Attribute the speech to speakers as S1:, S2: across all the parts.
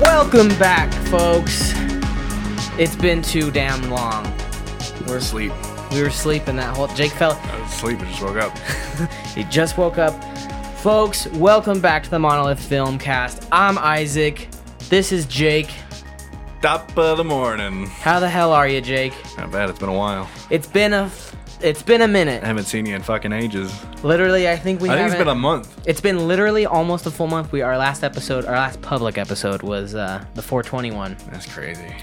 S1: Welcome back, folks. It's been too damn long.
S2: We're asleep. Uh,
S1: We were sleeping that whole. Jake fell.
S2: I was asleep. I just woke up.
S1: He just woke up. Folks, welcome back to the Monolith Film Cast. I'm Isaac. This is Jake.
S2: Top of the morning.
S1: How the hell are you, Jake?
S2: Not bad. It's been a while.
S1: It's been a, f- it's been a
S2: I
S1: minute.
S2: haven't seen you in fucking ages.
S1: Literally, I think we.
S2: I think it's
S1: haven't-
S2: been a month.
S1: It's been literally almost a full month. We our last episode, our last public episode was uh, the 421.
S2: That's crazy.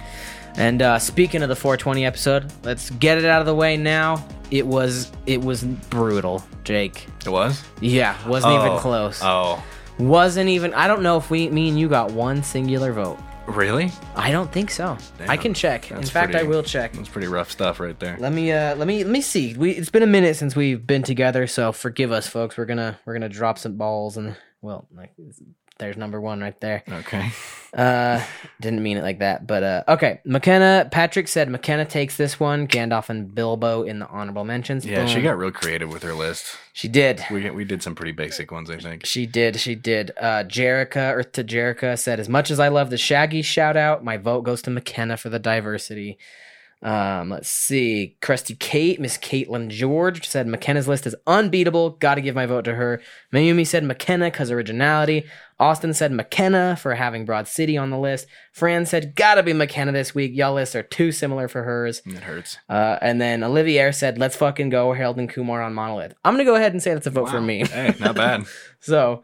S1: And uh, speaking of the 420 episode, let's get it out of the way now. It was it was brutal, Jake.
S2: It was.
S1: Yeah, wasn't even
S2: Oh.
S1: close.
S2: Oh,
S1: Wasn't even. I don't know if we, me and you, got one singular vote.
S2: really?
S1: I don't think so. I
S2: Damn.
S1: can check. In
S2: That's
S1: fact, I
S2: pretty-
S1: will check.
S2: That's pretty rough stuff right there.
S1: Let me uh, let me let me see. We, it's been a minute since we've been together, so forgive us, folks. We're gonna we're gonna drop some balls and well, like, there's number one right there.
S2: Okay.
S1: Uh, didn't mean it like that, but uh, okay. McKenna Patrick said McKenna takes this one. Gandalf and Bilbo in the honorable mentions.
S2: Yeah, she
S1: Boom.
S2: got real creative with her list.
S1: She did.
S2: We we did some pretty basic ones, I think.
S1: She did. She did. Uh, Jerica, Earth to Jerica said, as much as I love the Shaggy shout out, my vote goes to McKenna for the diversity. Um, let's see. Krusty Kate, Miss Caitlin George said, McKenna's list is unbeatable. Gotta give my vote to her. Mayumi said, McKenna because originality. Austin said, McKenna for having Broad City on the list. Fran said, gotta be McKenna this week. Y'all lists are too similar for hers.
S2: It hurts.
S1: Uh, and then Olivier said, let's fucking go. Harold and Kumar on Monolith. I'm gonna go ahead and say that's a vote for
S2: Wow.
S1: me.
S2: Hey, not bad.
S1: So,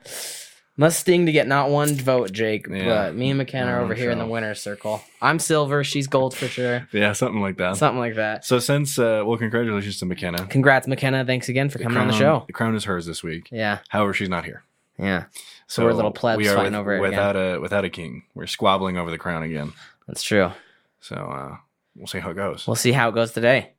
S1: must sting to get not one vote, Jake.
S2: Yeah.
S1: But me and McKenna are
S2: Oh,
S1: over here in the
S2: sure.
S1: winner's circle. I'm silver. She's gold for sure.
S2: yeah, something like that.
S1: Something like that.
S2: so since uh, well, congratulations to McKenna.
S1: Congrats, McKenna. Thanks again for coming on the
S2: crown-
S1: show.
S2: The crown is hers this week.
S1: Yeah,
S2: However, she's not here.
S1: yeah.
S2: So
S1: we're little plebs
S2: we are
S1: fighting over it again.
S2: without a without a king. We're squabbling over the crown again.
S1: That's true.
S2: So uh, we'll see how it goes.
S1: We'll see how it goes today.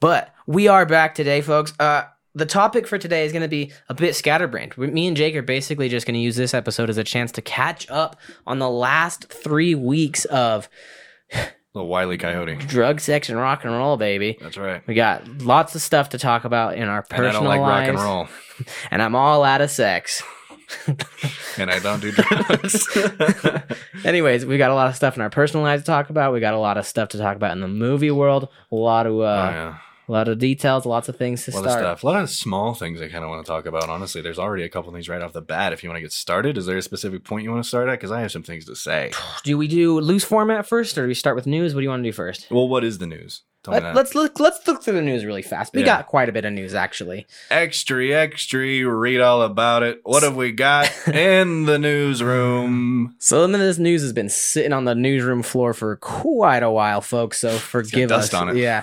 S1: But we are back today, folks. Uh, the topic for today is going to be a bit scatterbrained. We- Me and Jake are basically just going to use this episode as a chance to catch up on the last three weeks of
S2: Little Wiley Coyote.
S1: drug, sex, and rock and roll, baby.
S2: That's right.
S1: We got lots of stuff to talk about in our
S2: And I
S1: personal
S2: don't like
S1: lives.
S2: rock and roll,
S1: and I'm all out of sex.
S2: and I don't do drugs.
S1: Anyways, we got a lot of stuff in our personal lives to talk about. We got a lot of stuff to talk about in the movie world. A lot of uh,
S2: Oh, yeah.
S1: a lot of details, lots of things to
S2: A lot of
S1: start.
S2: stuff. A lot of small things I kind of want to talk about. Honestly, there's already a couple things right off the bat. If you want to get started, is there a specific point you want to start at? Because I have some things to say.
S1: Do we do loose format first, or do we start with news? What do you want to do first?
S2: Well, what is the news? Tell me
S1: Let,
S2: that.
S1: let's look. Let's look through the news really fast. We
S2: Yeah.
S1: got quite a bit of news actually.
S2: Extra, extra. Read all about it. What have we got in the newsroom?
S1: So some of this news has been sitting on the newsroom floor for quite a while, folks. So forgive us.
S2: dust on it.
S1: Yeah.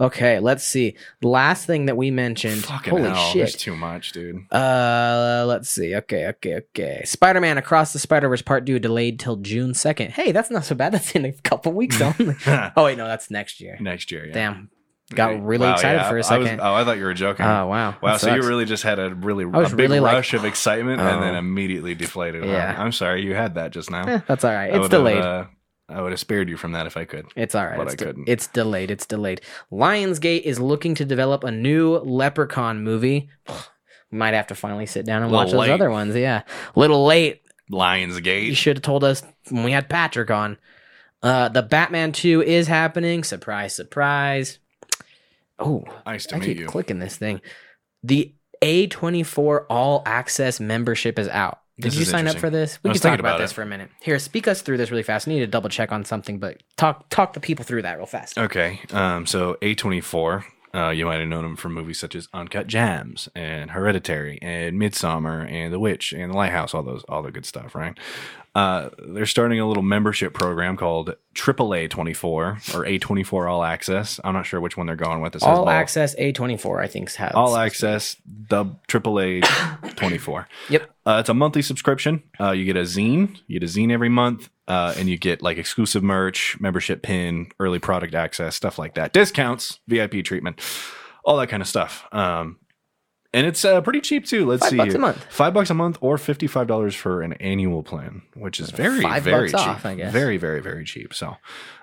S1: Okay, let's see. Last thing that we mentioned.
S2: Fucking
S1: holy
S2: hell, there's
S1: shit.
S2: too much, dude.
S1: Uh, let's see. Okay, okay, okay. Spider-Man Across the Spider-Verse Part 2 delayed till June 2nd. Hey, that's not so bad. That's in a couple weeks only. oh wait, no, that's next year.
S2: Next year, yeah.
S1: Damn. Got
S2: Okay.
S1: really
S2: Wow,
S1: excited
S2: yeah.
S1: for a
S2: I was-
S1: second.
S2: oh, I thought you were joking.
S1: oh wow.
S2: Wow,
S1: That
S2: so you
S1: sucks.
S2: really just had a really
S1: I
S2: a
S1: was
S2: big
S1: really like,
S2: rush of excitement and then
S1: Oh.
S2: immediately deflated.
S1: Yeah.
S2: I'm sorry you had that just now.
S1: Eh, that's all right.
S2: I
S1: It's
S2: would have,
S1: delayed.
S2: uh, I would have spared you from that if I could.
S1: It's all right.
S2: But
S1: it's,
S2: I
S1: de-
S2: couldn't.
S1: it's delayed. It's delayed. Lionsgate is looking to develop a new Leprechaun movie. We might have to finally sit down and
S2: Little
S1: watch those
S2: late.
S1: other ones. Yeah, little late. You
S2: Lionsgate.
S1: should have told us when we had Patrick on. Uh, the Batman Two is happening. Surprise, surprise. Oh,
S2: Nice to
S1: I
S2: meet
S1: keep
S2: you.
S1: clicking this thing. The A24 All Access membership is out. Did
S2: This
S1: you
S2: is
S1: sign up
S2: interesting.
S1: for this? We
S2: I
S1: can
S2: was
S1: talk
S2: thinking
S1: about,
S2: about
S1: this
S2: it.
S1: for a minute. Here, speak us through this really fast. I need to double check on something, but talk talk the people through that real fast.
S2: Okay, um, so A24. Uh, you might have known him from movies such as Uncut Jams and Hereditary and Midsummer and The Witch and The Lighthouse, all those, all the good stuff, right? Uh, they're starting a little membership program called AAA24 or A24 All Access. I'm not sure which one they're going with. It says
S1: All
S2: both.
S1: Access A24, I think, is how it's-
S2: All access, dub AAA 24.
S1: Yep.
S2: Uh, it's a monthly subscription. Uh, you get a zine. You get a zine every month, uh, and you get like exclusive merch, membership pin, early product access, stuff like that. Discounts, VIP treatment, all that kind of stuff. Um, and it's uh, pretty cheap too. Let's
S1: Five
S2: see
S1: bucks
S2: here.
S1: a month.
S2: Five bucks a month, or fifty-five dollars for an annual plan, which is very,
S1: Five
S2: very
S1: bucks
S2: cheap.
S1: off, I guess.
S2: Very, very, very cheap. So,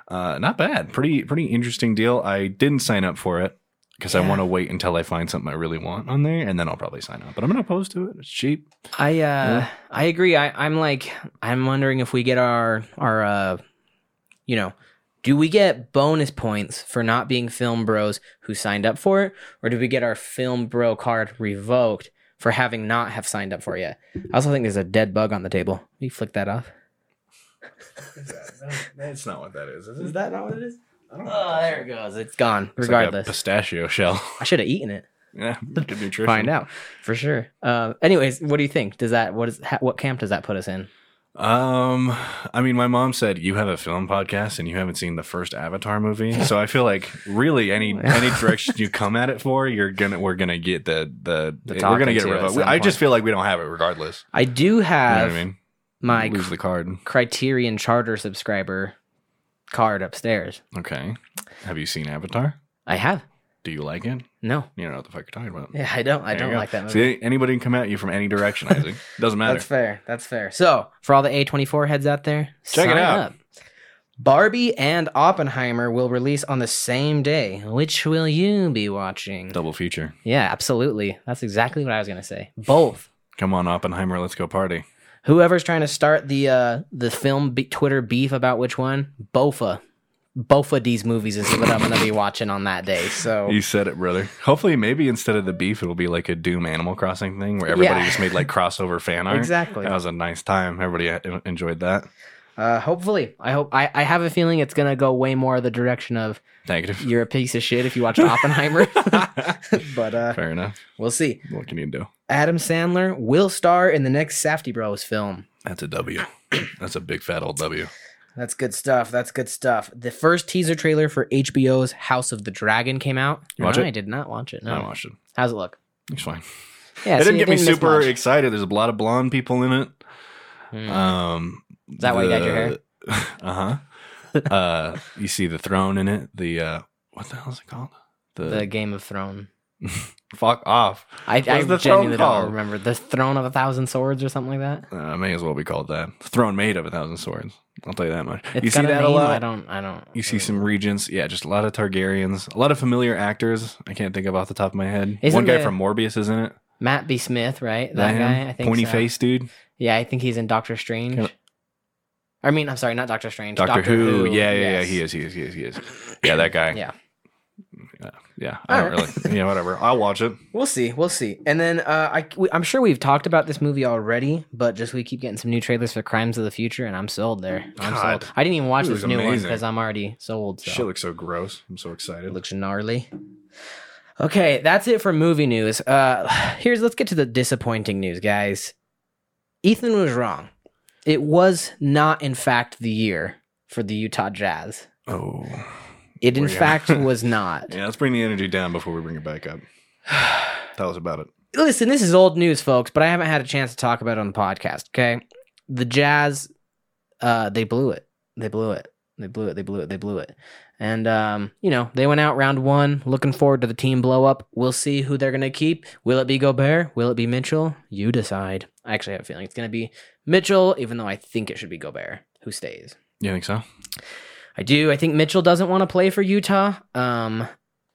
S2: uh, not bad. Pretty, pretty interesting deal. I didn't sign up for it. because I
S1: Yeah.
S2: want to wait until I find something I really want on there, and then I'll probably sign up. But I'm not opposed to it. It's cheap.
S1: I uh
S2: Yeah.
S1: I agree. I, I'm like I'm wondering if we get our our uh you know, do we get bonus points for not being film bros who signed up for it, or do we get our film bro card revoked for having not have signed up for it yet? I also think there's a dead bug on the table. Will you flick that off?
S2: That's not what that is.
S1: Is that not what it is?
S2: I don't
S1: Oh, there it goes. It's gone. Regardless,
S2: pistachio shell.
S1: I should have eaten it.
S2: yeah, good nutrition.
S1: Find out for sure. Uh, anyways, what do you think? Does that what is ha- what camp does that put us in?
S2: Um, I mean, my mom said you have a film podcast and you haven't seen the first Avatar movie, so I feel like really any any direction you come at it for, you're gonna we're gonna get the the,
S1: The
S2: we're gonna
S1: talking
S2: get
S1: to at
S2: revoked.
S1: some
S2: I
S1: point.
S2: just feel like we don't have it regardless.
S1: I do
S2: You know
S1: have
S2: what I mean?
S1: my
S2: lose the card.
S1: Criterion Charter subscriber card upstairs.
S2: Okay. Have you seen Avatar?
S1: I have.
S2: Do you like it?
S1: No.
S2: You don't know what the fuck you're talking about.
S1: Yeah, I don't. I
S2: There you
S1: don't
S2: go.
S1: like that movie.
S2: See, anybody can come at you from any direction. I think doesn't matter.
S1: That's fair. That's fair. So, for all the A24 heads out there,
S2: Check it
S1: sign
S2: out.
S1: up. Barbie and Oppenheimer will release on the same day. Which will you be watching?
S2: Double feature.
S1: Yeah, absolutely. That's exactly what I was going to say. Both.
S2: Come on, Oppenheimer. Let's go party.
S1: Whoever's trying to start the uh the film be- Twitter beef about which one, Bofa. Both of these movies is what I'm going to be watching on that day. So
S2: You said it, brother. Hopefully, maybe instead of the beef, it'll be like a Doom Animal Crossing thing where everybody
S1: Yeah.
S2: just made like crossover fan art.
S1: exactly.
S2: That was a nice time. Everybody uh, enjoyed that.
S1: Uh, hopefully, I hope. I, I have a feeling it's gonna go way more the direction of
S2: Negative.
S1: you're a piece of shit if you watch Oppenheimer. but uh,
S2: Fair enough.
S1: we'll see.
S2: What can you do?
S1: Adam Sandler will star in the next Safety Bros film.
S2: That's a W. That's a big fat old W.
S1: That's good stuff. That's good stuff. The first teaser trailer for HBO's House of the Dragon came out.
S2: You watch
S1: no,
S2: it?
S1: I did not watch it. No.
S2: I watched it.
S1: How's it look?
S2: It's fine.
S1: Yeah,
S2: it
S1: see,
S2: didn't get me
S1: miss
S2: super
S1: much.
S2: excited. There's a lot of blonde people in it.
S1: Hmm.
S2: Um, Is
S1: that why you dyed your hair?
S2: Uh huh. uh, you see the throne in it. The uh, what the hell is it called?
S1: the
S2: The,
S1: Game of Thrones.
S2: fuck off.
S1: I, I
S2: What's the throne
S1: genuinely
S2: called?
S1: don't remember the Throne of a Thousand Swords or something like that.
S2: Uh, may as well be called that. Throne made of a thousand swords. I'll tell you that much.
S1: It's
S2: you see
S1: got a
S2: that a
S1: name.
S2: lot.
S1: I don't. I don't.
S2: you see
S1: really-
S2: some regents. Yeah, just a lot of Targaryens. A lot of familiar actors. I can't think of off the top of my head.
S1: Isn't
S2: One guy
S1: the-
S2: from Morbius is in it.
S1: Matt B. Smith, right?
S2: That
S1: That
S2: him?
S1: guy. I think
S2: Pointy
S1: so.
S2: face dude.
S1: Yeah, I think he's in Doctor Strange.
S2: Kinda-
S1: I mean, I'm sorry, not Doctor Strange.
S2: Doctor, Who. Yeah, yeah,
S1: yes.
S2: yeah. He is. He is. He is. He is. Yeah, that guy.
S1: Yeah.
S2: Yeah. yeah. I don't
S1: All right.
S2: really. Yeah. Whatever. I'll watch it.
S1: We'll see. We'll see. And then uh, I, we, I'm sure we've talked about this movie already, but just we keep getting some new trailers for Crimes of the Future, and I'm sold there. I'm
S2: God.
S1: sold. I didn't even watch
S2: It was
S1: this new one
S2: amazing.
S1: because I'm already sold. So.
S2: Shit looks so gross. I'm so excited.
S1: It looks gnarly. Okay, that's it for movie news. Uh here's let's get to the disappointing news, guys. Ethan was wrong. It was not in fact the year for the Utah Jazz.
S2: Oh.
S1: It in
S2: We're gonna-
S1: fact was not.
S2: Yeah, let's bring the energy down before we bring it back up. Tell us about it.
S1: Listen, this is old news, folks, but I haven't had a chance to talk about it on the podcast, okay? The Jazz uh they blew it. They blew it. They blew it. They blew it. They blew it. And um, you know, they went out round one, looking forward to the team blow up. We'll see who they're gonna keep. Will it be Gobert? Will it be Mitchell? You decide. I actually have a feeling it's gonna be Mitchell, even though I think it should be Gobert who stays.
S2: You think so?
S1: I do. I think Mitchell doesn't want to play for Utah. Um,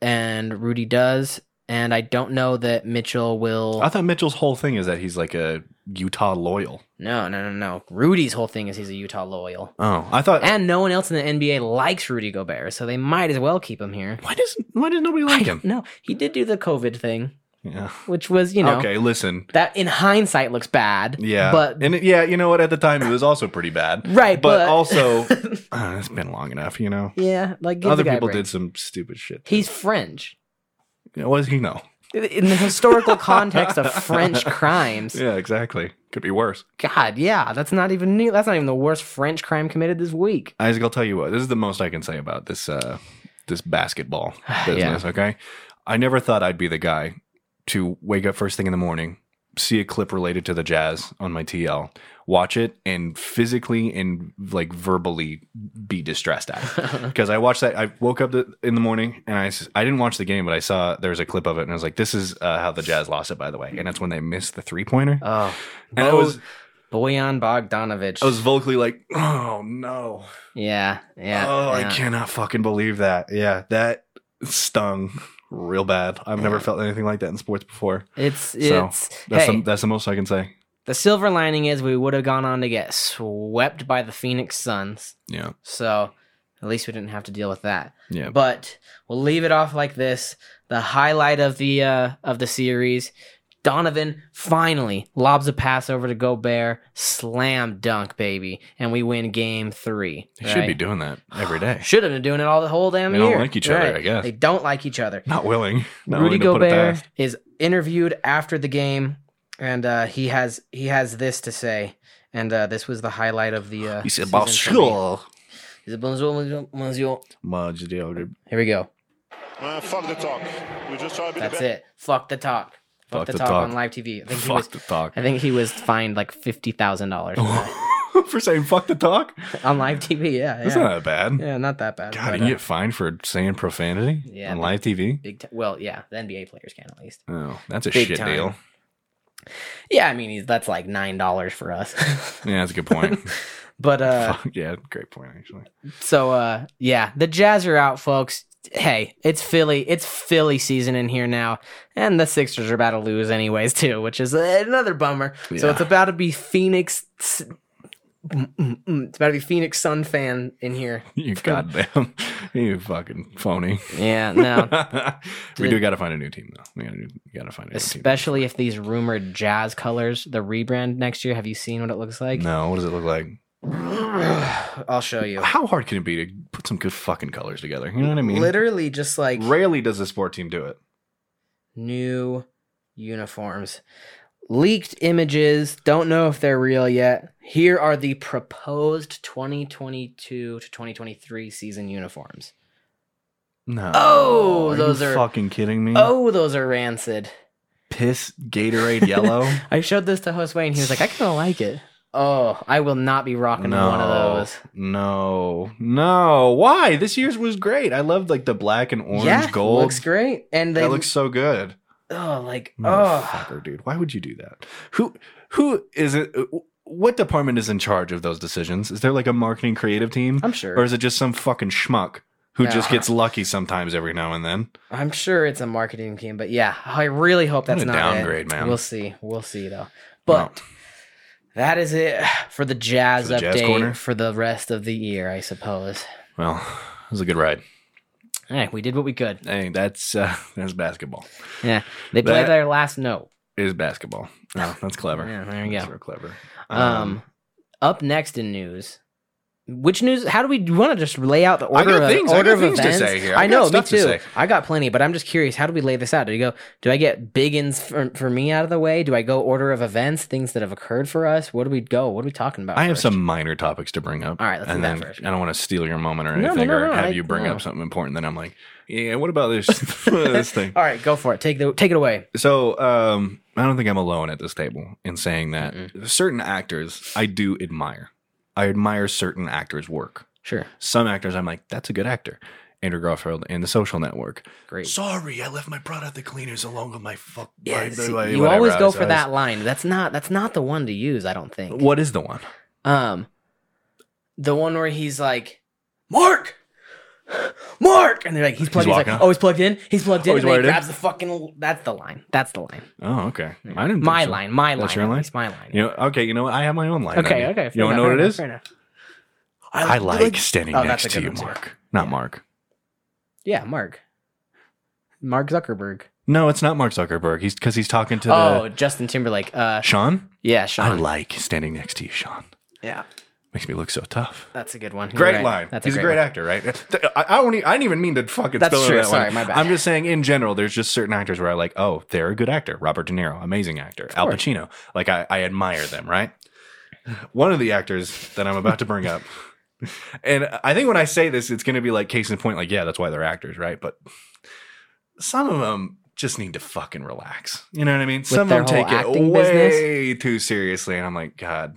S1: and Rudy does. And I don't know that Mitchell will.
S2: I thought Mitchell's whole thing is that he's like a Utah loyal.
S1: no, no, no, no. Rudy's whole thing is he's a Utah loyal.
S2: Oh, I thought.
S1: And no one else in the NBA likes Rudy Gobert, so they might as well keep him here.
S2: why does why does nobody like him?
S1: No, he did do the COVID thing,
S2: Yeah.
S1: which was, you know,
S2: Okay, listen.
S1: that in hindsight looks bad.
S2: Yeah,
S1: But,
S2: and it, yeah, you know what? At the time, it was also pretty bad.
S1: right.
S2: but
S1: But,
S2: also- Uh, it's been long enough, you know.
S1: yeah, like, give
S2: Other
S1: the guy a
S2: people
S1: break.
S2: did some stupid shit.
S1: He's French.
S2: What does he know?
S1: In the historical context of French crimes,
S2: Yeah, exactly. Could be worse.
S1: God, yeah, that's not even new. That's not even the worst French crime committed this week.
S2: Isaac, I'll tell you what. This is the most I can say about this uh, this basketball
S1: Yeah.
S2: business. Okay, I never thought I'd be the guy to wake up first thing in the morning, see a clip related to the Jazz on my TL, watch it, and physically and like verbally be distressed at. it.
S1: Oh.
S2: because I watched that. I woke up the, in the morning and I, s- I didn't watch the game, but I saw there was a clip of it and I was like, this is uh, how the Jazz lost it, by the way. And that's when they missed the three pointer.
S1: oh,
S2: and I
S1: Bo-
S2: was,
S1: Bojan Bogdanovic.
S2: I was vocally like, oh no.
S1: yeah, yeah.
S2: oh,
S1: yeah.
S2: I cannot fucking believe that. Yeah, that stung real bad. I've never felt anything like that in sports before.
S1: It's
S2: So,
S1: it's
S2: That's
S1: hey,
S2: the, that's the most I can say.
S1: the silver lining is we would have gone on to get swept by the Phoenix Suns.
S2: Yeah,
S1: So at least we didn't have to deal with that.
S2: yeah.
S1: But we'll leave it off like this. The highlight of the uh, of the series, Donovan finally lobs a pass over to Gobert, slam dunk, baby, and we win Game Three.
S2: They should be doing that every day.
S1: Should have been doing it all the whole damn
S2: They
S1: year.
S2: don't like each other, I guess.
S1: they don't like each other.
S2: Not willing. Not
S1: Rudy
S2: willing to put it
S1: Gobert
S2: past.
S1: is interviewed after the game, and uh, he has he has this to say. And uh, this was the highlight of the. Uh, season for me." He said, "Bonjour, monsieur, monsieur."
S2: Bonjour.
S1: Here we go.
S3: Uh, fuck the talk. We just try to be
S1: That's
S3: the best.
S1: it. Fuck the talk. Fuck, the, talk, on live TV. I think he was.
S2: Fuck the talk.
S1: I think he was fined like fifty thousand dollars
S2: for saying fuck the talk?
S1: on live TV. Yeah,
S2: That's
S1: yeah,
S2: not that bad.
S1: yeah, not that bad.
S2: God,
S1: but,
S2: you can
S1: uh,
S2: get fined for saying profanity
S1: Yeah,
S2: on
S1: but-
S2: live TV?
S1: big. T- well, yeah, the NBA players can at least.
S2: Oh, that's a
S1: Big
S2: shit
S1: time.
S2: deal.
S1: Yeah, I mean he's, that's like nine dollars for us.
S2: Yeah, that's a good point.
S1: but uh,
S2: Fuck, yeah, great point, actually.
S1: So uh yeah, the Jazz are out, folks. Hey, it's Philly. It's Philly season in here now, and the Sixers are about to lose anyways too, which is uh, another bummer. So
S2: Yeah.
S1: it's about to be Phoenix. s- mm, mm, mm. It's about to be Phoenix Sun fan in here.
S2: You goddamn, you fucking phony.
S1: Yeah, no.
S2: we
S1: Did-
S2: do got to find a new team though. We gotta, we gotta find a new
S1: Especially if these rumored Jazz colors, the rebrand next year. Have you seen what it looks like?
S2: team. No, what does it look like?
S1: I'll show you.
S2: How hard can it be to put some good fucking colors together? You know what I mean?
S1: Literally, just like
S2: Rarely does a sport team do it.
S1: new uniforms. Leaked images, don't know if they're real yet. Here are the proposed 2022 to 2023 season uniforms.
S2: No.
S1: Oh,
S2: Are
S1: those
S2: you
S1: are-
S2: fucking kidding me.
S1: Oh, those are rancid.
S2: piss Gatorade yellow.
S1: I showed this to Josue and he was like, I kind of like it. Oh, I will not be rocking one of those.
S2: No, no. Why? This year's was great. I loved like the black and orange
S1: yeah,
S2: gold.
S1: looks great. And they
S2: that looks so good.
S1: oh, like oh,
S2: Motherfucker, dude. Why would you do that? Who who is it? uh, What department is in charge of those decisions? Is there like a marketing creative team,
S1: I'm sure.
S2: or is it just some fucking schmuck who
S1: No.
S2: just gets lucky sometimes every now and then?
S1: I'm sure it's a marketing team, but yeah, I really hope that's
S2: a
S1: not it.
S2: downgrade, man.
S1: We'll see. We'll see though. But that is it for the Jazz
S2: For the
S1: update
S2: Jazz corner?
S1: for the rest of the year, I suppose.
S2: Well, it was a good ride.
S1: Hey, we did what we could.
S2: Hey, that's uh, that's basketball.
S1: Yeah, they played
S2: That-
S1: their last note.
S2: It is basketball. Oh, that's clever.
S1: Yeah, there you
S2: That's
S1: go.
S2: real clever.
S1: Um, up next in news. Which news? How do we? Do you want to just lay out the order
S2: got
S1: of
S2: things- I
S1: order
S2: got
S1: of
S2: things to
S1: events?
S2: say here.
S1: I,
S2: I
S1: know,
S2: got
S1: me
S2: stuff to
S1: too.
S2: say.
S1: I got plenty, but I'm just curious. How do we lay this out? Do you go? Do I get biggins for, for me out of the way? Do I go order of events, things that have occurred for us? What do we go? What are we talking about?
S2: I have
S1: first?
S2: some minor topics to bring up.
S1: All right, let's do
S2: and
S1: that
S2: then
S1: first.
S2: I don't want to steal your moment or
S1: No, no,
S2: anything,
S1: no,
S2: or
S1: no,
S2: have
S1: I-
S2: you bring
S1: no.
S2: up something important. Then I'm like, yeah, what about this this thing?
S1: All right, go for it. Take the take it away.
S2: So um, I don't think I'm alone at this table in saying that
S1: Mm-mm.
S2: certain actors I do admire. I admire certain actors' work.
S1: Sure.
S2: Some actors I'm like, that's a good actor. Andrew Garfield in The Social Network.
S1: Great.
S2: Sorry, I left my product at the cleaners along with my fuck.
S1: Yeah,
S2: my-
S1: see,
S2: my-
S1: you
S2: whatever.
S1: always
S2: I
S1: go
S2: was-
S1: for
S2: I was-
S1: that line. That's not that's not the one to use, I don't think.
S2: What is the one?
S1: Um the one where he's like, Mark! Mark! And they're like, he's plugged
S2: He's
S1: in. He's like,
S2: walking up.
S1: oh, he's plugged in? He's plugged in.
S2: Oh, he's
S1: and then he
S2: wired in?
S1: grabs the fucking that's the line. That's the line.
S2: Oh, okay. I didn't. think
S1: Hmm. My
S2: so.
S1: line. My
S2: That's
S1: line.
S2: your
S1: at
S2: line?
S1: least my line.
S2: You know, okay, you know what? I have my own line.
S1: okay,
S2: on
S1: okay.
S2: You want to know what it is? I like,
S1: like-
S2: standing
S1: Oh,
S2: next
S1: that's a
S2: to
S1: good
S2: you,
S1: one, too.
S2: Mark. Not
S1: Yeah.
S2: Mark.
S1: Yeah, Mark. Mark Zuckerberg.
S2: No, it's not Mark Zuckerberg. He's because he's talking to
S1: Oh, Justin Timberlake. Uh
S2: the Sean.
S1: yeah,
S2: I
S1: Sean.
S2: like standing next to you, Sean.
S1: yeah.
S2: Makes me look so tough.
S1: That's a good one. You're
S2: Great
S1: right.
S2: line.
S1: That's
S2: he's a great
S1: one.
S2: actor, right? Th- I, I don't. e- I didn't even mean to fucking.
S1: That's
S2: spill
S1: true.
S2: That
S1: Sorry,
S2: one.
S1: my bad.
S2: I'm just saying, in general, there's just certain actors where I like. Oh, they're a good actor. Robert De Niro, amazing actor. Al
S1: course.
S2: Pacino, like I, I admire them, right? One of the actors that I'm about to bring up, and I think when I say this, it's going to be like case in point. Like, yeah, that's why they're actors, right? But some of them just need to fucking relax. You know what I mean? some of
S1: their
S2: them
S1: whole
S2: take it
S1: acting
S2: way too seriously, and I'm like, God,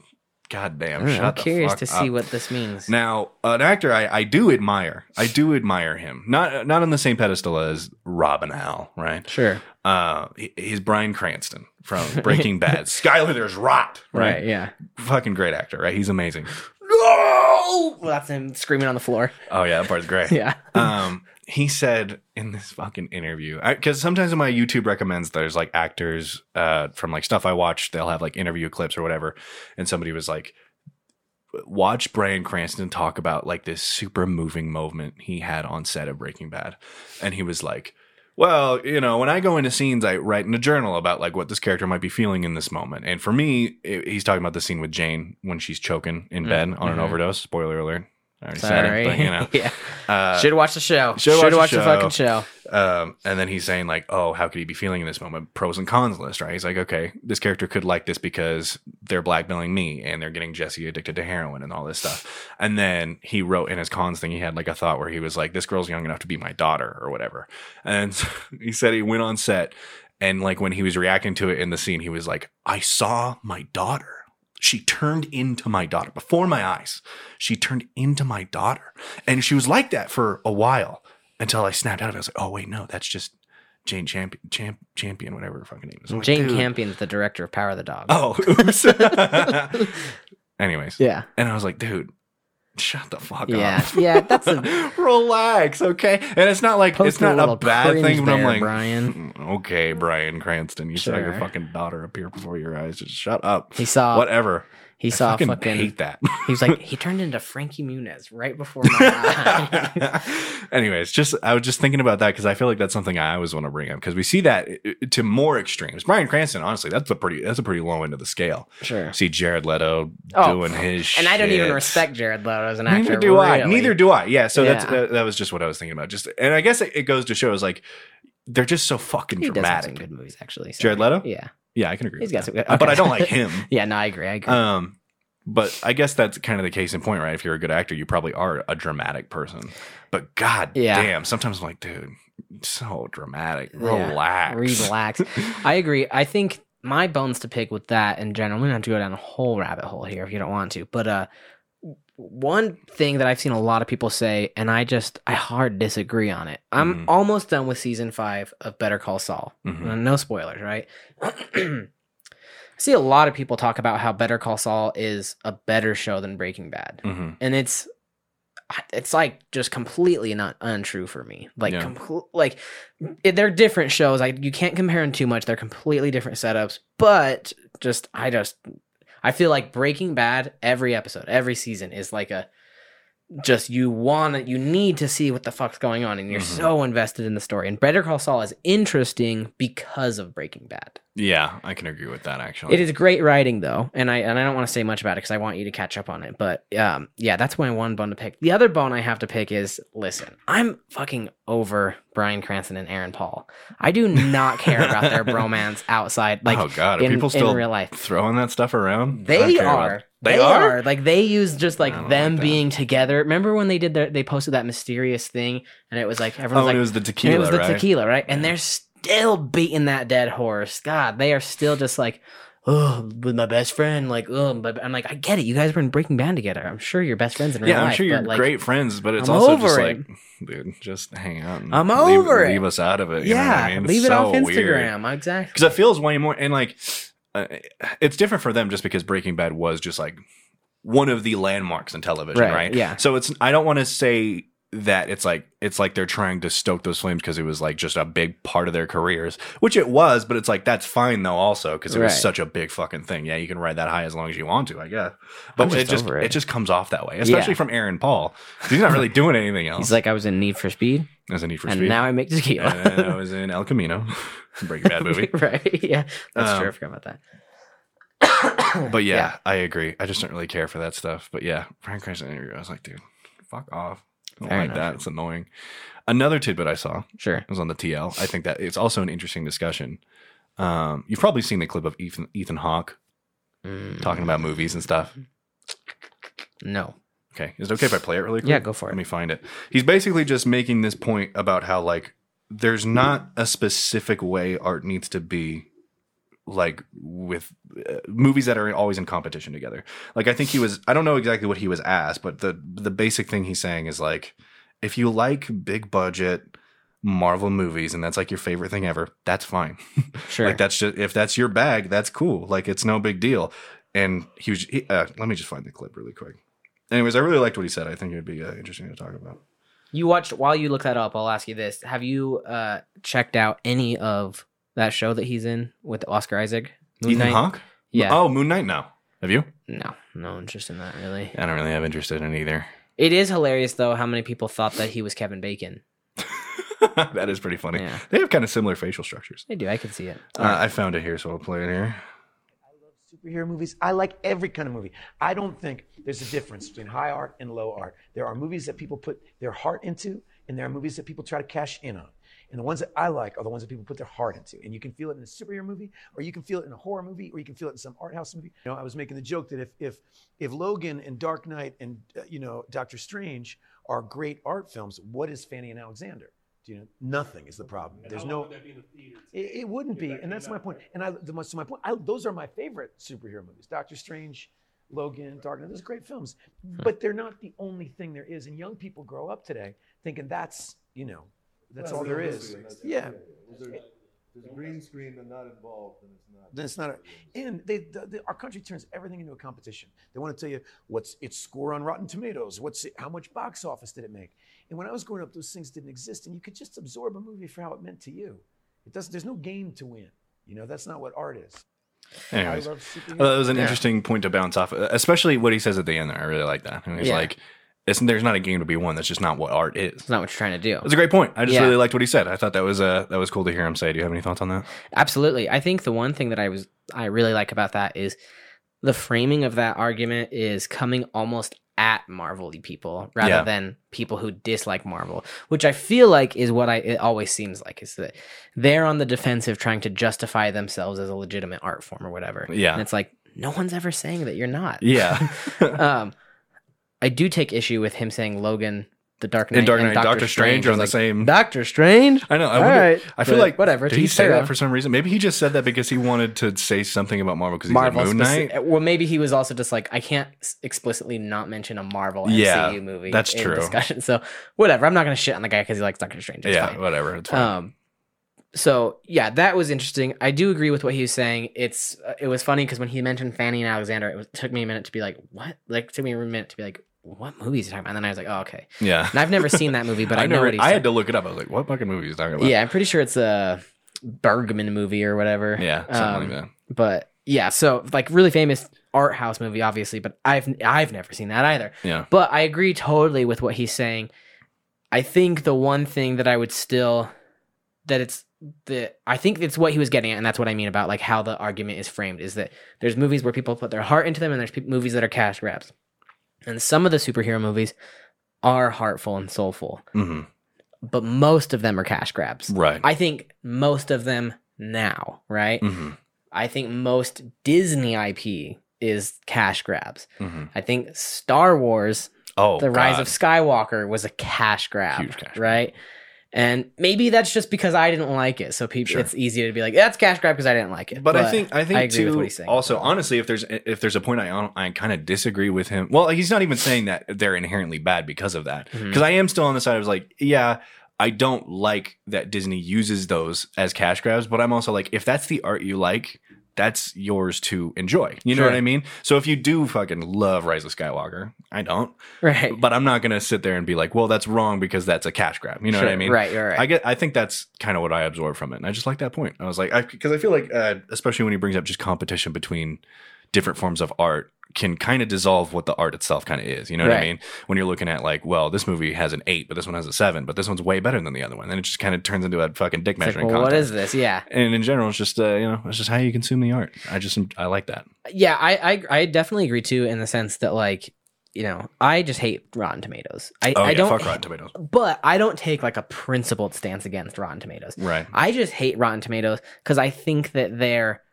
S2: God damn,
S1: Mm,
S2: shut
S1: I'm
S2: the
S1: curious
S2: fuck
S1: to see
S2: up.
S1: what this means.
S2: Now, an actor I, I do admire, I do admire him. Not not on the same pedestal as Robin Al, right?
S1: Sure.
S2: Uh, he- he's Brian Cranston from Breaking Bad. Skyler, there's rot,
S1: Right.
S2: right?
S1: Yeah.
S2: Fucking great actor, right? He's amazing.
S1: Oh, well, that's him screaming on the floor.
S2: Oh yeah, that part's great.
S1: Yeah.
S2: um, he said in this fucking interview because sometimes in my YouTube recommends there's like actors uh, from like stuff I watch, they'll have like interview clips or whatever, and somebody was like, "Watch Brian Cranston talk about like this super moving moment he had on set of Breaking Bad," and he was like. Well, you know, when I go into scenes, I write in a journal about like what this character might be feeling in this moment. And for me, it, he's talking about the scene with Jane when she's choking in
S1: Mm,
S2: bed on an
S1: mhm.
S2: overdose. Spoiler alert. I already
S1: Sorry.
S2: said it, but you know.
S1: yeah.
S2: Uh,
S1: Should watch the show.
S2: should
S1: Should watch,
S2: watch the
S1: the,
S2: show.
S1: fucking show.
S2: um, and then he's saying like, "Oh, how could he be feeling in this moment?" Pros and cons list, right? He's like, "Okay, this character could like this because they're blackmailing me and they're getting Jesse addicted to heroin and all this stuff." And then he wrote in his cons thing, he had like a thought where he was like, "This girl's young enough to be my daughter or whatever," and so he said he went on set and like when he was reacting to it in the scene, he was like, "I saw my daughter." She turned into my daughter before my eyes. She turned into my daughter. And she was like that for a while until I snapped out. I was like, oh wait, no, that's just Jane Champion, Champ, Champion, whatever her fucking name is. I'm like,
S1: Jane
S2: Oh, dude.
S1: Campion's the director of Power of the Dog.
S2: Oh, oops. Anyways,
S1: Yeah.
S2: and I was like, dude, shut the fuck
S1: Yeah.
S2: up.
S1: Yeah. That's a
S2: relax, okay. And it's not like
S1: post
S2: it's not
S1: a,
S2: a bad thing, but
S1: there,
S2: I'm like,
S1: Brian.
S2: "Mm, okay, Brian Cranston, you saw your
S1: Sure.
S2: fucking daughter appear before your eyes. Just shut up.
S1: He saw
S2: Whatever.
S1: he
S2: I
S1: saw
S2: fucking,
S1: fucking,
S2: hate that.
S1: he was like he turned into Frankie Muniz right before my eyes.
S2: Anyways, just I was just thinking about that because I feel like that's something I always want to bring up because we see that i- i- to more extremes. Brian Cranston, honestly, that's a pretty that's a pretty low end of the scale.
S1: Sure.
S2: See Jared Leto
S1: Oh,
S2: doing his,
S1: And I don't even
S2: shit.
S1: respect Jared Leto as an actor.
S2: Neither do I.
S1: really.
S2: Neither do I. Yeah. So that's
S1: Yeah.
S2: that, that was just what I was thinking about. Just and I guess it, it goes to show is like they're just so fucking
S1: He does have some
S2: dramatic.
S1: good movies actually. so-
S2: Jared Leto. Yeah.
S1: Yeah.
S2: I can agree.
S1: He's
S2: with
S1: got
S2: that.
S1: some good.
S2: But
S1: okay.
S2: I don't like him.
S1: yeah. No, I agree. I agree.
S2: Um, but I guess that's kind of the case in point, right? If you're a good actor, you probably are a dramatic person. But god
S1: Yeah.
S2: damn, sometimes I'm like, dude, so dramatic.
S1: Yeah.
S2: Uh, Relax.
S1: Relax. I agree. I think my bones to pick with that in general. I'm gonna have to go down a whole rabbit hole here if you don't want to. But uh, w- one thing that I've seen a lot of people say, and I just I hard disagree on it. I'm
S2: Mhm.
S1: almost done with season five of Better Call Saul.
S2: Mhm.
S1: Uh, No spoilers, right? I see a lot of people talk about how Better Call Saul is a better show than Breaking Bad
S2: Mhm.
S1: and it's it's like just completely not untrue for me like
S2: Yeah.
S1: comple- like it, they're different shows like you can't compare them too much they're completely different setups but just i just i feel like breaking bad every episode every season is like a just you want to you need to see what the fuck's going on and you're
S2: Mhm.
S1: so invested in the story and better call saul is interesting because of breaking bad
S2: Yeah, I can agree with that actually.
S1: it is great writing though, and I and I don't want to say much about it because I want you to catch up on it. But um, yeah, that's my one bone to pick. The other bone I have to pick is listen, I'm fucking over Brian Cranston and Aaron Paul. I do not care about their bromance outside, like
S2: oh god, are
S1: in,
S2: people
S1: in
S2: still
S1: real life.
S2: throwing that stuff around? I don't
S1: They
S2: care about-
S1: are.
S2: They are?
S1: Like they use just
S2: I don't
S1: like them
S2: like that.
S1: being together. Remember when they did their they posted that mysterious thing and it was like
S2: Oh,
S1: everyone's
S2: and
S1: like
S2: it was the
S1: and
S2: tequila,
S1: it was the
S2: right?
S1: tequila, right? And
S2: Yeah.
S1: they're still beating that dead horse. God, they are still just like, oh, with my best friend, like, oh, but I'm like, I get it. You guys were in Breaking Band together. I'm sure you're best friends in real
S2: Yeah, I'm
S1: life,
S2: sure you're
S1: but, like,
S2: great friends, but it's
S1: I'm
S2: also just
S1: over
S2: like,
S1: it.
S2: dude, just hang out. And
S1: I'm
S2: leave,
S1: over it.
S2: Leave us out of it. you know what
S1: Yeah,
S2: I mean? It's
S1: leave it
S2: so
S1: off Instagram.
S2: weird.
S1: Exactly.
S2: because it feels way more and like uh, it's different for them just because Breaking Bad was just like one of the landmarks in television, right?
S1: Yeah.
S2: So it's I don't want to say that it's like it's like they're trying to stoke those flames because it was like just a big part of their careers, which it was, but it's like that's fine though also because it
S1: Right.
S2: was such a big fucking thing. Yeah, you can ride that high as long as you want to, I guess. But
S1: I'm just
S2: it just
S1: over
S2: it.
S1: it.
S2: just comes off that way, especially from Aaron Paul. 'cause He's not really doing anything else.
S1: He's like, I was in Need for Speed,
S2: as a Need for
S1: and
S2: Speed.
S1: now I make tequila.
S2: and I was in El Camino, Breaking Bad movie.
S1: right? Yeah, that's
S2: Um,
S1: true. I forgot about that.
S2: But yeah, I agree. I just don't really care for that stuff. But yeah, Brian Cranston interview. I was like, dude, fuck off. I don't
S1: Fair
S2: like
S1: enough.
S2: that. It's annoying. Another tidbit I saw
S1: sure.
S2: was on the TL. I think that it's also an interesting discussion. Um, you've probably seen the clip of Ethan Ethan Hawke
S1: Mm,
S2: talking about movies and stuff.
S1: no.
S2: Okay, is it okay if I play it really quick?
S1: Yeah, go for
S2: Let
S1: it.
S2: me find it. He's basically just making this point about how like there's not a specific way art needs to be like with uh, movies that are always in competition together. Like I think he was I don't know exactly what he was asked, but the the basic thing he's saying is like if you like big budget Marvel movies and that's like your favorite thing ever, that's fine.
S1: Sure.
S2: Like that's just if that's your bag, that's cool. Like it's no big deal. And he was he, uh, let me just find the clip really quick. Anyways, I really liked what he said. I think it would be uh, interesting to talk about.
S1: You watched while you look that up. I'll ask you this: Have you uh, checked out any of that show that he's in with Oscar Isaac?
S2: Ethan Hawke?
S1: Yeah.
S2: Oh, Moon Knight. No. Have you?
S1: No, no interest in that really.
S2: I don't really have interest in it either.
S1: It is hilarious though how many people thought that he was Kevin Bacon.
S2: that is pretty funny.
S1: Yeah.
S2: They have kind of similar facial structures.
S1: I do. I can see it.
S2: Uh, I found it here, so I'll play it here.
S4: superhero movies. I like every kind of movie. I don't think there's a difference between high art and low art. There are movies that people put their heart into, and there are movies that people try to cash in on. And the ones that I like are the ones that people put their heart into. And you can feel it in a superhero movie, or you can feel it in a horror movie, or you can feel it in some art house movie. You know, I was making the joke that if if if Logan and Dark Knight and uh, you know Doctor Strange are great art films, what is Fanny and Alexander? Do you know? Nothing is the problem. There's no. It, it wouldn't be, and that's my point. And I, the, most- so my point, I, those are my favorite superhero movies: Doctor Strange, Logan, Dark Knight. Those are great films, but they're not the only thing there is. And young people grow up today thinking that's you know that's all there is. Yeah,
S5: There's green screen and not involved, and it's not.
S4: then it's not. A, and they, the, the, our country turns everything into a competition. They want to tell you what's its score on Rotten Tomatoes, what's it, how much box office did it make. And when I was growing up, those things didn't exist, and you could just absorb a movie for how it meant to you. It doesn't. There's no game to win. You know that's not what art is.
S2: Anyways,
S4: I
S2: uh,
S4: love superheroes.
S2: that was an interesting point to bounce off, of, especially what he says at the end there. I really like that. And he's
S1: Yeah.
S2: like, it's, there's not a game to be won. That's just not what art is.
S1: It's not what you're trying to do.
S2: That's a great point. I just
S1: Yeah.
S2: really liked what he said. I thought that was uh, that was cool to hear him say. Do you have any thoughts on that?
S1: Absolutely. I think the one thing that I was I really like about that is the framing of that argument is coming almost at Marvel people rather
S2: Yeah.
S1: than people who dislike Marvel, which I feel like is what I it always seems like is that they're on the defensive trying to justify themselves as a legitimate art form or whatever.
S2: Yeah.
S1: And it's like no one's ever saying that you're not.
S2: Yeah.
S1: um I do take issue with him saying Logan the Dark Knight
S2: and Dark Knight, Doctor,
S1: Doctor
S2: Strange are on the
S1: It's like,
S2: same.
S1: Doctor Strange?
S2: I know. I,
S1: All
S2: wonder,
S1: right,
S2: I feel
S1: but
S2: like
S1: whatever,
S2: Did
S1: to
S2: he
S1: each
S2: say
S1: their
S2: that
S1: own.
S2: for some reason? Maybe he just said that because he wanted to say something about Marvel because he's
S1: Marvel
S2: a Moon
S1: speci-
S2: Knight.
S1: Well, maybe he was also just like, I can't s- explicitly not mention a Marvel MCU
S2: Yeah,
S1: movie.
S2: that's
S1: in
S2: true.
S1: Discussion. So whatever. I'm not gonna shit on the guy because he likes Doctor Strange. It's
S2: yeah,
S1: fine.
S2: whatever. It's fine.
S1: Um. So yeah, that was interesting. I do agree with what he was saying. It's uh, it was funny because when he mentioned Fanny and Alexander, it was, took me a minute to be like, what? Like it took me a minute to be like, what movie is he talking about? And then I was like, oh okay.
S2: yeah.
S1: And I've never seen that movie, but I,
S2: I,
S1: know
S2: never,
S1: what he's.
S2: I had to look it up. I was like, what fucking movie is he talking about?
S1: Yeah, I'm pretty sure it's a Bergman movie or whatever.
S2: Yeah. Something
S1: Um,
S2: like that.
S1: but yeah so like really famous art house movie obviously but i've i've never seen that either
S2: Yeah.
S1: but i agree totally with what he's saying i think the one thing that i would still that it's the i think it's what he was getting at and that's what i mean about like how the argument is framed is that there's movies where people put their heart into them and there's pe- movies that are cash grabs and some of the superhero movies are heartful and soulful
S2: hmm
S1: but most of them are cash grabs
S2: Right.
S1: i think most of them now right
S2: hmm
S1: I think most Disney IP is cash grabs.
S2: hmm
S1: I think Star Wars,
S2: Oh,
S1: The Rise
S2: God.
S1: of Skywalker was a cash grab,
S2: Huge cash grab.
S1: right? And maybe that's just because I didn't like it. So people
S2: Sure.
S1: it's easier to be like, that's cash grab because I didn't like it.
S2: but, I think I think
S1: agree with what
S2: too.
S1: he's saying.
S2: Also, honestly, if there's if there's a point I I kind of disagree with him. Well, he's not even saying that they're inherently bad because of that. Because
S1: Mhm.
S2: I am still on the side of like, yeah, I don't like that Disney uses those as cash grabs. But I'm also like, if that's the art you like, that's yours to enjoy. You know
S1: Sure.
S2: what I mean? So if you do fucking love Rise of Skywalker, I don't.
S1: right.
S2: But I'm not gonna sit there and be like, well, that's wrong because that's a cash grab. You know what I
S1: Sure,
S2: mean?
S1: Right, you're right.
S2: I get. I think that's kind of what I absorb from it, and I just like that point. I was like, because I, feel like, uh, especially when he brings up just competition between different forms of art, can kind of dissolve what the art itself kind of is. You know what I
S1: Right.
S2: mean? When you're looking at like, well, this movie has an eight, but this one has a seven, but this one's way better than the other one. Then it just kind of turns into a fucking dick
S1: It's like,
S2: measuring
S1: well, what
S2: contest.
S1: is this? Yeah.
S2: and in general, it's just uh, you know, it's just how you consume the art. I just I like that.
S1: Yeah, I, I I definitely agree too in the sense that like, you know, I just hate Rotten Tomatoes. I,
S2: Oh
S1: I
S2: yeah,
S1: don't
S2: fuck Rotten Tomatoes.
S1: but I don't take like a principled stance against Rotten Tomatoes.
S2: Right.
S1: I just hate Rotten Tomatoes because I think that their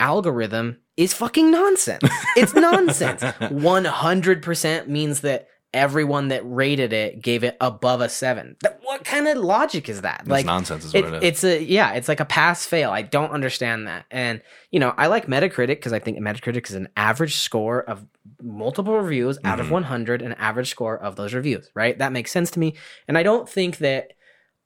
S1: algorithm is fucking nonsense. It's nonsense. 100% means that everyone that rated it gave it above a seven. That- What kind of logic is that?
S2: It's nonsense is
S1: it-
S2: what it is.
S1: it's a yeah it's like a pass fail i don't understand that and you know i like metacritic because i think metacritic is an average score of multiple reviews out
S2: Mhm.
S1: of 100 an average score of those reviews right that makes sense to me and i don't think that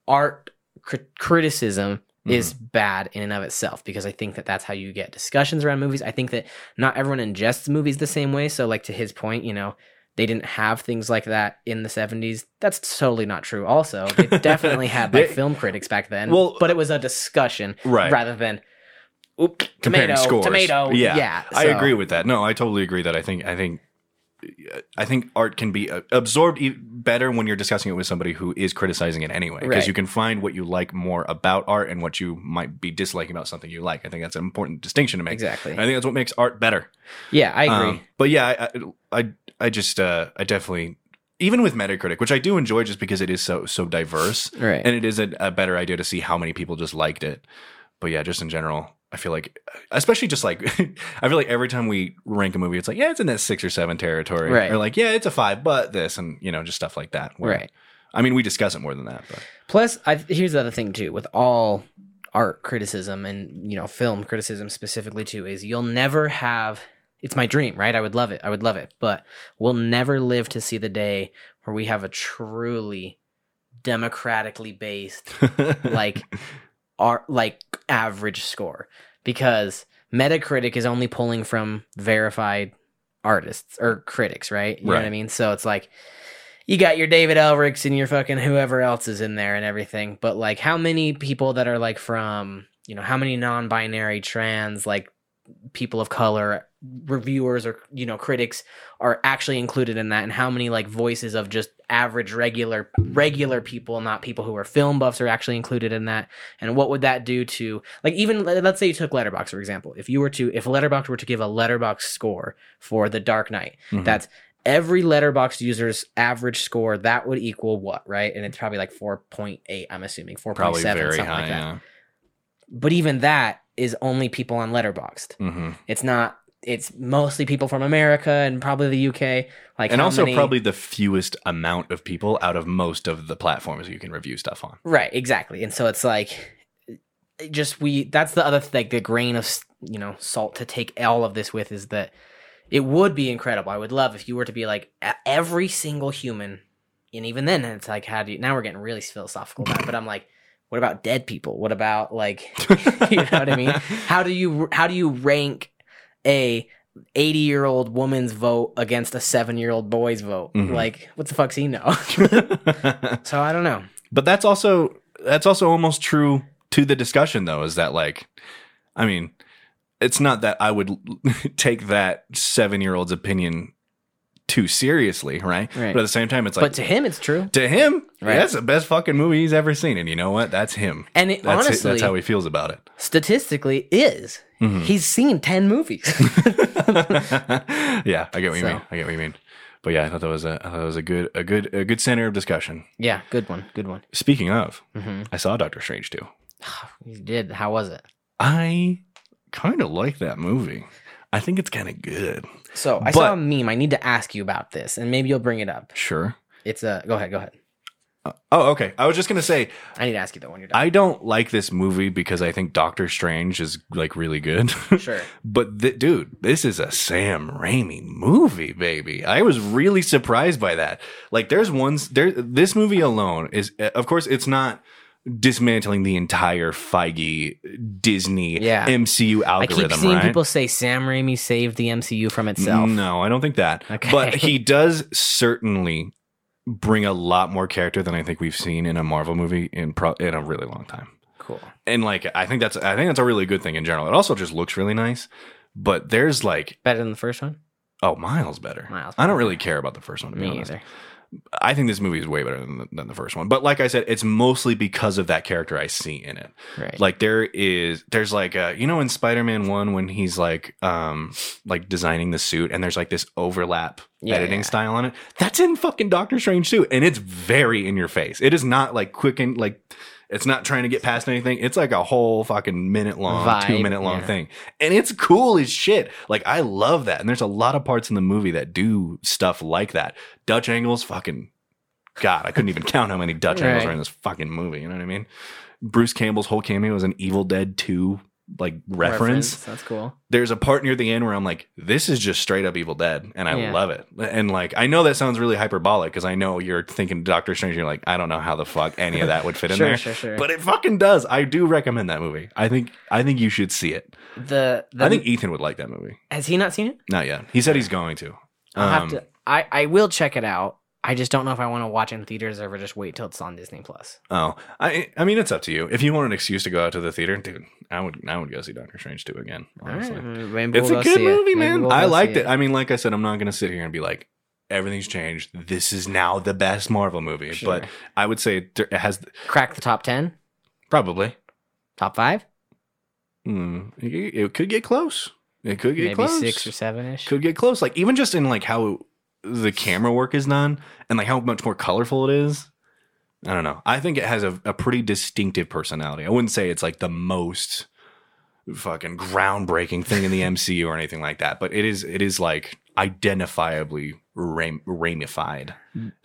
S1: art cri- criticism
S2: Mm-hmm.
S1: is bad in and of itself because i think that that's how you get discussions around movies i think that not everyone ingests movies the same way so like to his point you know they didn't have things like that in the 70s. That's totally not true. Also, they definitely had like
S2: They-
S1: film critics back then.
S2: Well-
S1: but it was a discussion
S2: Right.
S1: rather than oop,
S2: Comparing
S1: tomato,
S2: scores.
S1: tomato.
S2: Yeah.
S1: Yeah,
S2: I
S1: so-
S2: agree with that. No, I totally agree that I think I think I think art can be uh, absorbed e- better when you're discussing it with somebody who is criticizing it anyway because
S1: Right.
S2: you can find what you like more about art and what you might be disliking about something you like. I think that's an important distinction to make.
S1: Exactly.
S2: I think that's what makes art better.
S1: Yeah, I agree.
S2: Um, but yeah, I, I I just uh I definitely even with Metacritic, which I do enjoy just because it is so so diverse
S1: right.
S2: and it is a, a better idea to see how many people just liked it but yeah just in general i feel like especially just like i feel like every time we rank a movie it's like yeah it's in that six or seven territory
S1: Right.
S2: or like yeah it's a five but this and you know just stuff like that where-
S1: Right.
S2: i mean we discuss it more than that but
S1: Plus, I, here's the other thing too with all art criticism and you know film criticism specifically too is you'll never have. It's my dream, right? I would love it. I would love it, but we'll never live to see the day where we have a truly democratically based like art, like average score, because Metacritic is only pulling from verified artists or critics, right? You know what I
S2: Right.
S1: mean? So it's like you got your David Elricks and your fucking whoever else is in there and everything. But like how many people that are like from, you know, how many non-binary trans like people of color reviewers or you know critics are actually included in that and how many like voices of just average regular regular people not people who are film buffs are actually included in that and what would that do to like even let- let's say you took letterbox for example if you were to if letterbox were to give a letterbox score for the dark knight
S2: Mhm.
S1: that's every letterbox user's average score that would equal what right and it's probably like 4.8 i'm assuming 4.7
S2: probably very
S1: something
S2: high
S1: like that
S2: yeah.
S1: but even that is only people on letterboxd
S2: Mhm.
S1: it's not it's mostly people from america and probably the uk like
S2: and
S1: how
S2: also
S1: many-
S2: probably the fewest amount of people out of most of the platforms you can review stuff on
S1: Right, exactly. And so it's like it just we that's the other like the grain of s- you know salt to take all of this with is that it would be incredible. I would love if you were to be like e- every single human and even then it's like how do you now we're getting really philosophical about it, but I'm like what about dead people? What about like you know what I mean? How do you how do you rank a 80 year old woman's vote against a 7 year old boy's vote?
S2: Mhm.
S1: Like what the fuck's he know? so I don't know.
S2: But that's also that's also almost true to the discussion though is that like I mean it's not that I would take that 7-year-old's opinion too seriously, right?
S1: Right.
S2: But at the same time it's like
S1: but to him it's true.
S2: to him,
S1: Right.
S2: that's the best fucking movie he's ever seen and you know what? That's him.
S1: And it,
S2: That's it-
S1: honestly,
S2: that's how Hmm. he feels about it. Mm-hmm.
S1: statistically, is he's seen ten movies.
S2: yeah, I get what you
S1: So.
S2: mean. I get what you mean. But yeah, I thought that was a I thought that was a good a good a good center of discussion.
S1: yeah, good one, good one.
S2: Speaking of,
S1: Mm-hmm.
S2: I saw Doctor Strange too.
S1: You did. How was it?
S2: I kind of like that movie. I think it's kind of good.
S1: So I
S2: But-
S1: saw a meme. I need to ask you about this, and maybe you'll bring it up.
S2: Sure.
S1: It's a go ahead, go ahead.
S2: Oh, okay. I was just gonna say
S1: I need to ask you that when you're done.
S2: I don't like this movie because I think Doctor Strange is like really good.
S1: sure.
S2: but th- dude, this is a Sam Raimi movie, baby. I was really surprised by that. Like, there's ones there. This movie alone is, eh, of course, it's not dismantling the entire Feige Disney
S1: Yeah.
S2: MCU
S1: I
S2: algorithm.
S1: keep seeing
S2: right?
S1: people say Sam Raimi saved the MCU from itself.
S2: No, I don't think that.
S1: Okay.
S2: But he does certainly bring a lot more character than I think we've seen in a Marvel movie in pro- in a really long time.
S1: Cool.
S2: And like I think that's I think that's a really good thing in general. It also just looks really nice. But there's like
S1: Better than the first one.
S2: oh miles better.
S1: Miles
S2: I don't
S1: better.
S2: really care about the first one to be
S1: Me
S2: honest.
S1: either.
S2: I think this movie is way better than the, than the first one. But like I said, it's mostly because of that character I see in it.
S1: Right.
S2: Like there is there's like uh you know in Spider-Man 1 when he's like um like designing the suit and there's like this overlap
S1: Yeah,
S2: editing
S1: yeah.
S2: style on it. That's in fucking Doctor Strange too and it's very in your face. It is not like quick and like it's not trying to get past anything. It's like a whole fucking minute long,
S1: Vibe,
S2: 2 minute long
S1: yeah.
S2: thing. And it's cool as shit. Like I love that. And there's a lot of parts in the movie that do stuff like that. Dutch angles fucking God, I couldn't even count how many Dutch angles
S1: Right.
S2: are in this fucking movie. You know what I mean? Bruce Campbell's whole cameo was an Evil Dead 2 like reference.
S1: That's cool.
S2: There's a part near the end where I'm like, this is just straight up Evil Dead. And I
S1: Yeah.
S2: love it. And like, I know that sounds really hyperbolic because I know you're thinking Doctor Strange. You're like, I don't know how the fuck any of that would fit in
S1: Sure,
S2: there.
S1: sure, sure.
S2: But it fucking does. I do recommend that movie. I think I think you should see it.
S1: The, the
S2: I think Ethan would like that movie.
S1: has he not seen it?
S2: Not yet. He said he's going to.
S1: I'll have
S2: Um,
S1: to. I I will check it out. I just don't know if I want to watch it in theaters or just wait till it's on Disney Plus.
S2: Oh, I I mean it's up to you. If you want an excuse to go out to the theater, dude, I would I would go see Doctor Strange two again. Honestly, it's a good movie, man. I liked it. I mean, like I said, I'm not gonna sit here and be like everything's changed. This is now the best Marvel movie,
S1: Sure.
S2: but I would say it it has
S1: Crack the top ten,
S2: probably.
S1: top five,
S2: Hmm, it, it could get close. It could get
S1: maybe
S2: close.
S1: six or seven ish.
S2: could get close. Like even just in like how the camera work is done and like how much more colorful it is. I don't know. I think it has a, a pretty distinctive personality. I wouldn't say it's like the most fucking groundbreaking thing in the MCU or anything like that, but it is it is like identifiably Raim- Raimified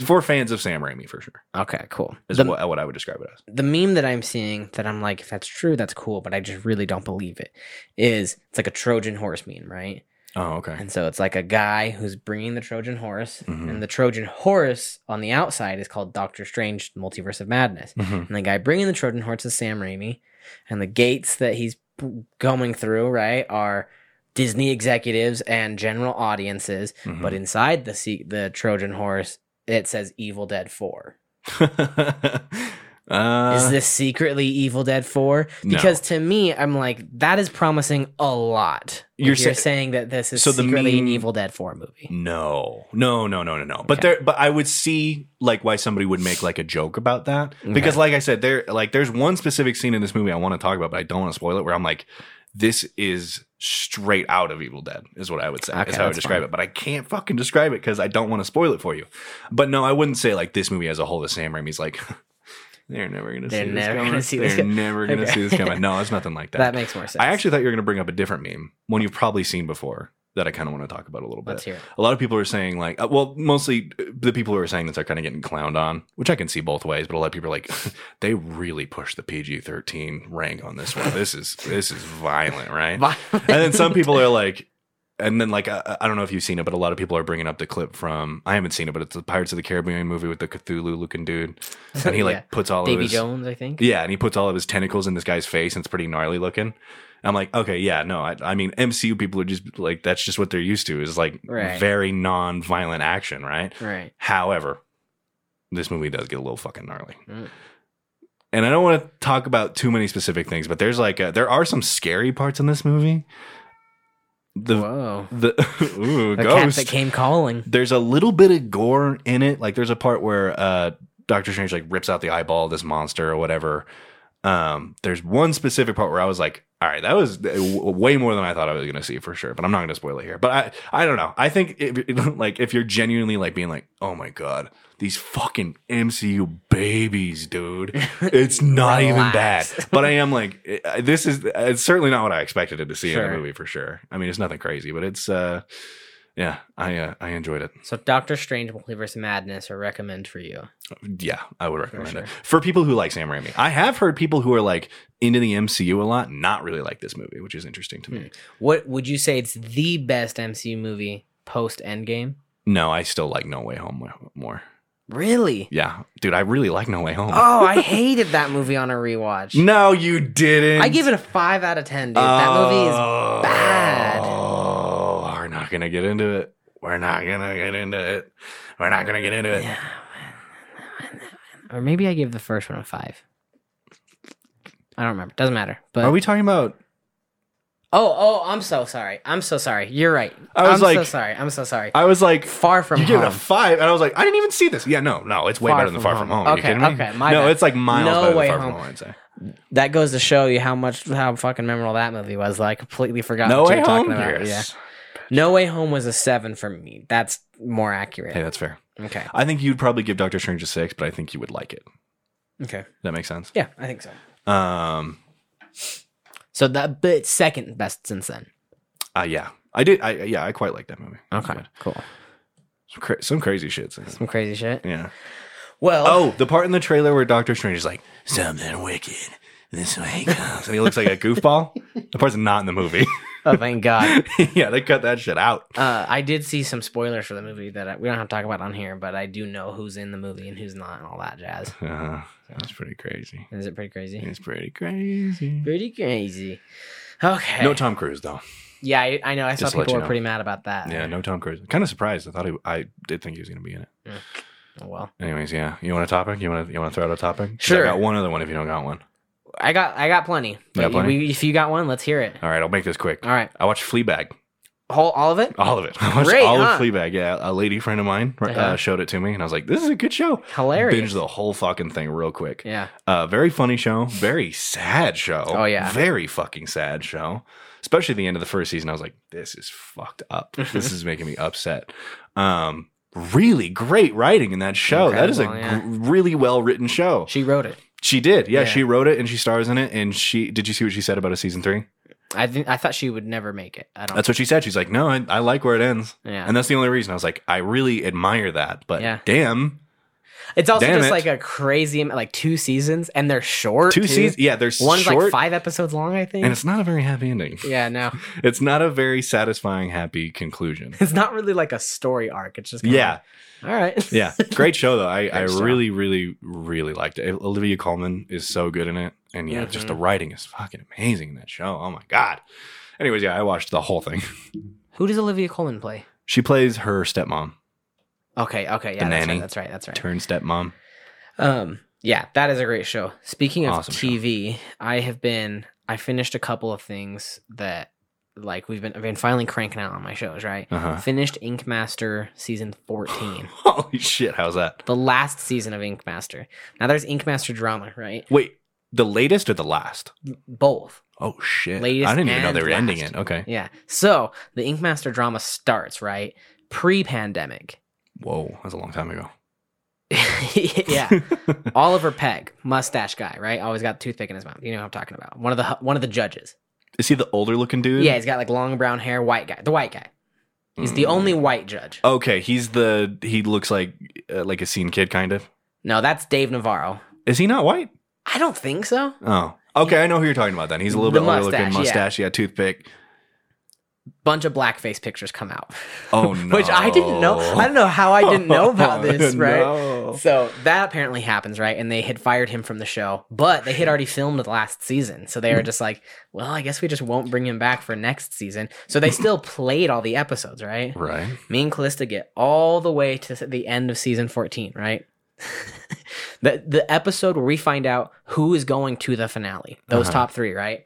S2: for fans of Sam Raimi for sure.
S1: Okay, cool.
S2: Is
S1: Mm-hmm. The-
S2: what, what I would describe it as.
S1: the meme that I'm seeing that I'm like, if that's true, that's cool, but I just really don't believe it. Is it's like a Trojan horse meme, right?
S2: Oh, okay.
S1: And so it's like a guy who's bringing the Trojan horse,
S2: Mhm.
S1: and the Trojan horse on the outside is called Doctor Strange: Multiverse of Madness,
S2: Mhm.
S1: and the guy bringing the Trojan horse is Sam Raimi, and the gates that he's p- going through, right, are Disney executives and general audiences.
S2: Mhm.
S1: But inside the se- the Trojan horse, it says Evil Dead Four.
S2: uh,
S1: is this secretly Evil Dead 4?
S2: No.
S1: Because to me, I'm like, that is promising a lot. If
S2: You're
S1: You're,
S2: sa-
S1: saying that this is
S2: So the
S1: secretly an
S2: meme- Mm,
S1: Evil Dead 4 movie.
S2: No, no, no, no, no, no. But
S1: Okay.
S2: there, but I would see like why somebody would make like a joke about that because, like I said, there, like there's one specific scene in this movie I want to talk about, but I don't want to spoil it. Where I'm like, this is straight out of Evil Dead, is what I would say.
S1: Okay,
S2: is how I would
S1: that's
S2: describe
S1: fine.
S2: it. But I can't fucking describe it because I don't want to spoil it for you. But no, I wouldn't say like this movie as a whole. The Sam Raimi's like. They're never gonna
S1: They're
S2: see this
S1: never
S2: coming.
S1: gonna see
S2: They're
S1: this co-
S2: never gonna
S1: Okay.
S2: see this coming. No, it's nothing like that.
S1: That makes more sense.
S2: I actually thought you were going to bring up a different meme, one you've probably seen before that I kind of want to talk about a little bit.
S1: Let's hear it.
S2: A lot of people are saying like, uh, well, mostly uh, the people who are saying this are kind of getting clowned on, which I can see both ways. But a lot of people are like, they really push the PG thirteen rank on this one. This is this is violent, right?
S1: Violent.
S2: and then some people are like and then like I, I don't know if you've seen it but a lot of people are bringing up the clip from i haven't seen it but it's the pirates of the caribbean movie with the cthulhu looking dude and he like
S1: Yeah.
S2: puts all of
S1: Davy
S2: his
S1: Jones, I think.
S2: yeah, and he puts all of his tentacles in this guy's face, and it's pretty gnarly looking. I'm like, okay, yeah, no, I, I mean, MCU people are just like, that's just what they're used to is like
S1: Right.
S2: very non violent action, right?
S1: Right.
S2: However, this movie does get a little fucking gnarly.
S1: Mm.
S2: And I don't want to talk about too many specific things, but there's like, a, there are some scary parts in this movie. The,
S1: Whoa.
S2: the, ooh,
S1: The cat
S2: ghost
S1: that came calling.
S2: there's a little bit of gore in it. Like there's a part where uh Doctor Strange like rips out the eyeball of this monster or whatever. Um there's one specific part where I was like, all right, that was uh, w- way more than I thought I was going to see for sure, but I'm not going to spoil it here. But I I don't know. I think if, like if you're genuinely like being like, "Oh my god, these fucking MCU babies, dude." It's not even bad.
S1: Relax.
S2: But I am like I- this is it's certainly not what I expected it to see in
S1: Sure.
S2: a movie for sure. I mean, it's nothing crazy, but it's uh yeah, I uh, I enjoyed it.
S1: So Doctor Strange Multiverse of Madness I recommend for you.
S2: Yeah, I would recommend
S1: sure.
S2: it for people who like Sam Raimi. I have heard people who are like into the MCU a lot not really like this movie, which is interesting to me.
S1: What would you say it's the best MCU movie post Endgame?
S2: No, I still like No Way Home mo- more.
S1: Really?
S2: Yeah, dude, I really like No Way Home.
S1: Oh, I hated that movie on a rewatch.
S2: No, you didn't.
S1: I give it a five out of ten, dude. that movie is bad.
S2: Oh, we're not gonna get into it. We're not gonna get into it. We're not gonna get into it.
S1: Yeah. Or maybe I gave the first one a five. I don't remember. Doesn't matter. But
S2: Are we talking about?
S1: Oh, oh, I'm so sorry. I'm so sorry. You're right.
S2: I was
S1: am so
S2: like-
S1: sorry. I'm so sorry.
S2: I was like,
S1: Far from
S2: you
S1: home.
S2: give it a five, and I was like, I didn't even see this. Yeah, no, no, it's way
S1: Far
S2: better than
S1: From
S2: Far
S1: Home.
S2: From Home.
S1: Okay,
S2: you kidding me?
S1: okay, my
S2: no,
S1: bad.
S2: it's like miles
S1: No
S2: better
S1: Way
S2: than Far From
S1: Home.
S2: Home. I'd say.
S1: that goes to show you how much how fucking memorable that movie was. Like I completely forgot
S2: No
S1: what
S2: Way
S1: you were
S2: Home.
S1: Uh, talking about.
S2: Yes.
S1: Yeah. No Way Home was a seven for me. That's more accurate.
S2: Hey, that's fair.
S1: Okay.
S2: I think you'd probably give Doctor Strange a six, but I think you would like it.
S1: Okay.
S2: That makes sense.
S1: Yeah, I think so.
S2: Um.
S1: So that but it's second best since then.
S2: Uh, yeah. I did. I yeah. I quite like that movie.
S1: Okay. Cool.
S2: Some, cra- some crazy shits. in it.
S1: Some crazy shit.
S2: Yeah.
S1: Well
S2: Oh, the part in the trailer where Doctor Strange is like something wicked. This way comes, and he looks like a goofball. the part's not in the movie.
S1: oh thank God.
S2: yeah, they cut that shit out.
S1: Uh, I did see some spoilers for the movie that I, we don't have to talk about on here, but I do know who's in the movie and who's not and all that jazz.
S2: Uh, that's pretty crazy.
S1: Is it pretty crazy?
S2: It's pretty crazy.
S1: Pretty crazy. Okay.
S2: No Tom Cruise though.
S1: Yeah, I, I know. I saw
S2: Just to let
S1: people
S2: you
S1: were
S2: know.
S1: pretty mad about that.
S2: Yeah, no Tom Cruise. Kind of surprised. I thought he, I did think he was going to be in it.
S1: Oh, well,
S2: Anyways, yeah. You want a topic? You want to you want to throw out a topic? 'Cause
S1: Sure.
S2: I got one other one if you don't got one.
S1: I got I got plenty.
S2: got
S1: But
S2: plenty?
S1: We, if you got one, let's hear it.
S2: All right, I'll make this quick.
S1: All right,
S2: I watched Fleabag.
S1: whole all of it.
S2: All of it. I watched
S1: Great,
S2: all
S1: huh?
S2: of Fleabag. Yeah, a lady friend of mine uh
S1: Uh-huh.
S2: showed it to me, and I was like, "This is a good show."
S1: Hilarious.
S2: Binge the whole fucking thing real quick.
S1: Yeah.
S2: Uh, very funny show. Very sad show.
S1: Oh, yeah.
S2: Very fucking sad show. Especially the end of the first season, I was like, "This is fucked up. this is making me upset." Um, really great writing in that show. that is a
S1: Incredible,
S2: gr- really well written show.
S1: She wrote it.
S2: She did. Yeah,
S1: Yeah.
S2: she wrote it and she stars in it. And she did you see what she said about a season three?
S1: I think I thought she would never make it. I don't.
S2: That's what she said. She's like, no, I, I like where it ends.
S1: yeah.
S2: And that's the only reason I was like, I really admire that. But
S1: Yeah.
S2: damn,
S1: it's also
S2: damn
S1: just
S2: it.
S1: like a crazy am- like two seasons and they're short.
S2: two
S1: too.
S2: seasons. Yeah, there's
S1: One's
S2: short,
S1: like five episodes long, I think.
S2: and it's not a very happy ending.
S1: yeah, no,
S2: It's not a very satisfying, happy conclusion.
S1: it's not really like a story arc. It's just kinda
S2: yeah,
S1: like, all right.
S2: yeah, great show though. I, I
S1: Great show.
S2: really, really, really liked it. Olivia Colman is so good in it, and yeah, just
S1: Mm-hmm.
S2: the writing is fucking amazing in that show. Oh my god. Anyways, yeah, I watched the whole thing.
S1: Who does Olivia Colman play?
S2: She plays her stepmom,
S1: Okay, okay, yeah,
S2: The
S1: that's
S2: Nanny.
S1: right, that's right, that's right.
S2: turn stepmom.
S1: Um, yeah, that is a great show. Speaking of
S2: Awesome show.
S1: TV, I have been I finished a couple of things that like we've been I've been finally cranking out on my shows, right?
S2: Uh huh.
S1: Finished Ink Master season 14.
S2: Holy shit! How's that?
S1: the last season of Ink Master. Now there's Ink Master drama, right?
S2: Wait, the latest or the last?
S1: Both.
S2: Oh shit!
S1: Latest
S2: I didn't even know
S1: and
S2: they were ending
S1: last.
S2: it. Okay.
S1: Yeah. So the Ink Master drama starts, right? Pre pandemic.
S2: Whoa, that's a long time ago.
S1: yeah. Oliver Peck, mustache guy, right? Always got toothpick in his mouth. You know what I'm talking about. One of the one of the judges.
S2: Is he the older looking dude?
S1: Yeah, he's got like long brown hair, white guy. The white guy. He's the
S2: Mm.
S1: only white judge.
S2: Okay, he's the he looks like uh, like a scene kid kind of.
S1: No, that's Dave Navarro.
S2: Is he not white?
S1: I don't think so.
S2: Oh, okay, I know who you're talking about. Then he's a little
S1: The
S2: bit older looking,
S1: mustache, yeah.
S2: mustache, yeah, toothpick.
S1: Bunch of blackface pictures come out.
S2: Oh no,
S1: Which I didn't know. I don't know how I didn't know about this, right?
S2: No.
S1: So that apparently happens, right? And they had fired him from the show, but they had already filmed the last season. So they were just like, well, I guess we just won't bring him back for next season. So they still played all the episodes, right?
S2: Right.
S1: Me and Callista get all the way to the end of season 14, right? the, the episode where we find out who is going to the finale, those
S2: Uh-huh.
S1: top three, right?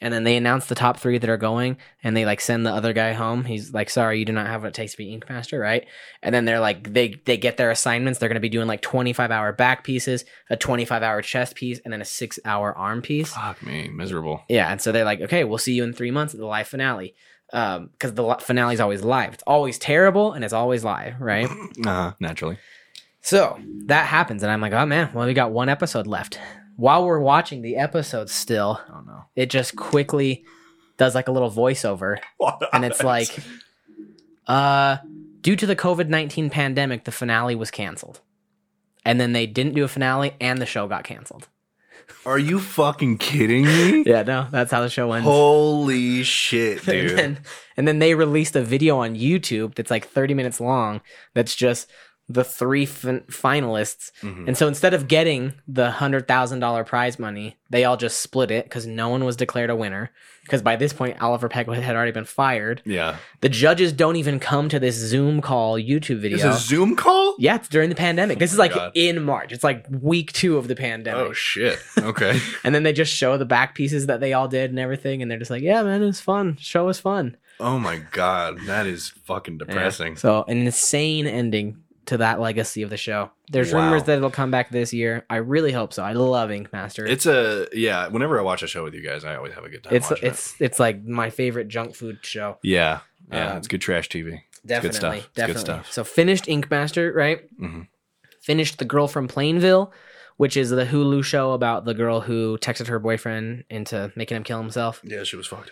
S1: And then they announce the top three that are going, and they like send the other guy home. He's like, "Sorry, you do not have what it takes to be ink master, right?" And then they're like, they they get their assignments. They're going to be doing like twenty five hour back pieces, a twenty five hour chest piece, and then a six hour arm piece.
S2: Fuck me, miserable.
S1: Yeah, and so they're like, okay, we'll see you in three months at the live finale, because the li- finale is always live. It's always terrible and it's always live, right? Uh-huh.
S2: Uh, naturally.
S1: so that happens, and I'm like, oh man, well we got one episode left. While we're watching the episode, still,
S2: Oh no.
S1: it just quickly does like a little voiceover, and it's like, uh, due to the COVID nineteen pandemic, the finale was canceled, and then they didn't do a finale, and the show got canceled.
S2: Are you fucking kidding me?
S1: Yeah, no, that's how the show went.
S2: Holy shit, dude.
S1: And then, and then they released a video on YouTube that's like 30 minutes long that's just the three fin- finalists.
S2: Mhm.
S1: And so instead of getting the $100,000 prize money, they all just split it because no one was declared a winner. Because by this point, Oliver Peck had already been fired.
S2: Yeah.
S1: The judges don't even come to this Zoom call YouTube
S2: It's
S1: video.
S2: a Zoom call?
S1: yeah, it's during the pandemic. This is like
S2: Oh God.
S1: in March. It's like week two of the pandemic.
S2: Oh shit. Okay.
S1: and then they just show the back pieces that they all did and everything. And they're just like, yeah, man, it was fun. Show was fun.
S2: oh my god, that is fucking
S1: Yeah.
S2: depressing.
S1: So an insane ending to that legacy of the show. There's
S2: Wow.
S1: rumors that it'll come back this year. I really hope so. I love Ink Master.
S2: It's a yeah. Whenever I watch a show with you guys, I always have a good time.
S1: it's
S2: watching it.
S1: it's it's like my favorite junk food show.
S2: yeah, yeah.
S1: Um,
S2: it's good trash TV.
S1: Definitely,
S2: good stuff. It's good
S1: definitely.
S2: stuff.
S1: So finished Ink Master, right?
S2: Mhm.
S1: Finished the girl from Plainville, which is the Hulu show about the girl who texted her boyfriend into making him kill himself.
S2: Yeah, she was fucked.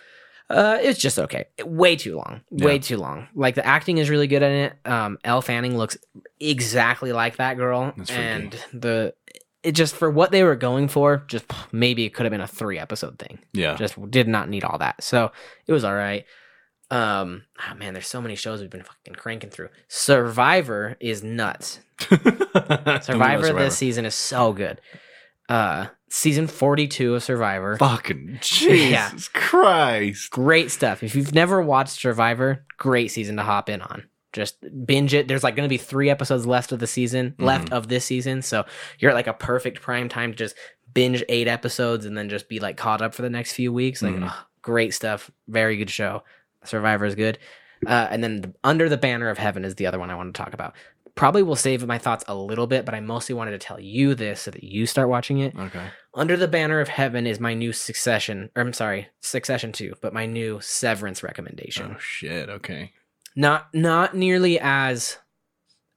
S1: Uh, it's just okay. Way too long. Way too long. Like the acting is really good in it. Um, Elle Fanning looks exactly like that girl,
S2: That's freaky.
S1: and the it just for what they were going for, just maybe it could have been a three episode thing.
S2: Yeah,
S1: Just did not need all that, so it was all right. Um, oh man, there's so many shows we've been fucking cranking through. Survivor is nuts.
S2: Don't do no
S1: Survivor this season is so good. uh, season 42 of Survivor.
S2: Fucking Jesus Christ.
S1: Great stuff. If you've never watched Survivor, great season to hop in on. Just binge it. There's like going to be three episodes left of the season, left of this season. So you're at like a perfect prime time to just binge eight episodes and then just be like caught up for the next few weeks. Like,
S2: Mhm.
S1: ugh, great stuff. Very good show. Survivor is good. Uh, and then the, Under the Banner of Heaven is the other one I want to talk about. Probably will save my thoughts a little bit, but I mostly wanted to tell you this so that you start watching it.
S2: Okay.
S1: Under the Banner of Heaven is my new Succession, or I'm sorry, Succession 2, but my new Severance recommendation.
S2: Oh shit. Okay.
S1: Not not nearly as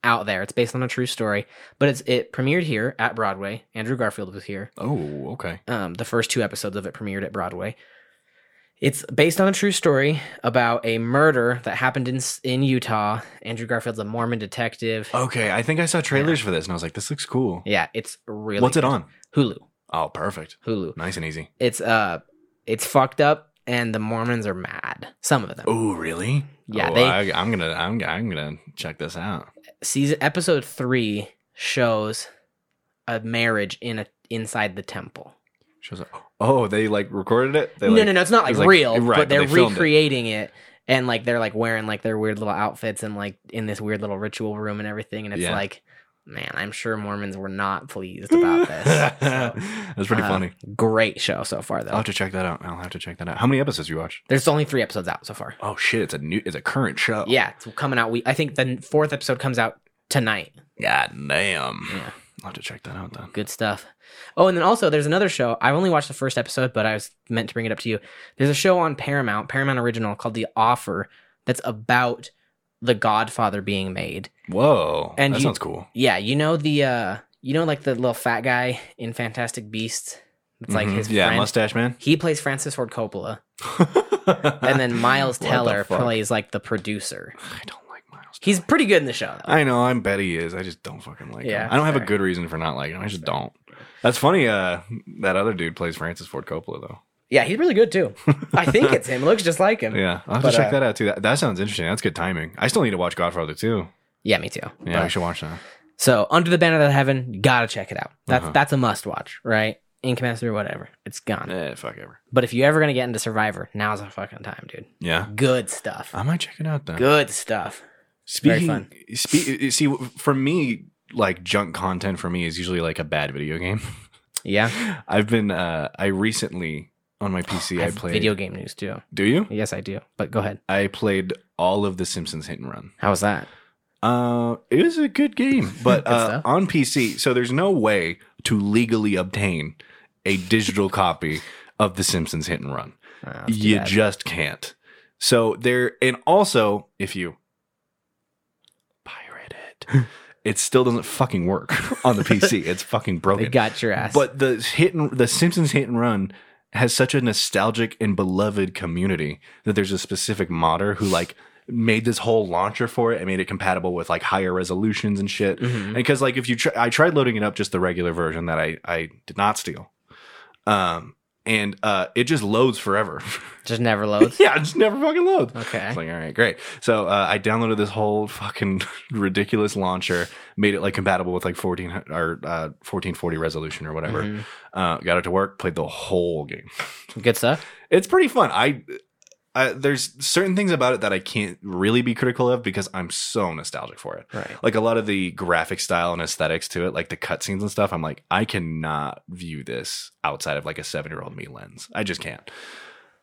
S1: out there. It's based on a true story, but it's it premiered here at Broadway. Andrew Garfield was here.
S2: Oh, okay.
S1: Um, the first two episodes of it premiered at Broadway. It's based on a true story about a murder that happened in S- in Utah. Andrew Garfield's a Mormon detective.
S2: Okay. I think I saw trailers for this and I was like, this looks cool.
S1: Yeah, it's really
S2: What's it
S1: good.
S2: on?
S1: Hulu.
S2: Oh, perfect.
S1: Hulu.
S2: Nice and easy.
S1: it's uh it's fucked up and the mormons are mad some of them
S2: Oh, really?
S1: Yeah,
S2: Oh,
S1: they-
S2: I, I'm gonna, I'm, I'm gonna check this out.
S1: season episode three shows a marriage in a inside the temple
S2: Shows up. Oh, they like recorded it. They,
S1: no
S2: like,
S1: no no it's not like
S2: it's like-
S1: real
S2: right,
S1: but
S2: but
S1: they're
S2: they filmed it.
S1: recreating it. and like they're like wearing like their weird little outfits and like in this weird little ritual room and everything and it's
S2: Yeah.
S1: like man i'm sure mormons were not pleased about this So,
S2: That's pretty
S1: uh,
S2: funny.
S1: great show so far though
S2: I'll have to check that out. I'll have to check that out. How many episodes you watch?
S1: there's only three episodes out so far
S2: Oh shit! It's a new, it's a current show.
S1: yeah it's coming out we i think the fourth episode comes out tonight
S2: God damn.
S1: Yeah.
S2: I'll have to check that out then.
S1: good stuff. Oh, and then also there's another show. I've only watched the first episode, but I was meant to bring it up to you. There's a show on Paramount, Paramount Original, called The Offer, that's about the Godfather being made.
S2: Whoa.
S1: And
S2: that
S1: you-
S2: sounds cool.
S1: Yeah, you know the uh you know like the little fat guy in Fantastic Beasts? It's like
S2: Mhm.
S1: his
S2: yeah,
S1: friend.
S2: mustache man.
S1: He plays Francis Ford Coppola. And
S2: and
S1: then Miles Teller
S2: plays.
S1: plays like the producer.
S2: I don't like Miles.
S1: He's
S2: Teller.
S1: pretty good in the show though.
S2: I know. I bet he is. I just don't fucking like
S1: Yeah,
S2: him. I don't have a
S1: fair.
S2: good reason for not liking him. I just don't. That's funny. Uh, that other dude plays Francis Ford Coppola though.
S1: yeah, he's really good too. I think it's him. It looks just like him.
S2: Yeah, I'll have
S1: But,
S2: to check
S1: uh,
S2: that out too. That, that sounds interesting. That's good timing. I still need to watch Godfather too.
S1: Yeah, me too.
S2: Yeah,
S1: But-
S2: we should watch that.
S1: So under the banner of heaven, you gotta check it out. That's
S2: Uh-huh.
S1: that's a must watch, right? Incommensurate, whatever. It's gone.
S2: Eh, fuck ever.
S1: But if you're ever gonna get into Survivor, now's the fucking time, dude.
S2: Yeah,
S1: Good stuff.
S2: I might check it out then.
S1: Good stuff. Very
S2: Speaking,
S1: fun.
S2: spe- eh, see, for me, like junk content for me is usually like a bad video game.
S1: Yeah.
S2: I've been, uh, I recently on my PC, I,
S1: have
S2: played.
S1: video game news too.
S2: Do you?
S1: Yes, I do. But go ahead.
S2: I played all of the Simpsons Hit and Run.
S1: How was that?
S2: Uh, it was a good game, but
S1: Good
S2: uh,
S1: stuff.
S2: on PC, so there's no way to legally obtain a digital copy of The Simpsons Hit and Run.
S1: Oh, that's too
S2: you
S1: bad.
S2: just can't. So there, and also if you pirate it, it still doesn't fucking work on the PC. It's fucking
S1: they
S2: broken.
S1: got your ass.
S2: But the hit and the Simpsons hit and run has such a nostalgic and beloved community that there's a specific modder who like made this whole launcher for it and made it compatible with like higher resolutions and shit.
S1: Mhm.
S2: Because like if you try, I tried loading it up just the regular version that I I did not steal, um, and uh, it just loads forever.
S1: just never loads.
S2: yeah, it just never fucking loads.
S1: Okay.
S2: It's like, all right, great. So uh, I downloaded this whole fucking ridiculous launcher, made it like compatible with like 14 or uh, 1440 resolution or whatever.
S1: Mhm.
S2: Uh, got it to work, played the whole game.
S1: Good stuff.
S2: It's pretty fun. I, I there's certain things about it that I can't really be critical of because I'm so nostalgic for it.
S1: Right.
S2: Like a lot of the graphic style and aesthetics to it, like the cutscenes and stuff, I'm like, I cannot view this outside of like a seven year old me lens. I just can't.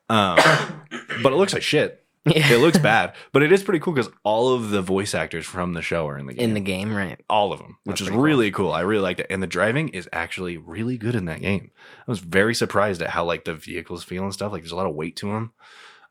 S2: Um, but it looks like shit
S1: Yeah.
S2: it looks bad, but it is pretty cool because all of the voice actors from the show are in the game.
S1: In the game, right?
S2: all of them, which
S1: That's
S2: is
S1: pretty cool.
S2: really cool. I really liked it, and the driving is actually really good in that game. I was very surprised at how like the vehicles feel and stuff. Like there's a lot of weight to them.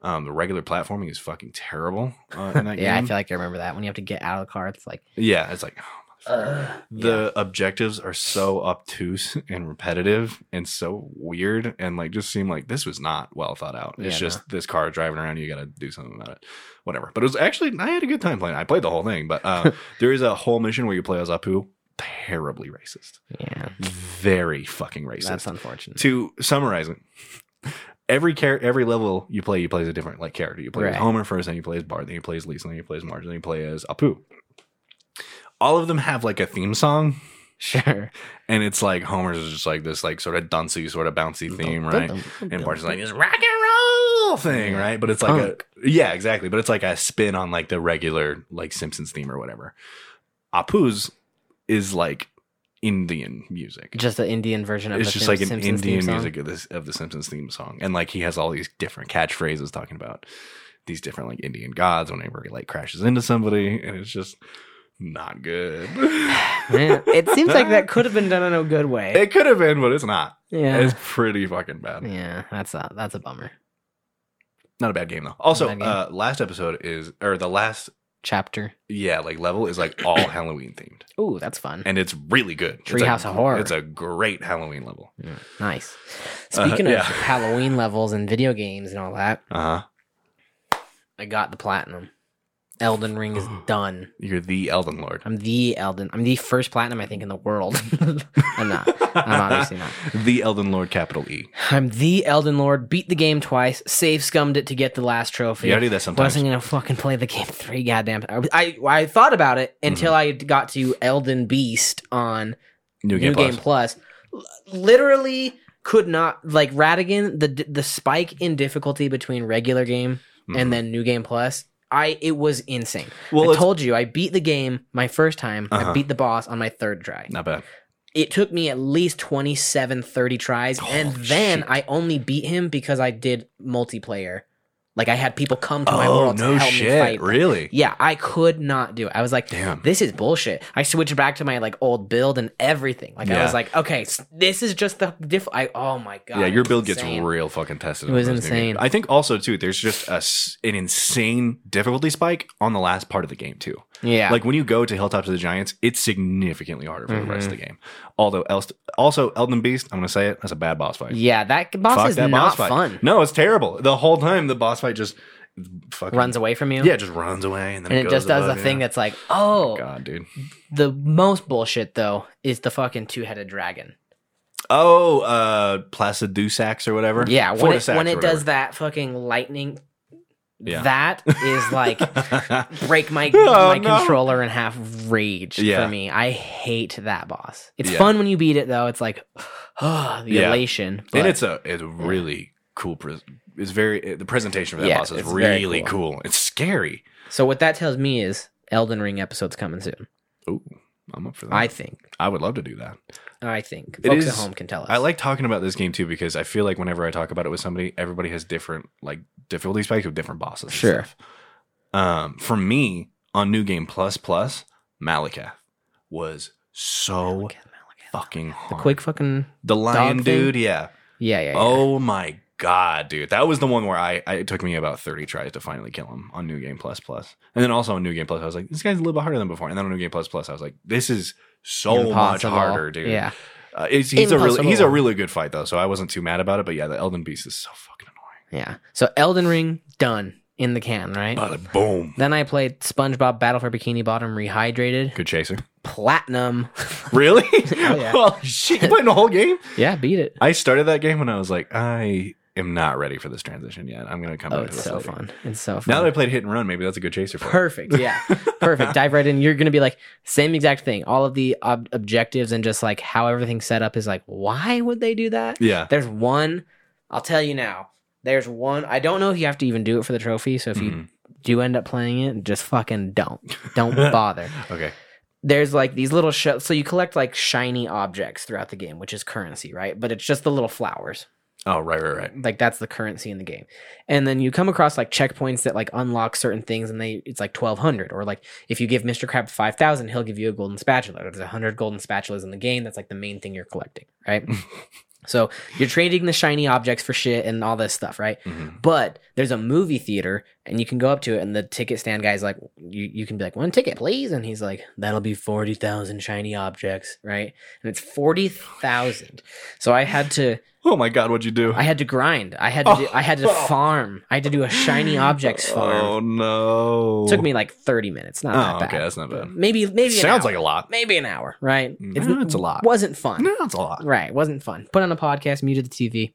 S2: Um, the regular platforming is fucking terrible uh, in that
S1: Yeah, I
S2: game.
S1: feel like I remember that. When you have to get out of the car, it's like
S2: yeah, it's like oh, motherfucker. the objectives are so obtuse and repetitive and so weird and like just seem like this was not well thought out. It's
S1: Yeah,
S2: just this car driving around. You got to do something about it, whatever. But it was actually I had a good time playing. I played the whole thing, but uh, there is a whole mission where you play as Apu, terribly racist,
S1: yeah,
S2: very fucking racist.
S1: Mm-hmm. that's unfortunate.
S2: to summarize it. Every char- every level you play, you play as a different like character. You play as
S1: Right.
S2: Homer first, then you play as Bart, then you play as Lisa, then you play as Marge, then you play as Apu. All of them have like a theme song
S1: Sure.
S2: and it's like Homer's is just like this like sort of dancy, sort of bouncy theme,
S1: dun,
S2: right?
S1: dun, dun,
S2: And
S1: dun,
S2: Bart's
S1: dun.
S2: like this rock and roll thing,
S1: Yeah.
S2: right? But it's like
S1: Punk.
S2: a yeah, exactly. But it's like a spin on like the regular like Simpsons theme or whatever. Apu's is like Indian music.
S1: Just the Indian version of
S2: it's
S1: the
S2: just
S1: Sim-
S2: like an
S1: Simpsons theme
S2: Indian
S1: song.
S2: music of, this, of the Simpsons theme song, and like he has all these different catchphrases talking about these different like Indian gods whenever he like crashes into somebody, and it's just not good.
S1: Yeah. It seems like that could have been done in a good way.
S2: It could have been, but it's not.
S1: Yeah.
S2: It's pretty fucking bad.
S1: Yeah, that's a that's a bummer.
S2: Not a bad game though. Also,
S1: bad game.
S2: uh last episode is or the last
S1: Chapter.
S2: yeah, like level is like all Halloween themed.
S1: Ooh, that's fun.
S2: And it's really good. It's
S1: Treehouse
S2: a,
S1: of Horror.
S2: It's a great Halloween level.
S1: Yeah, nice.
S2: Uh,
S1: Speaking
S2: yeah.
S1: of Halloween levels and video games and all that,
S2: Uh-huh.
S1: I got the platinum. Elden Ring is done.
S2: You're the Elden Lord.
S1: I'm the Elden. I'm the first platinum I think in the world. I'm not. I'm obviously not.
S2: The Elden Lord capital E.
S1: I'm the Elden Lord. Beat the game twice. Save scummed it to get the last trophy.
S2: You gotta do that sometimes.
S1: Wasn't gonna fucking play the game three goddamn. I I, I thought about it until I got to Elden Beast on
S2: Mm-hmm. New
S1: New
S2: Game Plus.
S1: Game Plus. L- Literally could not like Radigan the d- the spike in difficulty between regular game
S2: Mhm.
S1: and then New Game Plus. I it was insane. I
S2: Well, it's-
S1: told you I beat the game my first time. I
S2: Uh-huh.
S1: beat the boss on my third try
S2: Mm-hmm. Not bad.
S1: it took me at least 27 30 tries and
S2: Holy
S1: then
S2: Oh,
S1: i
S2: shit.
S1: only beat him because i did multiplayer like i had people come to my
S2: Oh,
S1: world
S2: no
S1: to help me
S2: shit.
S1: fight them.
S2: Really?
S1: yeah i could not do it i was like
S2: Damn.
S1: this is bullshit i switched back to my like old build and everything like i
S2: Yeah.
S1: was like okay s- this is just the diff i oh my god
S2: yeah, your
S1: it's
S2: build gets
S1: insane.
S2: real fucking tested.
S1: It
S2: on
S1: was
S2: those new games.
S1: insane.
S2: I think also too, there's just a, s- an insane difficulty spike on the last part of the game too.
S1: yeah
S2: Like when you go to Hilltops of the Giants, it's significantly harder for the rest
S1: Mm-hmm.
S2: of the game. Although else, also Elden Beast, I'm gonna say it, that's a bad boss fight.
S1: yeah that boss
S2: Fuck
S1: is
S2: that
S1: not
S2: boss fight.
S1: fun
S2: No, it's terrible. The whole time the boss fight just fucking
S1: runs away from you
S2: Yeah, just runs away and then
S1: and
S2: it,
S1: it
S2: goes
S1: just does
S2: above,
S1: the
S2: yeah.
S1: thing that's like oh
S2: God, dude.
S1: the most bullshit though is the fucking two-headed dragon
S2: Oh, uh, Placid Dusax or whatever.
S1: Yeah, when it,
S2: Fortisax
S1: when
S2: or
S1: it
S2: whatever.
S1: does that fucking lightning,
S2: Yeah.
S1: that is like break my
S2: Oh,
S1: my
S2: no.
S1: controller in half rage
S2: Yeah.
S1: for me. I hate that boss. It's
S2: Yeah.
S1: fun when you beat it though. It's like oh, the
S2: Yeah.
S1: elation. But
S2: and it's a it's a really cool. Pres- it's very the presentation for that
S1: Yeah,
S2: boss is
S1: it's very
S2: really cool. It's scary.
S1: so what that tells me is Elden Ring episode's coming soon.
S2: Ooh, I'm up for that.
S1: I
S2: I,
S1: think.
S2: would love to do that.
S1: I think
S2: Mm. It
S1: folks
S2: is-
S1: at home can tell us.
S2: I like talking about this game too because I feel like whenever I talk about it with somebody, everybody has different like difficulty spikes with different bosses. and
S1: Sure.
S2: stuff. Um, for me on New Game Plus Plus, Malakath was so
S1: Malakath, Malakath.
S2: fucking hard.
S1: the quick fucking
S2: the lion
S1: dog thing?
S2: dude, yeah.
S1: yeah yeah. yeah.
S2: Oh my god, dude. That was the one where I, I it took me about 30 tries to finally kill him on New Game Plus Plus. And then also on New Game Plus, I was like, this guy's a little bit harder than before. And then on New Game Plus Plus, I was like, this is so much
S1: Impossible.
S2: harder, dude.
S1: Yeah,
S2: Uh, it's, he's a really
S1: Impossible.
S2: he's a really good fight though, so I wasn't too mad about it. But yeah, the Elden Beast is so fucking annoying.
S1: yeah. So Elden Ring done in the can, right?
S2: Bada boom.
S1: Then I played SpongeBob Battle for Bikini Bottom Rehydrated.
S2: Good chaser.
S1: Platinum.
S2: Really?
S1: Oh, yeah.
S2: Well, shit, you playing the whole game?
S1: yeah, beat it.
S2: I started that game when I was like, I am not ready for this transition yet. I'm gonna come
S1: Oh,
S2: back to
S1: it's
S2: this
S1: so
S2: later.
S1: fun. It's so fun.
S2: Now that I played Hit and Run, maybe that's a good chaser for it.
S1: Perfect. Yeah. Perfect. Dive right in. You're going to be like, same exact thing. All of the ob- objectives and just like how everything's set up is like, why would they do that?
S2: Yeah.
S1: There's one, I'll tell you now. There's one, I don't know if you have to even do it for the trophy. So if you
S2: Mhm.
S1: do end up playing it, just fucking don't. Don't bother.
S2: Okay.
S1: there's like these little sh- so you collect like shiny objects throughout the game which is currency right but it's just the little flowers
S2: Oh, right, right, right.
S1: like that's the currency in the game and then you come across like checkpoints that like unlock certain things and they it's like 1200 or like if you give mr crab 5000 he'll give you a golden spatula there's 100 golden spatulas in the game that's like the main thing you're collecting right so you're trading the shiny objects for shit and all this stuff right
S2: Mhm.
S1: but there's a movie theater and you can go up to it and the ticket stand guy's like you, you can be like one ticket please and he's like that'll be 40,000 shiny objects right and it's 40,000 so i had to
S2: Oh my god, what'd you do?
S1: i had to grind i had to do, i had to
S2: Oh.
S1: farm i had to do a shiny objects farm
S2: Oh no.
S1: It took me like 30 minutes not
S2: Oh,
S1: that bad
S2: okay, that's not bad.
S1: maybe maybe an
S2: Sounds
S1: hour.
S2: like a lot.
S1: maybe an hour right
S2: No, it's a lot.
S1: wasn't fun
S2: No, it's a lot.
S1: right wasn't fun put on a podcast muted the tv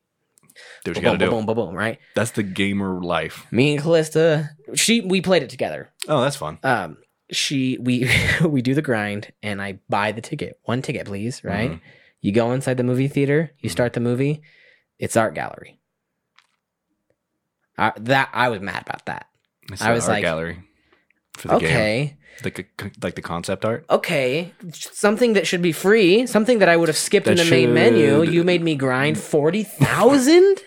S2: Do what you
S1: boom,
S2: gotta
S1: boom,
S2: do.
S1: boom boom boom right
S2: That's the gamer life.
S1: me and callista she we played it together
S2: Oh, that's fun.
S1: um she we we do the grind and I buy the ticket. One ticket, please, right?
S2: Mhm.
S1: You go inside the movie theater, you
S2: Mhm.
S1: start the movie, it's art gallery. I, that I was mad about that.
S2: It's
S1: I
S2: the
S1: was
S2: art
S1: like,
S2: gallery for the game,
S1: Okay.
S2: like the, like the concept art.
S1: Okay. Something that should be free, something that I would have skipped in the
S2: That
S1: main menu,
S2: should-
S1: you made me grind 40,000?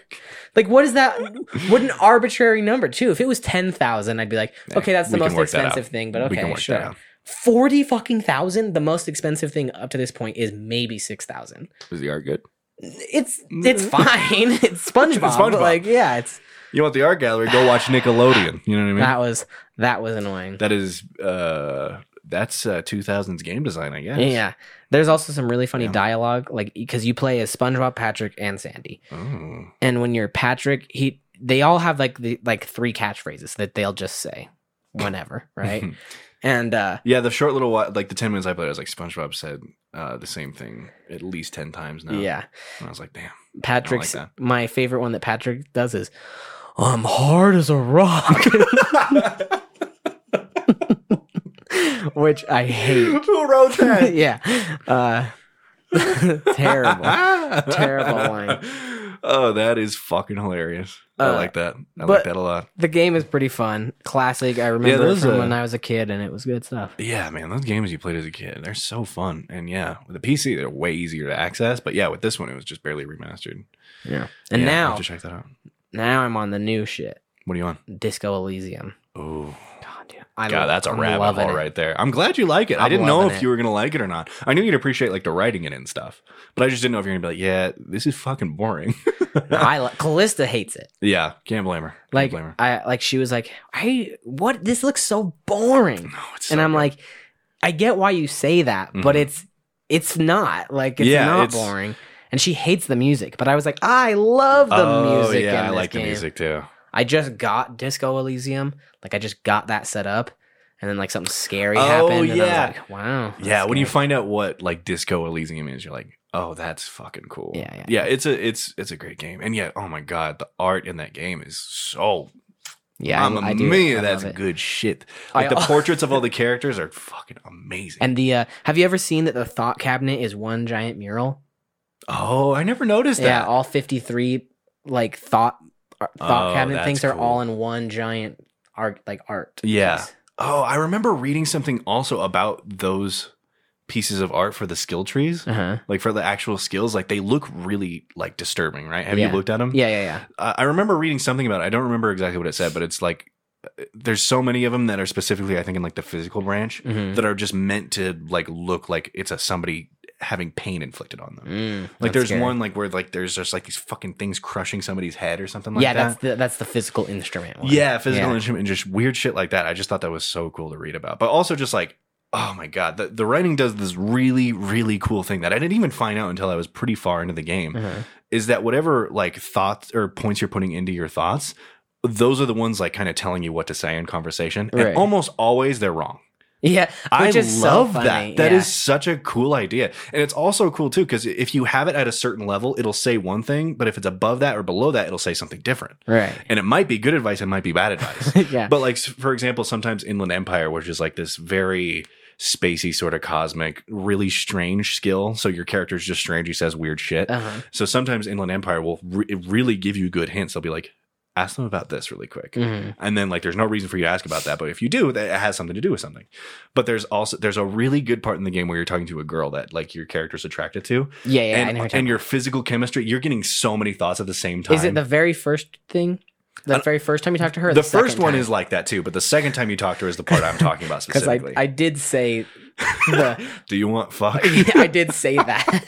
S1: like what is that what an arbitrary number too. If it was 10,000, I'd be like,
S2: Yeah,
S1: okay, that's the
S2: we can
S1: most
S2: work that out.
S1: expensive thing, but
S2: We can
S1: okay,
S2: work that
S1: sure.
S2: out.
S1: 40 fucking thousand the most expensive thing up to this point is maybe 6000
S2: Was the art good?
S1: it's it's fine it's spongebob,
S2: Mm. SpongeBob.
S1: but like yeah it's
S2: You want the art gallery? Go watch Nickelodeon. You know what I mean?
S1: that was that was annoying
S2: that is uh that's uh 2000s game design, I guess.
S1: yeah there's also some really funny
S2: Yeah.
S1: dialogue like because you play as spongebob patrick and sandy
S2: Oh.
S1: and when you're patrick he they all have like the like three catchphrases that they'll just say whenever right and uh
S2: Yeah, the short little while, like the 10 minutes I played, I was like, SpongeBob said uh, the same thing at least 10 times now.
S1: yeah
S2: And I was like, damn.
S1: Patrick's
S2: that.
S1: my favorite one that Patrick does is I'm hard as a rock. Which I hate.
S2: Who wrote that?
S1: yeah. Uh terrible. Terrible
S2: Oh, that is fucking hilarious. I
S1: Uh,
S2: like that. I like
S1: but-
S2: that a lot.
S1: The game is pretty fun. Classic. I remember it
S2: those,
S1: from
S2: uh,
S1: when I was a kid and it was good stuff.
S2: Yeah, man, those games you played as a kid, they're so fun. And yeah, with the PC, they're way easier to access. But yeah, with this one, it was just barely remastered.
S1: Yeah. And
S2: Yeah, I'll
S1: now
S2: have to check that out.
S1: now I'm on the new shit.
S2: What are you on?
S1: Disco Elysium.
S2: Oh,
S1: God dude. I
S2: God,
S1: lo-
S2: that's a
S1: I'm
S2: rabbit
S1: loving
S2: hole
S1: it.
S2: right there. I'm glad you like it. I'm I
S1: I'm
S2: did not know
S1: loving
S2: if
S1: it.
S2: you were gonna like it or not. I knew you'd appreciate like the writing in it and stuff, but I just didn't know if you were gonna be like, yeah, this is fucking boring.
S1: I lo- Callista hates it.
S2: yeah, can't blame her. Can't
S1: Like
S2: blame her.
S1: I like she was like, "Hey, what this looks so boring."
S2: No, it's
S1: and
S2: so
S1: I'm
S2: good.
S1: like, I get why you say that, but
S2: Mhm.
S1: it's it's not like it's
S2: Yeah,
S1: not
S2: it's-
S1: boring. And she hates the music, but I was like, I love the
S2: oh,
S1: music.
S2: Yeah,
S1: in
S2: I
S1: this
S2: like
S1: game.
S2: the music too.
S1: I just got Disco Elysium, like I just got that set up, and then like something scary
S2: Oh,
S1: happened. And
S2: yeah.
S1: I was like, wow. that's
S2: Yeah, when you
S1: scary.
S2: find out what like Disco Elysium is, you're like, oh, that's fucking cool.
S1: Yeah, yeah.
S2: yeah. It's a it's it's a great game, and yeah, oh my god, the art in that game is so.
S1: yeah,
S2: I'm
S1: I,
S2: a
S1: I do,
S2: man.
S1: I
S2: That's
S1: love it.
S2: good shit.
S1: I
S2: Like the
S1: al-
S2: portraits of all the characters are fucking amazing.
S1: And the uh, have you ever seen that the thought cabinet is one giant mural?
S2: oh, I never noticed
S1: Yeah,
S2: that.
S1: all 53 like thought ar- thought
S2: Oh,
S1: cabinet
S2: that's
S1: things are
S2: cool.
S1: all in one giant art like art.
S2: Yeah.
S1: piece.
S2: Oh, I remember reading something also about those pieces of art for the skill trees,
S1: Uh-huh.
S2: like for the actual skills. Like they look really like disturbing, right? Have
S1: Yeah.
S2: you looked at them?
S1: Yeah, yeah, yeah.
S2: I I remember reading something about. It. I don't remember exactly what it said, but it's like uh, there's so many of them that are specifically, I think, in like the physical branch
S1: Mm-hmm.
S2: that are just meant to like look like it's a somebody having pain inflicted on them.
S1: Mm,
S2: Like there's one like where like there's just like these fucking things crushing somebody's head or something like
S1: yeah,
S2: that.
S1: that's the that's the physical instrument one.
S2: Yeah, physical
S1: Yeah.
S2: instrument and just weird shit like that. I just thought that was so cool to read about. But also just like, oh my god, the, the writing does this really, really cool thing that I didn't even find out until I was pretty far into the game.
S1: Uh-huh.
S2: Is that whatever like thoughts or points you're putting into your thoughts, those are the ones like kind of telling you what to say in conversation.
S1: Right.
S2: And almost always they're wrong.
S1: Yeah,
S2: I
S1: which is
S2: love
S1: so funny.
S2: that. That is
S1: yeah.
S2: such a cool idea. And it's also cool too, because if you have it at a certain level, it'll say one thing, but if it's above that or below that, it'll say something different.
S1: right.
S2: And it might be good advice, it might be bad advice.
S1: yeah,
S2: But like s- for example, sometimes Inland Empire, which is like this very spacey sort of cosmic, really strange skill. So your character's just strange. He says weird shit.
S1: uh-huh.
S2: So sometimes Inland Empire will re- really give you good hints. They'll be like, ask them about this really quick.
S1: Mhm.
S2: And then like there's no reason for you to ask about that, but if you do, that it has something to do with something. But there's also there's a really good part in the game where you're talking to a girl that like your character's attracted to.
S1: yeah, yeah. I know
S2: and
S1: what you're
S2: and
S1: talking
S2: your physical chemistry, you're getting so many thoughts at the same
S1: about.
S2: time.
S1: is it the very first thing? The
S2: Uh,
S1: very first time you talk to her. or
S2: the first
S1: second
S2: one
S1: time?
S2: is like that too, but the second time you talk to her is the part I'm talking about
S1: because I
S2: specifically.
S1: I did say the
S2: Do you want fuck?
S1: I did say that,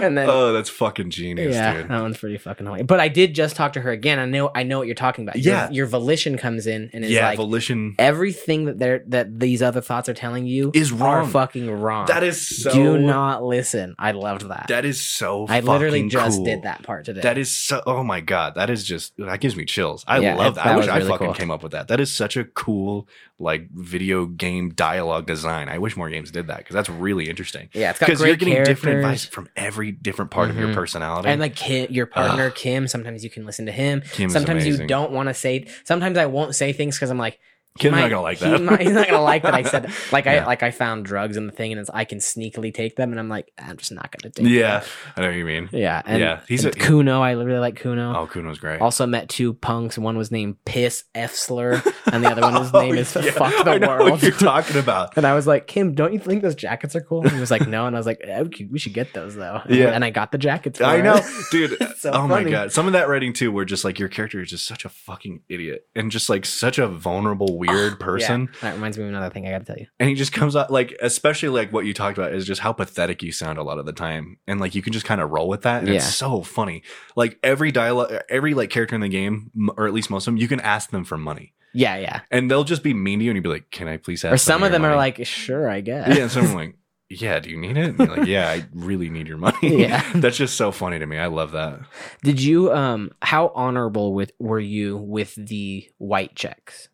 S1: and then.
S2: oh, that's fucking genius,
S1: yeah,
S2: dude.
S1: that one's pretty fucking hilarious. But I did just talk to her again. I know, I know what you're talking about. Your-
S2: Yeah.
S1: your, volition comes in and is
S2: yeah,
S1: like,
S2: volition
S1: everything that they're that these other thoughts are telling you
S2: is
S1: are
S2: wrong.
S1: fucking wrong.
S2: That is so.
S1: do not listen. I loved that.
S2: That is so.
S1: I literally
S2: fucking
S1: just
S2: cool.
S1: did that part today.
S2: That is so. Oh my god, that is just that gives me chills. I
S1: Yeah,
S2: love
S1: it-
S2: that.
S1: that
S2: I wish
S1: was
S2: I
S1: really
S2: fucking
S1: cool.
S2: came up with that. That is such a cool like video game dialogue design. I wish more games did that because that's really interesting.
S1: yeah, it's got
S2: Because
S1: great
S2: you're getting
S1: characters.
S2: different advice from every different part of your
S1: Mhm.
S2: personality.
S1: And like Kim, your partner Kim, sometimes you can listen to him.
S2: Kim is
S1: sometimes you
S2: amazing.
S1: don't want to say. Sometimes I won't say things because I'm like,
S2: Kid's
S1: might-
S2: not gonna like
S1: he
S2: that.
S1: might- he's not gonna like that I said. Like
S2: Yeah.
S1: I like I found drugs in the thing, and it's, I can sneakily take them, and I'm like, I'm just not gonna take.
S2: yeah, I know what you mean.
S1: them. yeah, and,
S2: Yeah,
S1: He's
S2: he's
S1: and
S2: a-
S1: Kuno. I really like Kuno.
S2: Oh, Kuno's great.
S1: Also met two punks. One was named Piss Efsler, and the other one his name is
S2: Oh, yeah.
S1: Fuck
S2: I
S1: the
S2: know
S1: World.
S2: What you're talking about?
S1: And I was like, Kim, don't you think those jackets are cool? And he was like, No. And I was like, "Eh, we should- we should get those though. And-
S2: Yeah.
S1: And I got the jackets. for
S2: I
S1: it.
S2: know, dude.
S1: so
S2: oh my
S1: funny.
S2: god, some of that writing too, where just like your character is just such a fucking idiot and just like such a vulnerable, weird person,
S1: Yeah. That reminds me of another thing I got to tell you.
S2: and he just comes out like, especially like what you talked about is just how pathetic you sound a lot of the time, and like you can just kind of roll with that, and
S1: Yeah.
S2: it's so funny. Like every dialogue, every like character in the game, m- or at least most of them, you can ask them for money,
S1: Yeah, yeah.
S2: and they'll just be mean to you, and you'd be like, "Can I please ask?"
S1: or some
S2: your
S1: of them are
S2: money?"
S1: like, Sure, I guess.
S2: yeah, and someone like, yeah, do you need it? And you're like, yeah, I really need your money.
S1: Yeah.
S2: that's just so funny to me. I love that.
S1: Did you um how honorable with were you with the white checks?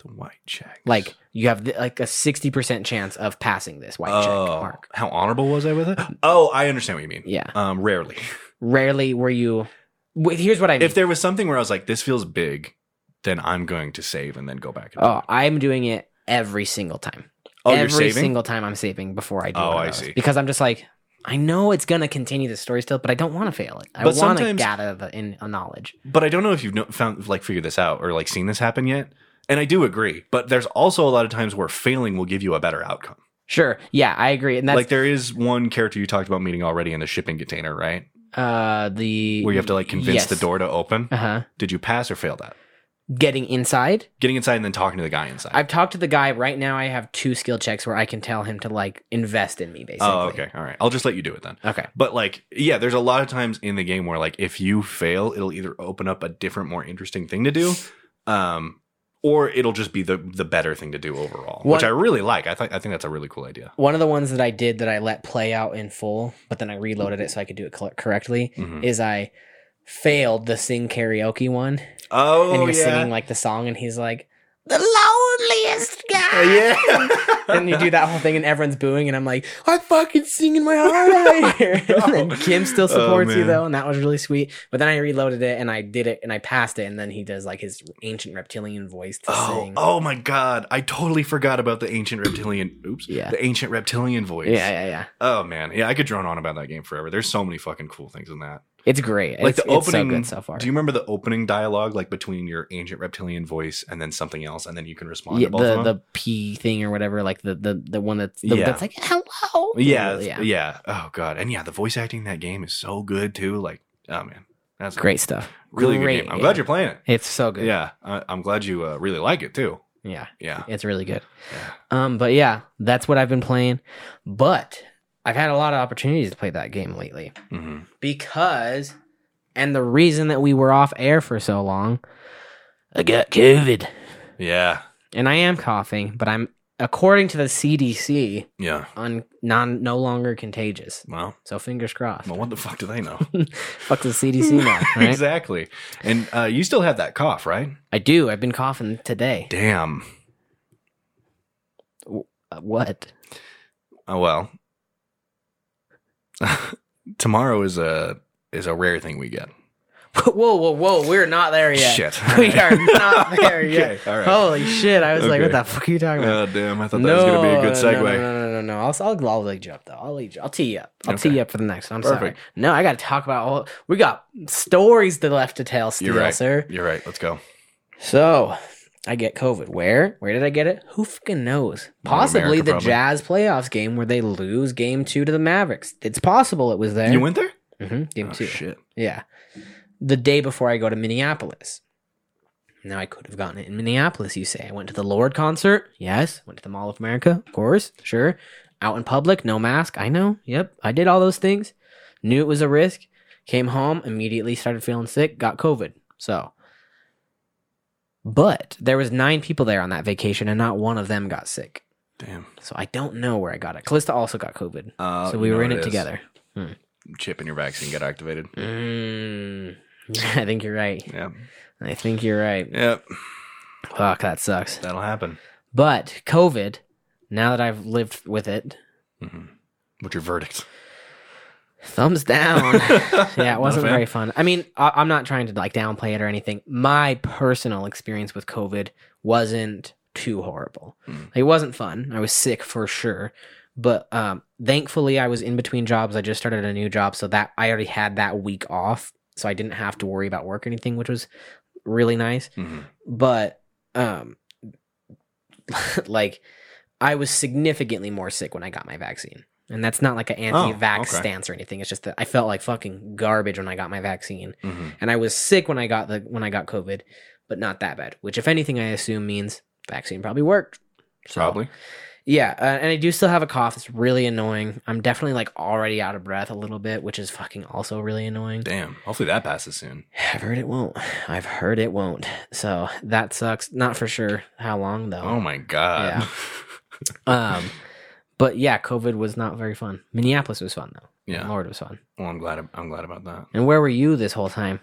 S2: The white check,
S1: Like you have the, like a 60% chance of passing this white check mark.
S2: Oh, how honorable was I with it? Oh, I understand what you mean.
S1: Yeah.
S2: Um, rarely.
S1: Rarely were you Wait, here's what I mean.
S2: If there was something where I was like, this feels big, then I'm going to save and then go back. And do
S1: oh,
S2: it.
S1: I'm doing it every single time.
S2: oh, you're
S1: every
S2: saving.
S1: single time I'm saving before I do.
S2: Oh,
S1: one of
S2: I
S1: those.
S2: see.
S1: Because I'm just like, I know it's gonna continue the story still, but I don't want to fail it. I
S2: But
S1: want to
S2: sometimes-
S1: gather the in uh, knowledge.
S2: but I don't know if you've no- found like figured this out or like seen this happen yet. And I do agree, but there's also a lot of times where failing will give you a better outcome.
S1: Sure, yeah, I agree, and that's
S2: like there is one character you talked about meeting already in the shipping container, right?
S1: uh, the
S2: Where you have to like convince the door to open.
S1: Uh huh.
S2: Did you pass or fail that?
S1: Getting inside.
S2: Getting inside and then talking to the guy inside.
S1: I've talked to the guy right now. I have two skill checks where I can tell him to like invest in me, basically.
S2: oh, okay. All right. I'll just let you do it then.
S1: Okay.
S2: But like, yeah, there's a lot of times in the game where like if you fail, it'll either open up a different, more interesting thing to do, um, or it'll just be the the better thing to do overall,
S1: What-
S2: which I really like. I think I think that's a really cool idea.
S1: One of the ones that I did that I let play out in full, but then I reloaded it so I could do it cor- correctly,
S2: Mhm.
S1: is I failed the sing karaoke one.
S2: Oh,
S1: and he was
S2: yeah.
S1: singing like the song, and he's like, "The loneliest guy."
S2: yeah.
S1: and you do that whole thing, and everyone's booing, and I'm like, "I'm fucking singing my heart out here." and then Kim still
S2: Oh,
S1: supports you
S2: man.
S1: though, and that was really sweet. But then I reloaded it, and I did it, and I passed it, and then he does like his ancient reptilian voice to
S2: Oh,
S1: sing.
S2: oh my god! I totally forgot about the ancient reptilian. Oops.
S1: Yeah.
S2: The ancient reptilian voice.
S1: Yeah, yeah, yeah.
S2: Oh man. Yeah, I could drone on about that game forever. There's so many fucking cool things in that.
S1: It's great.
S2: like
S1: it's,
S2: the opening
S1: it's so good so far.
S2: Do you remember the opening dialogue, like between your ancient reptilian voice and then something else, and then you can respond
S1: yeah,
S2: to both
S1: the
S2: of them?
S1: the P thing or whatever, like the the the one that's the,
S2: Yeah.
S1: that's like hello.
S2: yeah, yeah,
S1: yeah,
S2: Oh god, and yeah, the voice acting in that game is so good too. Like, oh man, that's a
S1: great stuff.
S2: really
S1: Great
S2: good game. I'm glad
S1: game.
S2: you're playing it.
S1: It's so good.
S2: Yeah, I, I'm glad you uh, really like it too.
S1: yeah.
S2: Yeah,
S1: It's really good.
S2: Yeah.
S1: Um, but yeah, that's what I've been playing. But I've had a lot of opportunities to play that game lately
S2: Mhm.
S1: because, and the reason that we were off air for so long, I got COVID,
S2: yeah,
S1: and I am coughing, but I'm according to the CDC,
S2: yeah.
S1: on non no longer contagious.
S2: Well,
S1: So fingers crossed.
S2: well, what the fuck do they know?
S1: Fuck the CDC now, right?
S2: exactly. And uh, you still have that cough, right?
S1: I do. I've been coughing today.
S2: Damn.
S1: Uh, what?
S2: Oh well. Tomorrow is a is a rare thing we get.
S1: whoa, whoa, whoa! We're not there yet.
S2: Shit.
S1: We are not there yet.
S2: Okay, all right.
S1: Holy shit! I was like, "What
S2: Okay.
S1: the fuck are you talking about?"
S2: Oh, damn. I thought that was going to be a
S1: No,
S2: good
S1: no,
S2: segue.
S1: no, no, no, no. I'll, I'll, I'll lead you up though. I'll lead you. I'll tee you up. I'll tee
S2: Okay.
S1: you up for the next one. I'm sorry.
S2: Perfect.
S1: No, I got to talk about all. We got stories to left to tell still,
S2: You're right.
S1: sir.
S2: You're right. Let's go.
S1: So I get COVID. Where? Where did I get it? Who fucking knows? Possibly
S2: America,
S1: the
S2: probably.
S1: Jazz playoffs game where they lose game two to the Mavericks. It's possible it was there.
S2: You went there?
S1: hmm Game
S2: Oh,
S1: two.
S2: Shit.
S1: Yeah. The day before I go to Minneapolis. Now I could have gotten it in Minneapolis, you say. I went to the Lord concert. Yes. Went to the Mall of America. Of course. Sure. Out in public, no mask. I know. Yep. I did all those things. Knew it was a risk. Came home, immediately started feeling sick, got COVID. So. But there was nine people there on that vacation and not one of them got sick.
S2: Damn.
S1: So I don't know where I got it. Callista also got COVID.
S2: Uh,
S1: so we
S2: you know
S1: were in
S2: what
S1: it,
S2: is.
S1: together.
S2: Chip in your vaccine got activated.
S1: Mm. I think you're right.
S2: Yeah.
S1: I think you're right.
S2: Yep.
S1: Fuck, that sucks.
S2: That'll happen.
S1: But COVID, now that I've lived with it,
S2: Mm-hmm. hmm What's your verdict?
S1: Thumbs down. yeah, it
S2: Not
S1: wasn't
S2: a fan?
S1: very fun. I mean, I, I'm not trying to like downplay it or anything. My personal experience with COVID wasn't too horrible.
S2: Hmm.
S1: It wasn't fun. I was sick for sure, but um, thankfully I was in between jobs. I just started a new job, so that I already had that week off, so I didn't have to worry about work or anything, which was really nice
S2: Mhm.
S1: but um like i was significantly more sick when i got my vaccine and that's not like an anti-vax
S2: Oh, okay.
S1: stance or anything it's just that i felt like fucking garbage when i got my vaccine
S2: Mhm.
S1: and i was sick when i got the when i got covid but not that bad which if anything i assume means vaccine probably worked So,
S2: Probably.
S1: yeah uh, and i do still have a cough it's really annoying i'm definitely like already out of breath a little bit which is fucking also really annoying
S2: Damn. Hopefully that passes soon.
S1: I've heard it won't. I've heard it won't. So that sucks. Not for sure how long
S2: Oh
S1: though.
S2: my god.
S1: Yeah. Um, but yeah, COVID was not very fun. Minneapolis was fun though.
S2: Yeah.
S1: Lord was fun.
S2: Well, I'm glad. I'm glad about that.
S1: And where were you this whole time?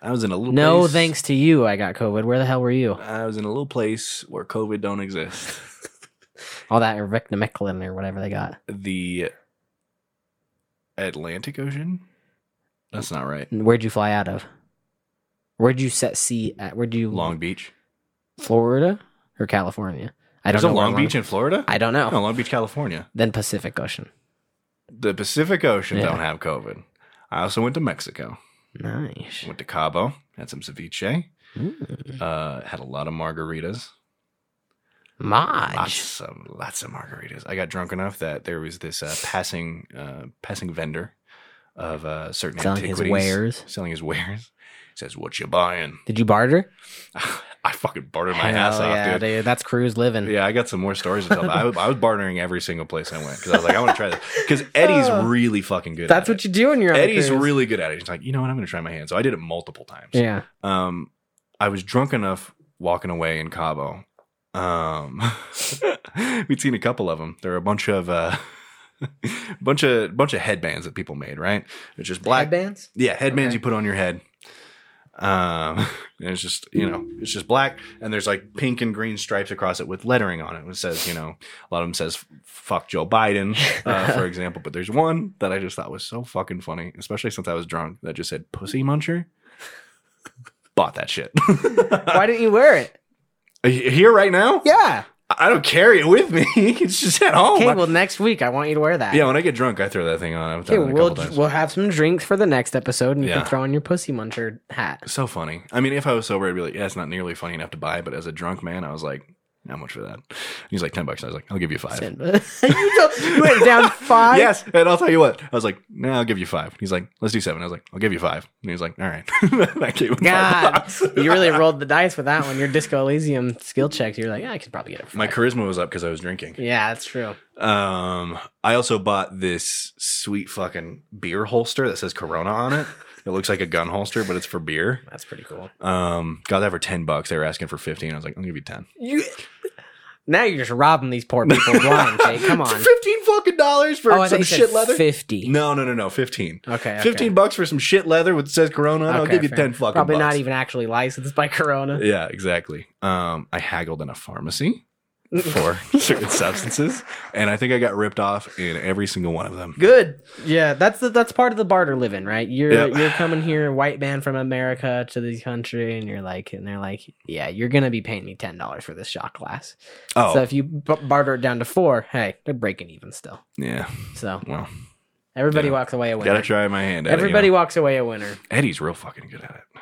S2: I was in a little.
S1: No,
S2: place-
S1: thanks to you, I got COVID. Where the hell were you?
S2: I was in a little place where COVID don't exist.
S1: All that erythromeccalin or whatever they got.
S2: the Atlantic Ocean. That's not right.
S1: And Where'd you fly out of? Where'd you set sea at? Where'd you
S2: Long Beach.
S1: Florida or California? I don't
S2: There's a
S1: know. where
S2: Long Beach in Florida.
S1: I don't know.
S2: no, Long Beach, California.
S1: Then Pacific Ocean.
S2: The Pacific Ocean
S1: Yeah.
S2: don't have COVID. I also went to Mexico.
S1: Nice.
S2: Went to Cabo. Had some ceviche.
S1: Mm.
S2: Uh, had a lot of margaritas.
S1: Maj.
S2: Lots of lots of margaritas. I got drunk enough that there was this uh, passing uh, passing vendor of uh, certain
S1: Selling his
S2: antiquities.
S1: wares.
S2: Selling his wares. Says, "What you buying?"
S1: Did you barter?
S2: I fucking bartered my ass
S1: Hell
S2: off,
S1: yeah,
S2: dude.
S1: That's cruise living.
S2: Yeah, I got some more stories to tell. I, was- I was bartering every single place I went because I was like, I want to try this because Eddie's really fucking good.
S1: Oh, Uh, That's
S2: at
S1: what
S2: it.
S1: you do when you're on a
S2: Eddie's
S1: cruise.
S2: really good at it. He's like, you know what? I'm going to try my hand. So I did it multiple times.
S1: Yeah.
S2: Um, I was drunk enough walking away in Cabo. Um, we'd seen a couple of them. There were a bunch of uh, bunch of bunch of headbands that people made. Right? It's just black
S1: bands.
S2: yeah, headbands
S1: Okay.
S2: you put on your head. Um, and it's just you know, it's just black, and there's like pink and green stripes across it with lettering on it. It says you know, a lot of them says "fuck Joe Biden," uh, for example. But there's one that I just thought was so fucking funny, especially since I was drunk. That just said "pussy muncher." Bought that shit.
S1: Why didn't you wear it?
S2: Here right now,
S1: Yeah.
S2: I don't carry it with me. It's just at home.
S1: Okay. well, next week I want you to wear that.
S2: yeah, when I get drunk, I throw that thing on. I've done
S1: Okay.
S2: it a
S1: We'll
S2: couple times.
S1: we'll have some drinks for the next episode, and you
S2: Yeah.
S1: can throw on your pussy muncher hat.
S2: So funny. I mean, if I was sober, I'd be like, yeah, it's not nearly funny enough to buy. But as a drunk man, I was like, how much for that? And he's like, 10 bucks. And I was like, I'll give you five.
S1: you, don't- you went down five.
S2: Yes. And I'll tell you what. I was like, no, I'll give you five. He's like, let's do seven. I was like, I'll give you five. And he's like, all right. And I gave him five
S1: God,
S2: bucks.
S1: you really rolled the dice with that one. Your Disco Elysium skill check. You're like, yeah, I could probably get it. For
S2: My
S1: five."
S2: charisma was up because I was drinking.
S1: Yeah, that's true.
S2: Um, I also bought this sweet fucking beer holster that says Corona on it. It looks like a gun holster, but it's for beer.
S1: That's pretty cool.
S2: Um, got that for 10 bucks. They were asking for 15. I was like, I'll give you 10.
S1: You now you're just robbing these poor people blind. Jake. Come on.
S2: Fifteen fucking dollars for
S1: Oh, I thought
S2: some
S1: you said
S2: shit leather.
S1: Fifty.
S2: No, no, no, no. Fifteen.
S1: Okay. okay.
S2: Fifteen bucks for some shit leather with says Corona. on it. I'll
S1: Okay,
S2: give you
S1: fair.
S2: ten fucking.
S1: Probably not
S2: bucks.
S1: even actually licensed by Corona.
S2: Yeah, exactly. Um, I haggled in a pharmacy for certain substances, and I think I got ripped off in every single one of them.
S1: Good. Yeah, that's the, that's part of the barter living, right? You're
S2: Yep.
S1: you're coming here, white man from America to the country, and you're like, and they're like, yeah, you're gonna be paying me ten dollars for this shot glass.
S2: Oh,
S1: So if you b- barter it down to four, hey, they're breaking even still.
S2: yeah.
S1: So
S2: Well,
S1: everybody
S2: Yeah.
S1: walks away a
S2: gotta
S1: winner.
S2: try my hand. At
S1: Everybody
S2: It, you
S1: walks away a winner.
S2: know? Eddie's real fucking good at it.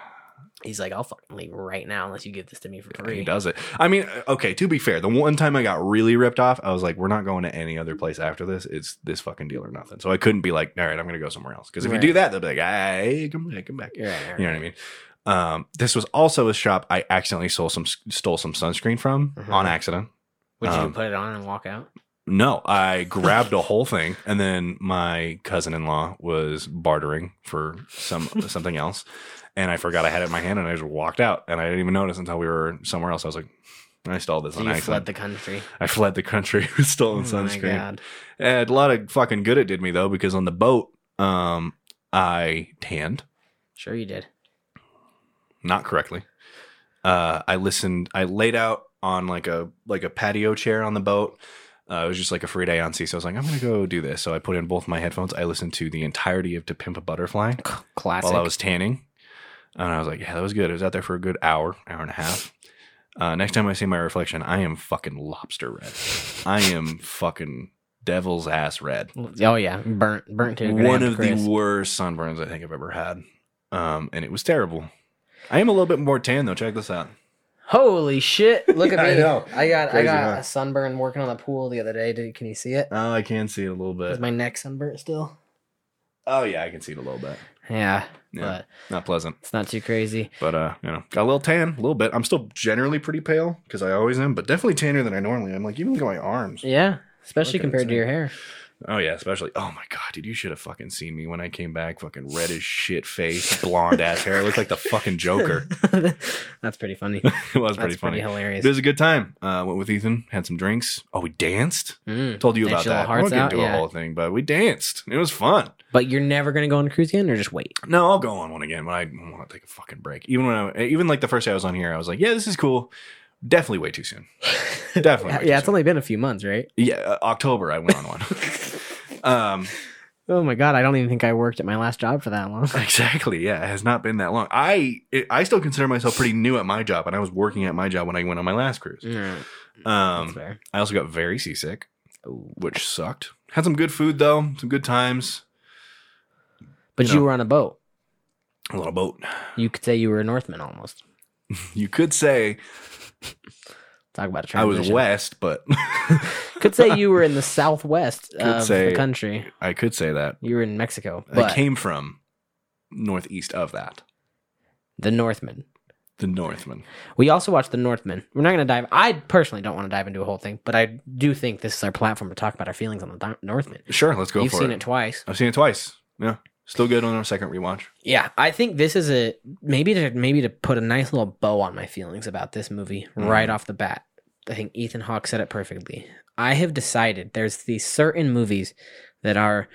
S1: He's like, I'll fucking leave right now unless you give this to me for
S2: He
S1: free.
S2: does it. I mean, okay. To be fair, the one time I got really ripped off, I was like, "We're not going to any other place after this. It's this fucking deal or nothing." So I couldn't be like, "All right, I'm gonna go somewhere else." Because if
S1: Right.
S2: you do that, they'll be like, "Hey, come back, come back."
S1: You're right, you're
S2: You know what I mean? Um, this was also a shop I accidentally stole some stole some sunscreen from
S1: Mhm.
S2: on accident.
S1: Would you
S2: Um,
S1: put it on and walk out?
S2: No, I grabbed a whole thing, and then my cousin-in-law was bartering for some something else, and I forgot I had it in my hand, and I just walked out, and I didn't even notice until we were somewhere else. I was like, I stole this
S1: So
S2: on
S1: you
S2: accident.
S1: fled the country.
S2: I fled the country with
S1: Oh
S2: stolen
S1: my
S2: sunscreen.
S1: god.
S2: And a lot of fucking good it did me though, because on the boat, um, I tanned
S1: Sure you did.
S2: not correctly. Uh, I listened. I laid out on like a like a patio chair on the boat, Uh, it was just like a free day on C, so I was like, I'm gonna go do this. So I put in both my headphones. I listened to the entirety of To Pimp a Butterfly
S1: Classic.
S2: while I was tanning. And I was like, yeah, that was good. It was out there for a good hour, hour and a half. Uh, next time I see my reflection, I am fucking lobster red. I am fucking devil's ass red.
S1: oh yeah, burnt, burnt to a
S2: One
S1: grand
S2: of
S1: crisp.
S2: the worst sunburns I think I've ever had. Um, and it was terrible. I am a little bit more tan though. Check this out.
S1: Holy shit! Look at
S2: Yeah, I
S1: me.
S2: know.
S1: I, got
S2: Crazy,
S1: I got
S2: huh?
S1: a sunburn working on the pool the other day. Dude, can you see it?
S2: Oh, I can see it a little
S1: Is
S2: bit.
S1: my neck sunburnt still?
S2: oh yeah, I can see it a little bit.
S1: Yeah,
S2: Yeah,
S1: but
S2: not pleasant.
S1: it's not too crazy.
S2: But uh, you know, got a little tan, a little bit. I'm still generally pretty pale because I always am, but definitely tanner than I normally am. Like even look at my arms.
S1: Yeah, especially
S2: Look at
S1: compared
S2: it,
S1: to your hair.
S2: Oh yeah, especially. Oh my god, dude, you should have fucking seen me when I came back. Fucking red as shit face, blonde ass hair. I looked like the fucking Joker.
S1: That's pretty funny.
S2: it
S1: That's
S2: was pretty funny.
S1: pretty hilarious.
S2: it was a good time. Uh, went with Ethan, had some drinks. Oh, we danced.
S1: Mm.
S2: Told you
S1: Dance
S2: about
S1: your little
S2: that. I
S1: hearts
S2: won't get
S1: out,
S2: into
S1: yeah.
S2: a whole thing, but we danced. It was fun.
S1: But you're never gonna go on a cruise again, or just wait.
S2: No, I'll go on one again when I want to take a fucking break. Even when I, even like the first day I was on here, I was like, yeah, this is cool. Definitely way too soon. Definitely. way too
S1: yeah, it's
S2: soon.
S1: only been a few months, right?
S2: yeah. uh, October, I went on one. um,
S1: Oh my god, I don't even think I worked at my last job for that long.
S2: Exactly. Yeah, it has not been that long. I it, I still consider myself pretty new at my job, and I was working at my job when I went on my last cruise.
S1: Mm, that's
S2: Um,
S1: fair.
S2: I also got very seasick, which sucked. Had some good food though, some good times.
S1: But
S2: you
S1: you,
S2: know.
S1: were on a boat.
S2: A little boat.
S1: You could say you were a Northman almost.
S2: You could say
S1: Talk about a
S2: I
S1: transition.
S2: was west, but
S1: Could say you were in the southwest of
S2: say-
S1: the country.
S2: I could say that
S1: You were in Mexico, but
S2: I came from northeast of that,
S1: the Northman.
S2: the Northman.
S1: We also watched The Northman. We're not going to dive. I personally don't want to dive into a whole thing, but I do think this is our platform to talk about our feelings on The Dor- Northman.
S2: Sure, let's go
S1: You've
S2: for
S1: seen
S2: it.
S1: it twice.
S2: I've seen it twice. Yeah, still good on our second rewatch.
S1: Yeah, I think this is a maybe to maybe to put a nice little bow on my feelings about this movie right off the bat. I think Ethan Hawke said it perfectly. I have decided there's these certain movies that are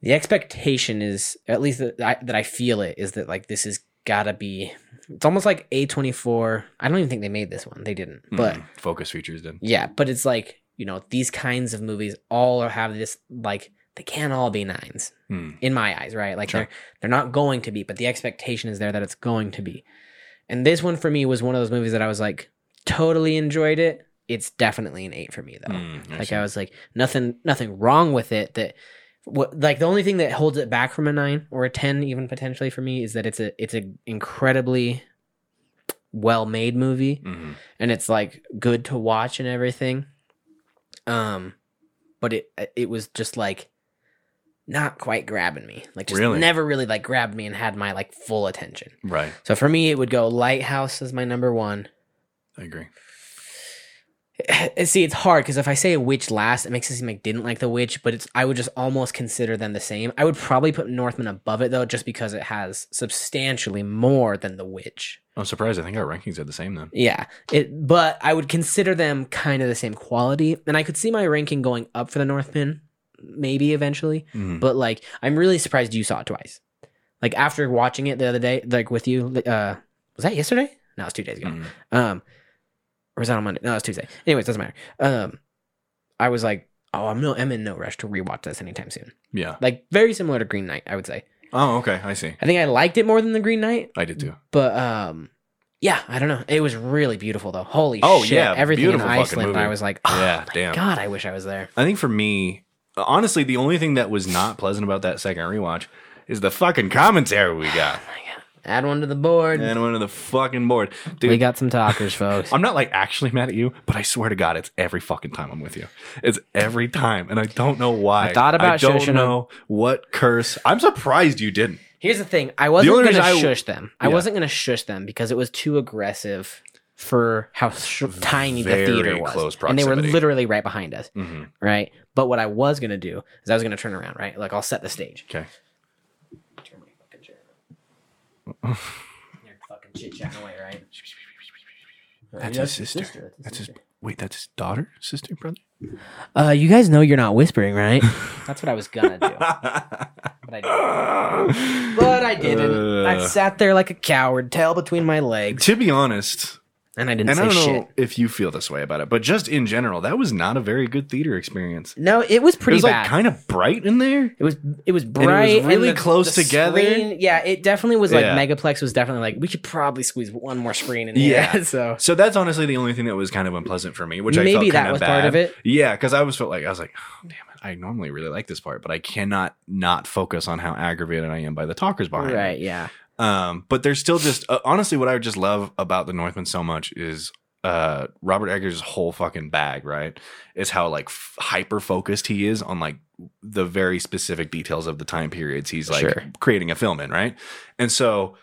S1: the expectation is at least that I, that I feel it is that like this has gotta be. It's almost like A twenty four. I don't even think they made this one. They didn't, but
S2: Mm, focus features did.
S1: yeah, but it's like you know these kinds of movies all are- have this like they can't all be nines
S2: Hmm.
S1: in my eyes, right? Like
S2: Sure.
S1: they're they're not going to be, but the expectation is there that it's going to be. And this one for me was one of those movies that I was like totally enjoyed it. It's definitely an 8 for me though.
S2: Mm, I
S1: like
S2: see.
S1: I was like nothing nothing wrong with it that what like the only thing that holds it back from a 9 or a 10 even potentially for me is that it's a it's an incredibly well-made movie
S2: Mhm.
S1: and it's like good to watch and everything. Um, but it it was just like not quite grabbing me. Like just
S2: Really?
S1: never really like grabbed me and had my like full attention.
S2: Right.
S1: So for me, it would go Lighthouse as my number one.
S2: I agree.
S1: See, it's hard because if I say a witch last, it makes it seem like didn't like the witch, but it's I would just almost consider them the same. I would probably put Northman above it though, just because it has substantially more than the witch.
S2: I'm surprised. I think our rankings are the same then.
S1: Yeah. It but I would consider them kind of the same quality. And I could see my ranking going up for the Northman, maybe eventually.
S2: Hmm,
S1: But like I'm really surprised you saw it twice. Like after watching it the other day, like with you, uh was that yesterday? No, it's two days ago.
S2: Mm.
S1: Um or was that on Monday? No, it's Tuesday. Anyways, doesn't matter. Um I was like, oh I'm no I'm in no rush to rewatch this anytime soon.
S2: Yeah.
S1: Like very similar to Green Knight, I would say.
S2: Oh, okay. I see.
S1: I think I liked it more than the Green Knight,
S2: I did too.
S1: but um, yeah, I don't know. It was really beautiful though. Holy
S2: Oh,
S1: shit!
S2: yeah,
S1: everything in
S2: beautiful fucking
S1: Iceland, I
S2: movie.
S1: was like, oh,
S2: Yeah,
S1: my
S2: damn.
S1: God, I wish I was there.
S2: I think for me, honestly, the only thing that was not pleasant about that second rewatch is the fucking commentary we got.
S1: Oh Add one to the board.
S2: And went to the fucking board.
S1: we
S2: Dude,
S1: got some talkers, folks.
S2: I'm not like actually mad at you, but I swear to God, it's every fucking time I'm with you. It's every time. And I don't know why.
S1: I thought about
S2: I don't
S1: shushing 'em.
S2: know what curse. I'm surprised you didn't.
S1: Here's the thing: I wasn't
S2: only
S1: gonna
S2: reason I-
S1: shush them. I
S2: Yeah.
S1: wasn't gonna shush them because it was too aggressive for how sh- tiny the
S2: Very
S1: theater was,
S2: close
S1: and they were
S2: proximity.
S1: literally right behind us,
S2: Mhm.
S1: right? But what I was gonna do is I was gonna turn around, right? Like I'll set the stage.
S2: Okay.
S1: Turn my fucking chair. You're fucking chit chatting away, right?
S2: That's his sister. That's his. Wait, that's his daughter, sister, brother?
S1: Uh, you guys know you're not whispering, right? That's what I was gonna do, but I didn't. But I didn't. I
S2: Uh.
S1: sat there like a coward, tail between my legs.
S2: To be honest,
S1: And I didn't
S2: And
S1: say
S2: I don't
S1: shit.
S2: know if you feel this way about it, but just in general, that was not a very good theater experience.
S1: No, it was pretty
S2: it was
S1: bad.
S2: like kind of bright in there.
S1: it was it was bright. and
S2: really
S1: the-
S2: close
S1: the
S2: together.
S1: screen- yeah, it definitely was like
S2: Yeah.
S1: Megaplex was definitely like we could probably squeeze one more screen in here.
S2: Yeah.
S1: Yeah. so
S2: So that's honestly the only thing that was kind of unpleasant for me, which I
S1: maybe
S2: felt
S1: that
S2: kind
S1: was
S2: of bad.
S1: part of it.
S2: Yeah, because I always felt like I was like, oh, damn it, I normally really like this part, but I cannot not focus on how aggravated I am by the talkers behind. me.
S1: Right. Yeah.
S2: Um, but there's still just uh, honestly what I just love about the Northman so much is uh Robert Eggers' whole fucking bag, right? Is how like f- hyper focused he is on like the very specific details of the time periods he's like
S1: Sure.
S2: creating a film in, right? And so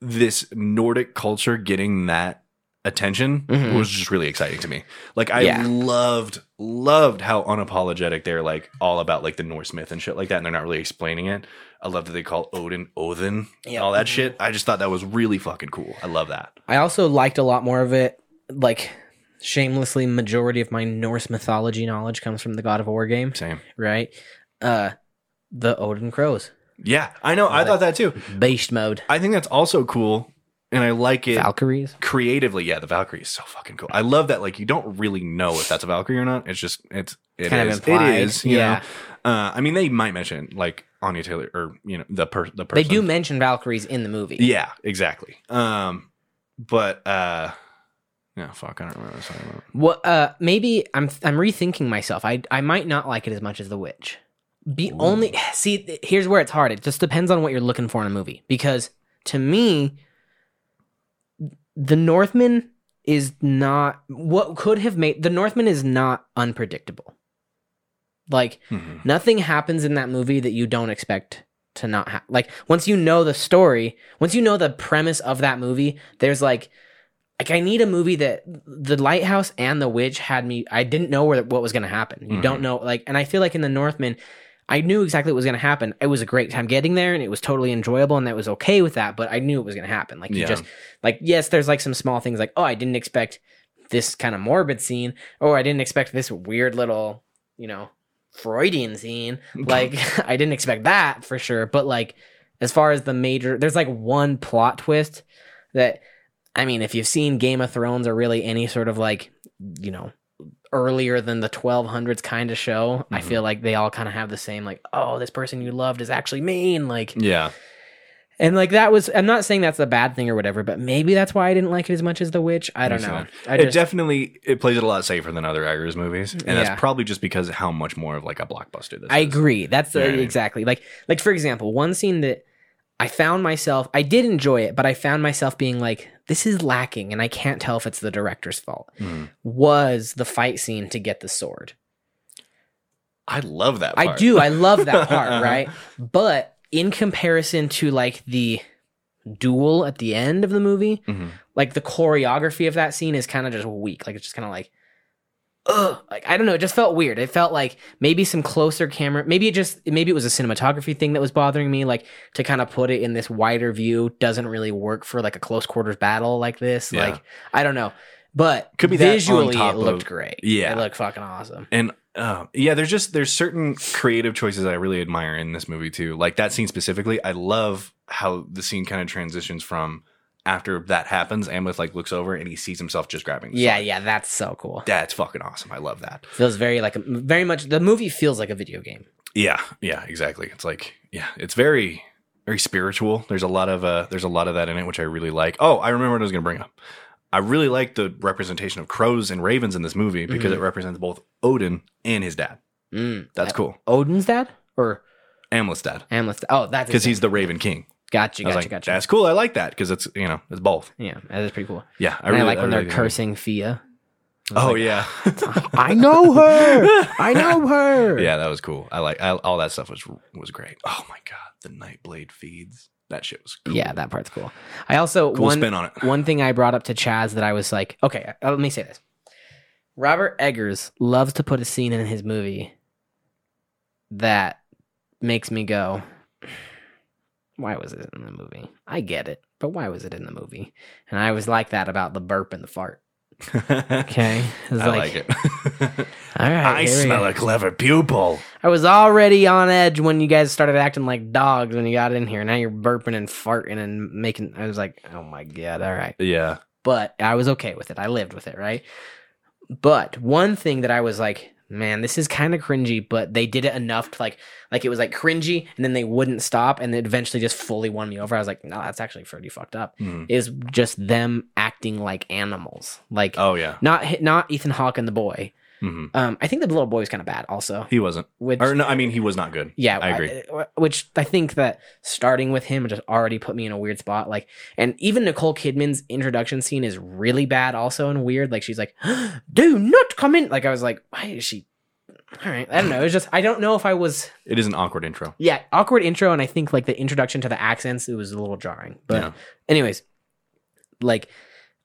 S2: this Nordic culture getting that attention
S1: Mhm.
S2: was just really exciting to me. Like I
S1: Yeah.
S2: loved loved how unapologetic they're like all about like the Norse myth and shit like that and they're not really explaining it. I love that they call Odin Odin
S1: Yeah.
S2: and all that shit. I just thought that was really fucking cool. I love that.
S1: I also liked a lot more of it. Like shamelessly, majority of my Norse mythology knowledge comes from the God of War game,
S2: Same.
S1: right? Uh, the Odin crows,
S2: Yeah, I know. I thought that too.
S1: beast mode,
S2: I think that's also cool and I like it
S1: Valkyries.
S2: creatively. Yeah, the Valkyrie is so fucking cool. I love that like you don't really know if that's a Valkyrie or not. It's just it's it
S1: Kind of
S2: is.
S1: implied.
S2: It is, you
S1: Yeah.
S2: know. Uh I mean they might mention like Anya Taylor or you know the per the
S1: They
S2: person
S1: do mention Valkyries in the movie.
S2: Yeah, exactly. Um, but uh, no, fuck, I don't remember. What I was talking about.
S1: What? Uh, maybe I'm I'm rethinking myself. I I might not like it as much as The Witch. Be only see. th- Here's where it's hard. It just depends on what you're looking for in a movie. Because to me, The Northman is not what could have made The Northman is not unpredictable. Like
S2: Mhm.
S1: nothing happens in that movie that you don't expect to not happen. Like once you know the story, once you know the premise of that movie, there's like like I need a movie that the lighthouse and the witch had me I didn't know where what was going to happen. You don't know like and I feel like in the Northman I knew exactly what was going to happen. It was a great time getting there and it was totally enjoyable and that was okay with that, but I knew it was going to happen. Like you
S2: Yeah.
S1: just like yes, there's like some small things like oh, I didn't expect this kind of morbid scene or I didn't expect this weird little, you know, Freudian scene. Like I didn't expect that for sure, but like as far as the major there's like one plot twist that I mean, if you've seen Game of Thrones or really any sort of like, you know, earlier than the 1200s kind of show, I
S2: Mhm.
S1: feel like they all kind of have the same like, oh, this person you loved is actually mean, like
S2: Yeah,
S1: and like that was I'm not saying that's a bad thing or whatever, but maybe that's why I didn't like it as much as The Witch. I don't
S2: Makes
S1: know.
S2: sense.
S1: I
S2: it
S1: just
S2: definitely it plays it a lot safer than other Eggers movies, and
S1: Yeah.
S2: that's probably just because of how much more of like a blockbuster this.
S1: I
S2: is.
S1: agree. That's the,
S2: Yeah, yeah.
S1: exactly like like for example, one scene that I found myself I did enjoy it, but I found myself being like, this is lacking, and I can't tell if it's the director's fault.
S2: Mhm.
S1: Was the fight scene to get the sword?
S2: I love that.
S1: I
S2: part.
S1: do. I love that part,
S2: Uh-huh.
S1: right? But in comparison to like the duel at the end of the movie,
S2: Mhm.
S1: like the choreography of that scene is kind of just weak. Like it's just kind of like, ugh. Like I don't know. It just felt weird. It felt like maybe some closer camera. Maybe it just maybe it was a cinematography thing that was bothering me. Like to kind of put it in this wider view doesn't really work for like a close quarters battle like this.
S2: Yeah.
S1: Like I don't know. But
S2: Could be that on
S1: visually,
S2: top
S1: it looked
S2: of-
S1: great.
S2: Yeah.
S1: it looked fucking awesome.
S2: And uh, yeah, there's just there's certain creative choices I really admire in this movie too. Like that scene specifically, I love how the scene kind of transitions from after that happens. Amleth like looks over and he sees himself just grabbing. the
S1: Yeah,
S2: sword.
S1: yeah, that's so cool.
S2: that's fucking awesome. I love that.
S1: feels very like a, very much the movie feels like a video game
S2: Yeah, yeah, exactly. It's like yeah, it's very very spiritual. There's a lot of uh there's a lot of that in it which I really like. Oh, I remember what I was going to bring up. I really like the representation of crows and ravens in this movie
S1: Mm-hmm.
S2: because it represents both Odin and his dad.
S1: mm.
S2: That's cool.
S1: odin's dad or
S2: Amleth's dad
S1: amleth's oh that's
S2: because he's the Raven King.
S1: gotcha
S2: I was
S1: gotcha
S2: like,
S1: gotcha
S2: that's cool. I like that because it's you know it's both.
S1: yeah that is pretty cool
S2: Yeah, I
S1: and
S2: really
S1: i like when
S2: really
S1: they're cursing fia
S2: Oh yeah,
S1: i know her i know her
S2: yeah, that was cool. I like I, all that stuff was was great. Oh my god, the Nightblade feeds that shit was cool.
S1: yeah that part's cool i also
S2: cool
S1: one
S2: spin on it.
S1: one thing i brought up to chaz that i was like okay uh, let me say this robert eggers loves to put a scene in his movie that makes me go why was it in the movie? I get it, but why was it in the movie? And I was like that about the burp and the fart. Okay, I was
S2: I like, it.
S1: All right,
S2: I smell
S1: it.
S2: a clever pupil.
S1: I was already on edge when you guys started acting like dogs when you got in here. Now you're burping and farting and making. I was like, oh my god! All right,
S2: Yeah,
S1: but I was okay with it. I lived with it, right? But one thing that I was like, man, this is kind of cringy, but they did it enough to like, like it was like cringy, and then they wouldn't stop, and it eventually just fully won me over. I was like, no, that's actually pretty fucked up.
S2: Mhm.
S1: Is just them acting like animals, like
S2: Oh yeah,
S1: not not Ethan Hawke and the boy.
S2: hmm
S1: Um, I think the little boy was kind of bad, also.
S2: he wasn't.
S1: Which
S2: Or no, I mean he was not good.
S1: yeah,
S2: I agree.
S1: I- uh, which I think that starting with him just already put me in a weird spot. Like, and even Nicole Kidman's introduction scene is really bad, also and weird. Like, she's like, "Do not come in." Like, I was like, "Why is she?" All right, I don't know. It's just I don't know if I was
S2: It is an awkward intro.
S1: yeah awkward intro, and I think like the introduction to the accents it was a little jarring. But
S2: Yeah.
S1: anyways, like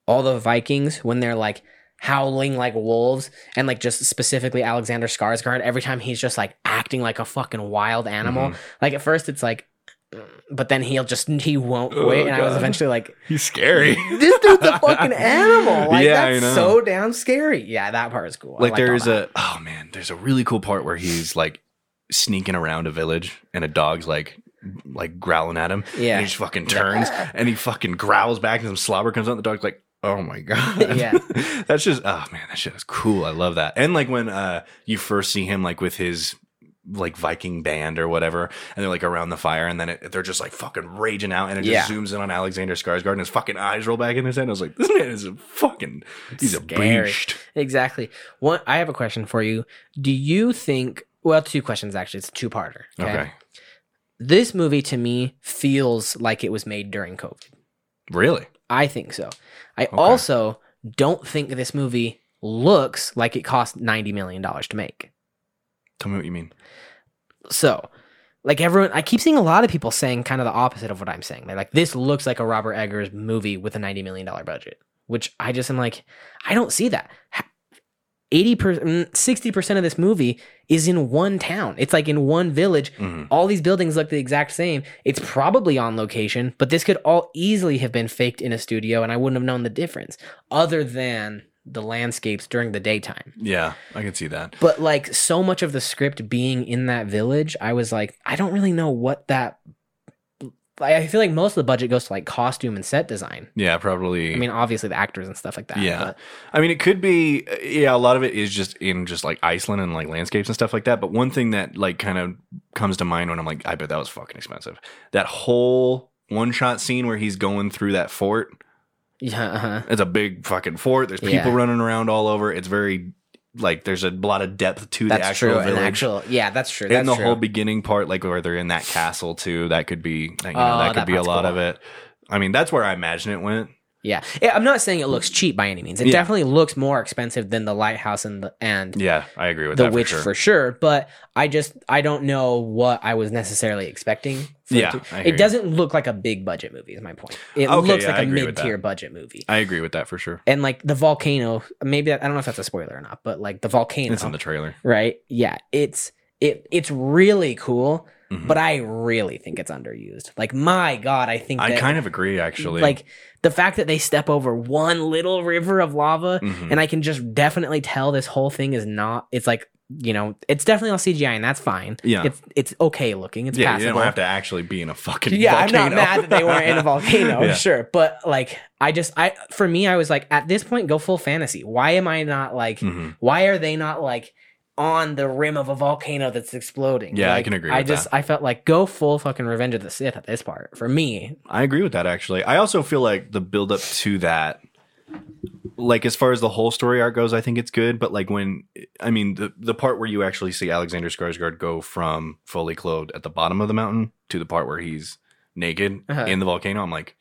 S1: all the Vikings when they're like howling like wolves and like just specifically Alexander Skarsgård every time he's just like acting like a fucking wild animal.
S2: Mhm.
S1: Like at first it's like mm, but then he'll just he won't
S2: Oh,
S1: wait and I was
S2: God.
S1: eventually like
S2: He's scary.
S1: this dude's a fucking animal. Like
S2: Yeah, I
S1: that's
S2: know.
S1: so damn scary. Yeah, that part is cool. I
S2: like
S1: liked all
S2: there is
S1: that.
S2: a oh man, there's a really cool part where he's like sneaking around a village and a dog's like like growling at him.
S1: Yeah.
S2: And he just fucking turns and he fucking growls back and some slobber comes out. The dog's like, oh my god.
S1: Yeah.
S2: That's just oh man, that shit is cool. I love that. And like when uh you first see him like with his like Viking band or whatever, and they're like around the fire, and then it, they're just like fucking raging out, and it just
S1: Yeah.
S2: zooms in on Alexander Skarsgård, and his fucking eyes roll back in his head. I was like, this man is a fucking, he's a
S1: Scary.
S2: beast.
S1: Exactly. One I have a question for you. Do you think well, two questions actually. It's a two-parter.
S2: okay,
S1: this movie to me feels like it was made during COVID.
S2: really?
S1: I think so. I also don't think this movie looks like it cost $90 million to make.
S2: Tell me what you mean.
S1: So, like everyone, I keep seeing a lot of people saying kind of the opposite of what I'm saying. They're like, this looks like a Robert Eggers movie with a $90 million budget, which I just am like, I don't see that. Ha- 80%, 60% of this movie is in one town. It's like in one village
S2: Mhm.
S1: all these buildings look the exact same. It's probably on location, but this could all easily have been faked in a studio and I wouldn't have known the difference other than the landscapes during the daytime.
S2: Yeah, I can see that.
S1: But like so much of the script being in that village, I was like, I don't really know what that. I I feel like most of the budget goes to like costume and set design.
S2: Yeah, probably.
S1: I mean, obviously the actors and stuff like that.
S2: Yeah.
S1: but-
S2: I mean, it could be. uh, Yeah, a lot of it is just in just like Iceland and like landscapes and stuff like that. But one thing that like kind of comes to mind when I'm like, I bet that was fucking expensive. That whole one shot scene where he's going through that fort.
S1: yeah. Uh-huh.
S2: It's a big fucking fort. There's people
S1: Yeah.
S2: running around all over. It's very like there's a lot of depth to the
S1: That's
S2: actual
S1: true. An
S2: village.
S1: actual. Yeah, that's true.
S2: and
S1: That's
S2: the
S1: true.
S2: whole beginning part, like where they're in that castle too, that could be, you know,
S1: Oh,
S2: that could
S1: that
S2: be a
S1: part's
S2: lot
S1: cool.
S2: of it. I mean, that's where I imagine it went.
S1: Yeah. Yeah, I'm not saying it looks cheap by any means. It
S2: Yeah.
S1: definitely looks more expensive than the lighthouse and the and
S2: Yeah, I agree with
S1: the
S2: that.
S1: witch
S2: for sure.
S1: But I just I don't know what I was necessarily expecting. for it
S2: Yeah,
S1: to-
S2: I hear
S1: it
S2: you.
S1: doesn't look like a big budget movie. Is my point. It
S2: Okay,
S1: looks
S2: yeah, I
S1: like a
S2: agree with
S1: mid
S2: that.
S1: tier budget movie.
S2: I agree with that for sure.
S1: And like the volcano, maybe that, I don't know if that's a spoiler or not, but like the volcano,
S2: It's in the trailer.
S1: right? Yeah, it's it it's really cool,
S2: Mhm.
S1: but I really think it's underused. Like my god, I think
S2: I
S1: that-
S2: kind of agree, actually.
S1: like the fact that they step over one little river of lava
S2: Mhm.
S1: and I can just definitely tell this whole thing is not. It's like you know, it's definitely all CGI, and that's fine.
S2: Yeah.
S1: it's it's okay looking. It's
S2: yeah, you
S1: passable.
S2: don't have to actually be in a fucking
S1: yeah,
S2: volcano.
S1: I'm not mad that they weren't in a volcano,
S2: Yeah.
S1: sure, but like I just I for me I was like at this point go full fantasy. Why am I not like
S2: Mhm.
S1: why are they not like on the rim of a volcano that's exploding?
S2: Yeah, I
S1: Like,
S2: can agree
S1: I
S2: with
S1: just I felt like go full fucking Revenge of the Sith at this part for me.
S2: I agree with that actually. I also feel like the build up to that like as far as the whole story arc goes, I think it's good, but like when I mean the the part where you actually see Alexander Skarsgård go from fully clothed at the bottom of the mountain to the part where he's naked
S1: Uh-huh.
S2: in the volcano, I'm like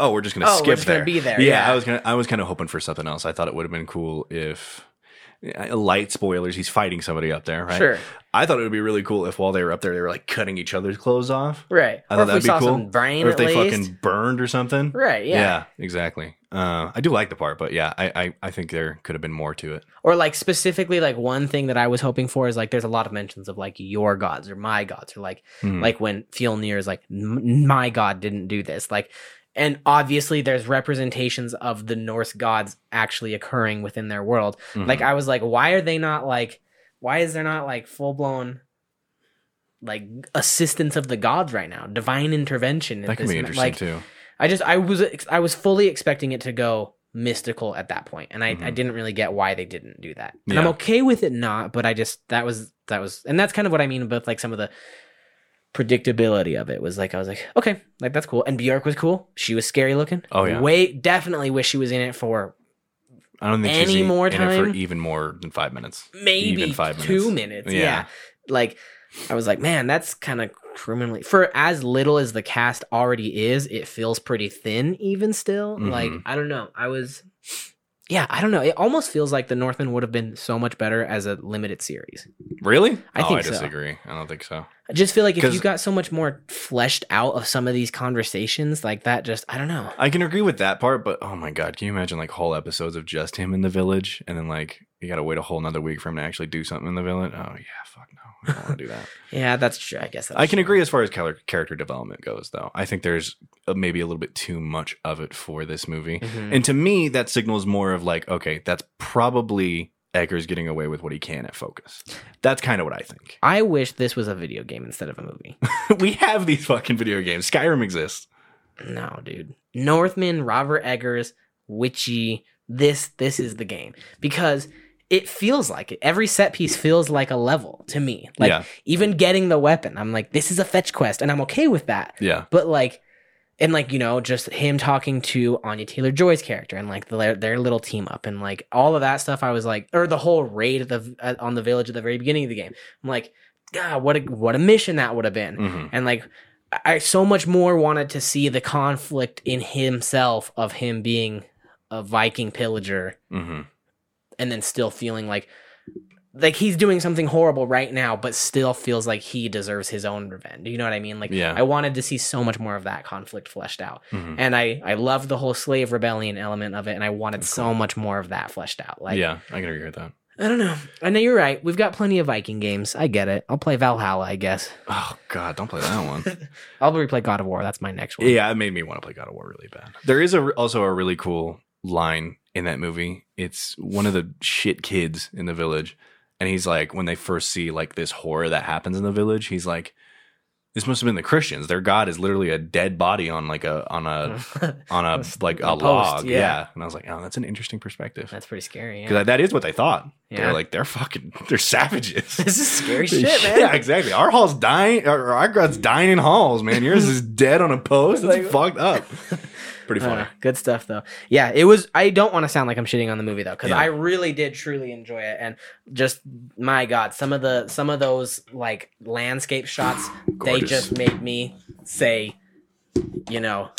S2: oh, we're just going to
S1: Oh, we're
S2: skip
S1: just
S2: there.
S1: gonna be there,
S2: Yeah,
S1: yeah.
S2: I was going to I was kind of hoping for something else. I thought it would have been cool if uh, light spoilers, he's fighting somebody up there, right?
S1: Sure,
S2: I thought it would be really cool if while they were up there, they were like cutting each other's clothes off,
S1: right.
S2: I
S1: or
S2: thought
S1: if we
S2: that'd be
S1: saw
S2: cool.
S1: some brain
S2: or if
S1: at
S2: they
S1: least.
S2: fucking burned or something.
S1: right, yeah.
S2: exactly. Uh, I do like the part, but yeah, I, I, I think there could have been more to it.
S1: or like specifically like one thing that I was hoping for is like there's a lot of mentions of like your gods or my gods or like
S2: Mhm.
S1: like when Fjolnir is like "M- my god didn't do this like and obviously there's representations of the Norse gods actually occurring within their world
S2: Mm-hmm. Hmm.
S1: like I was like why are they not like why is there not like full blown like assistance of the gods right now divine intervention in
S2: that could
S1: this
S2: be
S1: ma-
S2: interesting
S1: like
S2: too.
S1: I just I was ex- I was fully expecting it to go mystical at that point, and I, I
S2: Mhm.
S1: didn't really get why they didn't do that. And I'm
S2: Yeah.
S1: okay with it not, but I just that was that was, and that's kind of what I mean about like some of the predictability of it was like I was like okay, like that's cool. And Bjork was cool. She was scary looking.
S2: Oh, yeah.
S1: Wait, definitely wish she was in it for
S2: I don't think
S1: Any
S2: she's e-
S1: more
S2: in it for
S1: time?
S2: even more than five minutes.
S1: maybe
S2: Even five
S1: two minutes. Yeah.
S2: Yeah.
S1: Like I was like, man, that's kind of criminally for as little as the cast already is, it feels pretty thin even still. Like,
S2: Mhm.
S1: I don't know. I was yeah, I don't know. It almost feels like the Northman would have been so much better as a limited series.
S2: Really?
S1: I
S2: oh,
S1: think
S2: I
S1: so.
S2: disagree. I don't think so.
S1: I just feel like if
S2: 'Cause-
S1: you got so much more fleshed out of some of these conversations, like that just I don't know.
S2: I can agree with that part, but oh my god, can you imagine like whole episodes of just him in the village, and then like you got to wait a whole another week for him to actually do something in the village? Oh yeah, fuck no, I don't want to do that.
S1: Yeah, that's true. I guess that's
S2: I can
S1: true.
S2: agree as far as color- character development goes, though. I think there's uh, maybe a little bit too much of it for this movie,
S1: Mhm.
S2: and to me, that signals more of like, okay, that's probably Eggers getting away with what he can at Focus. That's kind of what I think.
S1: I wish this was a video game instead of a movie.
S2: we have these fucking video games. Skyrim exists.
S1: No, dude. Northman, Robert Eggers, Witchy. This this is the game because it feels like it. Every set piece feels like a level to me. Like
S2: Yeah.
S1: even getting the weapon, I'm like, this is a fetch quest, and I'm okay with that.
S2: Yeah.
S1: But like, and like you know, just him talking to Anya Taylor Joy's character and like their their little team up and like all of that stuff. I was like, or the whole raid at the at, on the village at the very beginning of the game. I'm like, God, what a what a mission that would have been
S2: hmm
S1: and like I so much more wanted to see the conflict in himself of him being a Viking pillager
S2: hmm
S1: and then still feeling like like he's doing something horrible right now, but still feels like he deserves his own revenge. You know what I mean? Like
S2: Yeah.
S1: I wanted to see so much more of that conflict fleshed out.
S2: Mhm.
S1: And I I loved the whole slave rebellion element of it and I wanted
S2: That's
S1: so much more of that fleshed out. Like
S2: yeah, I can agree with that.
S1: I don't know. I know you're right. We've got plenty of Viking games. I get it. I'll play Valhalla, I guess.
S2: Oh God, don't play that one.
S1: I'll replay God of War. That's my next one.
S2: yeah, it made me want to play God of War really bad. There is a also a really cool line in that movie. It's one of the shit kids in the village, and he's like, when they first see like this horror that happens in the village, he's like, "This must have been the Christians. Their god is literally a dead body on like a on a on a like a,
S1: a post,
S2: log."
S1: yeah.
S2: Yeah. and I was like, "Oh, that's an interesting perspective."
S1: That's pretty scary.
S2: Because
S1: Yeah.
S2: that is what they thought.
S1: Yeah.
S2: They're like, they're fucking, they're savages.
S1: this is scary shit, man.
S2: Yeah, exactly. Our hall's dying. Our, our god's dying in halls, man. Yours is dead on a post. That's fucked up. Uh, Pretty
S1: I don't
S2: funny.
S1: know. Uh, good stuff though. Yeah, it was. I don't want to sound like I'm shitting on the movie though, because
S2: Yeah.
S1: I really did truly enjoy it, and just my god, some of the some of those like landscape shots, they
S2: Gorgeous.
S1: just made me say, you know,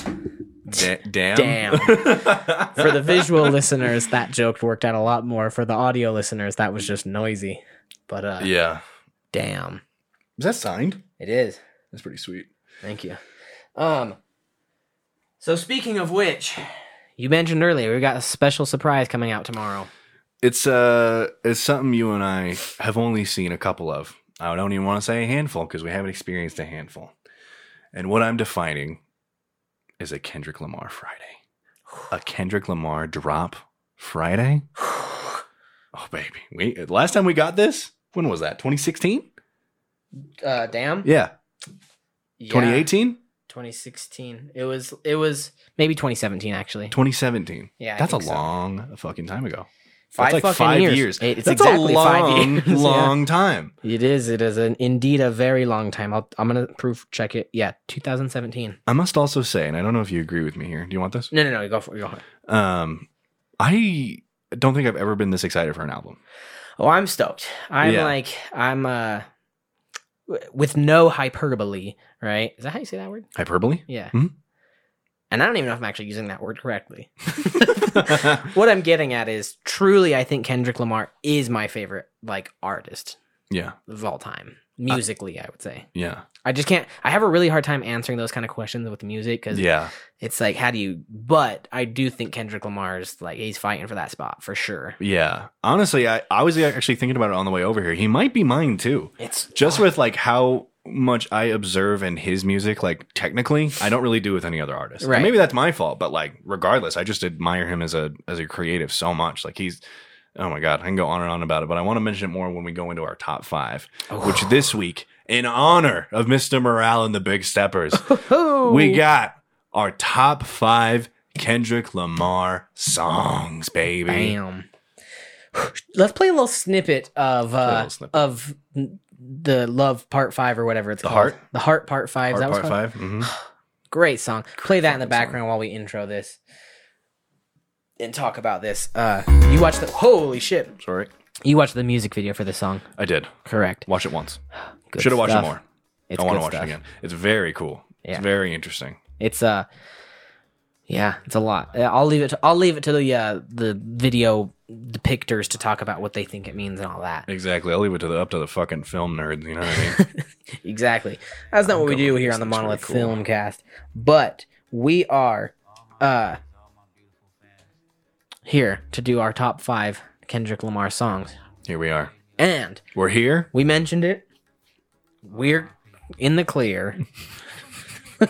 S2: Da- damn.
S1: Damn. for the visual listeners, that joke worked out a lot more. For the audio listeners, that was just noisy. But uh,
S2: yeah.
S1: damn,
S2: Is that signed?
S1: it is.
S2: That's pretty sweet.
S1: Thank you. Um. So speaking of which, you mentioned earlier we got a special surprise coming out tomorrow.
S2: It's uh, it's something you and I have only seen a couple of. I don't even want to say a handful because we haven't experienced a handful. And what I'm defining is a Kendrick Lamar Friday, a Kendrick Lamar drop Friday. Oh baby, we last time we got this. When was that? 2016?
S1: Uh, damn.
S2: Yeah,
S1: Yeah.
S2: 2018,
S1: 2016. It was. It was maybe 2017 actually.
S2: 2017.
S1: Yeah, I
S2: that's a
S1: think so.
S2: long fucking time ago.
S1: Five
S2: that's
S1: fucking
S2: like five
S1: years.
S2: years.
S1: It- it's
S2: that's
S1: exactly
S2: a long,
S1: five years, yeah.
S2: long time.
S1: It is. It is an indeed a very long time. I'll, I'm gonna proof check it. Yeah, 2017.
S2: I must also say, and I don't know if you agree with me here. Do you want this?
S1: No, no, no. Go for it. Go for it.
S2: Um, I don't think I've ever been this excited for an album.
S1: Oh, I'm stoked. I'm
S2: Yeah.
S1: like I'm uh w- with no hyperbole. Right? Is that how you say that word?
S2: Hyperbole.
S1: Yeah.
S2: Hmm?
S1: And I don't even know if I'm actually using that word correctly. what I'm getting at is truly, I think Kendrick Lamar is my favorite like artist
S2: yeah,
S1: of all
S2: Uh,
S1: time, musically. I would say
S2: yeah,
S1: I just can't. I have a really hard time answering those kind of questions with music because
S2: yeah.
S1: it's like, how do you? But I do think Kendrick Lamar's like he's fighting for that spot for sure.
S2: Yeah. Honestly, I, I was actually thinking about it on the way over here. He might be mine too.
S1: It's
S2: Just with like how much I observe in his music, like technically, I don't really do with any other artist. And
S1: Right.
S2: Maybe that's my fault, but like regardless, I just admire him as a as a creative so much. Like he's oh my god, I can go on and on about it, but I want to mention it more when we go into our top five,
S1: Oh.
S2: which
S1: Oh.
S2: this week, in honor of Mr. Morale and the Big Steppers, we got our top five Kendrick Lamar songs, baby.
S1: Bam. Let's play a little snippet of
S2: a
S1: uh,
S2: little snippet.
S1: of the love part five or whatever it's
S2: The
S1: called.
S2: Heart?
S1: The heart part five. is
S2: Our
S1: that what it's
S2: part
S1: called?
S2: 5 Mm-hmm.
S1: Great song. Play that in the
S2: fucking song.
S1: background while we intro this and talk about this. Uh, you watch the holy shit.
S2: Sorry,
S1: You watched the music video for this song.
S2: I did
S1: Correct.
S2: watch it once.
S1: Good
S2: Should have watched it
S1: stuff.
S2: more.
S1: It's
S2: I want
S1: good
S2: to watch
S1: stuff.
S2: it again. It's very cool.
S1: Yeah.
S2: It's very interesting.
S1: It's uh yeah, it's a lot. Uh, I'll leave it. To, I'll leave it to the uh, the video depictors to talk about what they think it means and all that.
S2: Exactly. I'll leave it to the up to the fucking film nerds. You know what I mean?
S1: Exactly. That's not what we
S2: Oh, good
S1: do
S2: with
S1: here
S2: this.
S1: on the
S2: That's really
S1: Monolith
S2: cool.
S1: Film Cast, but we are uh here to do our top five Kendrick Lamar songs,
S2: Here we are.
S1: and
S2: We're here.
S1: we mentioned it. We're in the clear.
S2: Oh,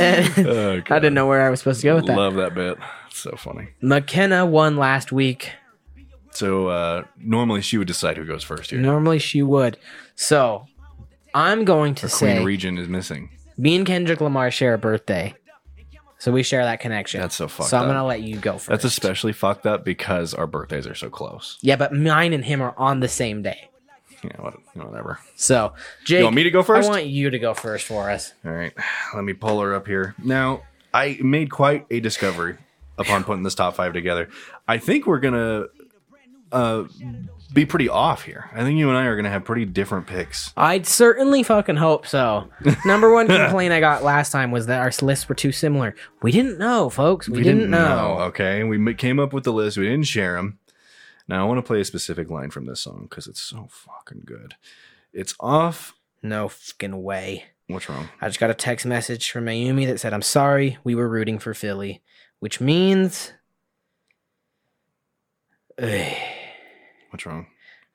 S1: I didn't know where I was supposed to go with that.
S2: Love that bit. It's so funny.
S1: McKenna won last week.
S2: So uh, normally she would decide who goes first here.
S1: Normally she would. So I'm going to say
S2: Queen Regent is missing.
S1: me and Kendrick Lamar share a birthday. So we share that connection.
S2: That's so fucked
S1: So I'm
S2: up.
S1: gonna let you go first.
S2: That's especially fucked up because our birthdays are so close.
S1: yeah, but mine and him are on the same day.
S2: Yeah, what, whatever.
S1: So Jake,
S2: want me to go first?
S1: I want you to go first for us.
S2: All right, let me pull her up here. Now, I made quite a discovery upon putting this top five together. I think we're gonna uh, be pretty off here. I think you and I are gonna have pretty different picks.
S1: I'd certainly fucking hope so. Number one complaint I got last time was that our lists were too similar. We didn't know, folks. We, didn't, know.
S2: Okay, we ma- came up with the list. We didn't share them. Now I want to play a specific line from this song because it's so fucking good. It's off.
S1: No fucking way.
S2: What's wrong?
S1: I just got a text message from Mayumi that said, I'm sorry, we were rooting for Philly, which means Ugh.
S2: What's wrong?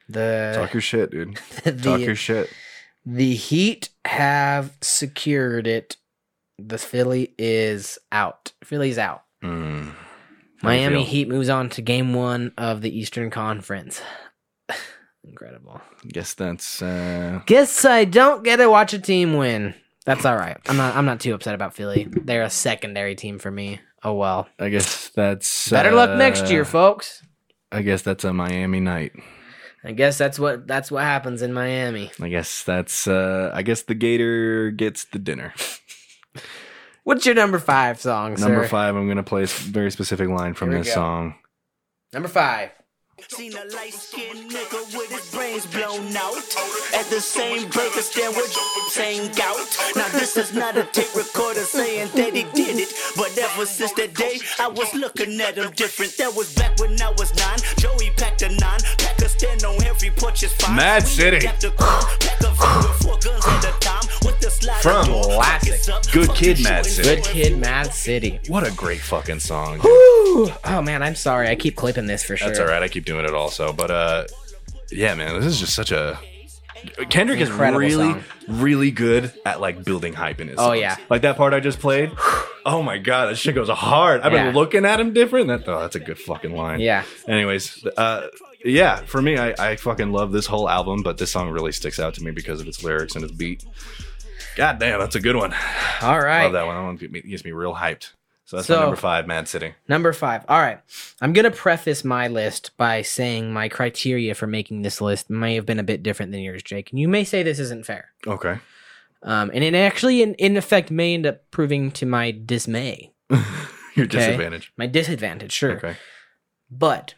S1: the
S2: Talk your shit, dude. Talk your
S1: Uh, the,
S2: shit.
S1: the Heat have secured it. The Philly is out. Philly's out.
S2: Mm. How do you
S1: Miami
S2: feel?
S1: Heat moves on to game one of the Eastern Conference. Incredible.
S2: Guess that's uh,
S1: Guess I don't get to watch a team win. That's all right. I'm not. I'm not too upset about Philly. They're a secondary team for me. Oh well.
S2: I guess that's
S1: Better luck next year,
S2: uh,
S1: folks.
S2: I guess that's a Miami night.
S1: I guess that's what that's what happens in Miami.
S2: I guess that's uh, I guess the Gator gets the dinner.
S1: What's your number five song, sir?
S2: Number five, I'm gonna play a s- very specific line from
S1: Here we
S2: this
S1: go.
S2: song.
S1: Number five.
S6: Seen a light skinned nigga with his brains blown out. At the same burger stand with saying out. Now this is not a tape recorder saying that he did it. But ever since that day, I was looking at him different. That was back when I was nine. Joey packed a nine. Pack a stand on every porch is fine.
S2: Mad
S6: We
S2: City.
S6: adapt a crime. Pack a van with four guns at a time. With the slide
S2: From
S6: door. Fuck
S1: Classic.
S6: it's up.
S2: Good
S6: Fuck
S2: Kid,
S6: you,
S2: Mad
S6: you
S2: City.
S1: Good
S6: enjoy
S1: Kid, Mad City.
S2: What a great fucking song! dude.
S1: Woo! Oh man, I'm sorry. I keep clipping this for sure.
S2: That's all right. I keep doing it also, but uh, yeah, man, this is just such a Kendrick is
S1: Incredible
S2: really,
S1: song.
S2: really good at like building hype in his.
S1: Oh,
S2: songs.
S1: yeah.
S2: like that part I just played. Oh my god, that shit goes hard. I've
S1: Yeah.
S2: been looking at him different. That oh, that's a good fucking line.
S1: Yeah.
S2: Anyways, uh, yeah, for me, I, I fucking love this whole album, but this song really sticks out to me because of its lyrics and its beat. God damn, that's a good one.
S1: All right.
S2: Love that one. That one get me- gets me real hyped. So that's
S1: So-
S2: my number five, Mad City.
S1: Number five. All right. I'm going to preface my list by saying my criteria for making this list may have been a bit different than yours, Jake. And you may say this isn't fair.
S2: Okay.
S1: Um, and it actually, in, in effect, may end up proving to my dismay,
S2: Your
S1: Okay.
S2: disadvantage.
S1: my disadvantage, sure.
S2: Okay.
S1: But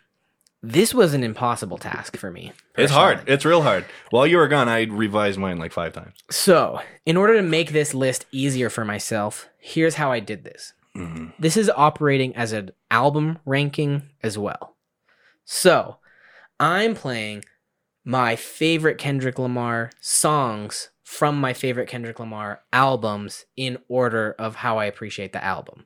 S1: this was an impossible task for me.
S2: It's hard.
S1: personally.
S2: It's real hard. While you were gone, I revised mine like five times.
S1: So, in order to make this list easier for myself, here's how I did this. This is operating as an album ranking as well. So, I'm playing my favorite Kendrick Lamar songs from my favorite Kendrick Lamar albums in order of how I appreciate the album.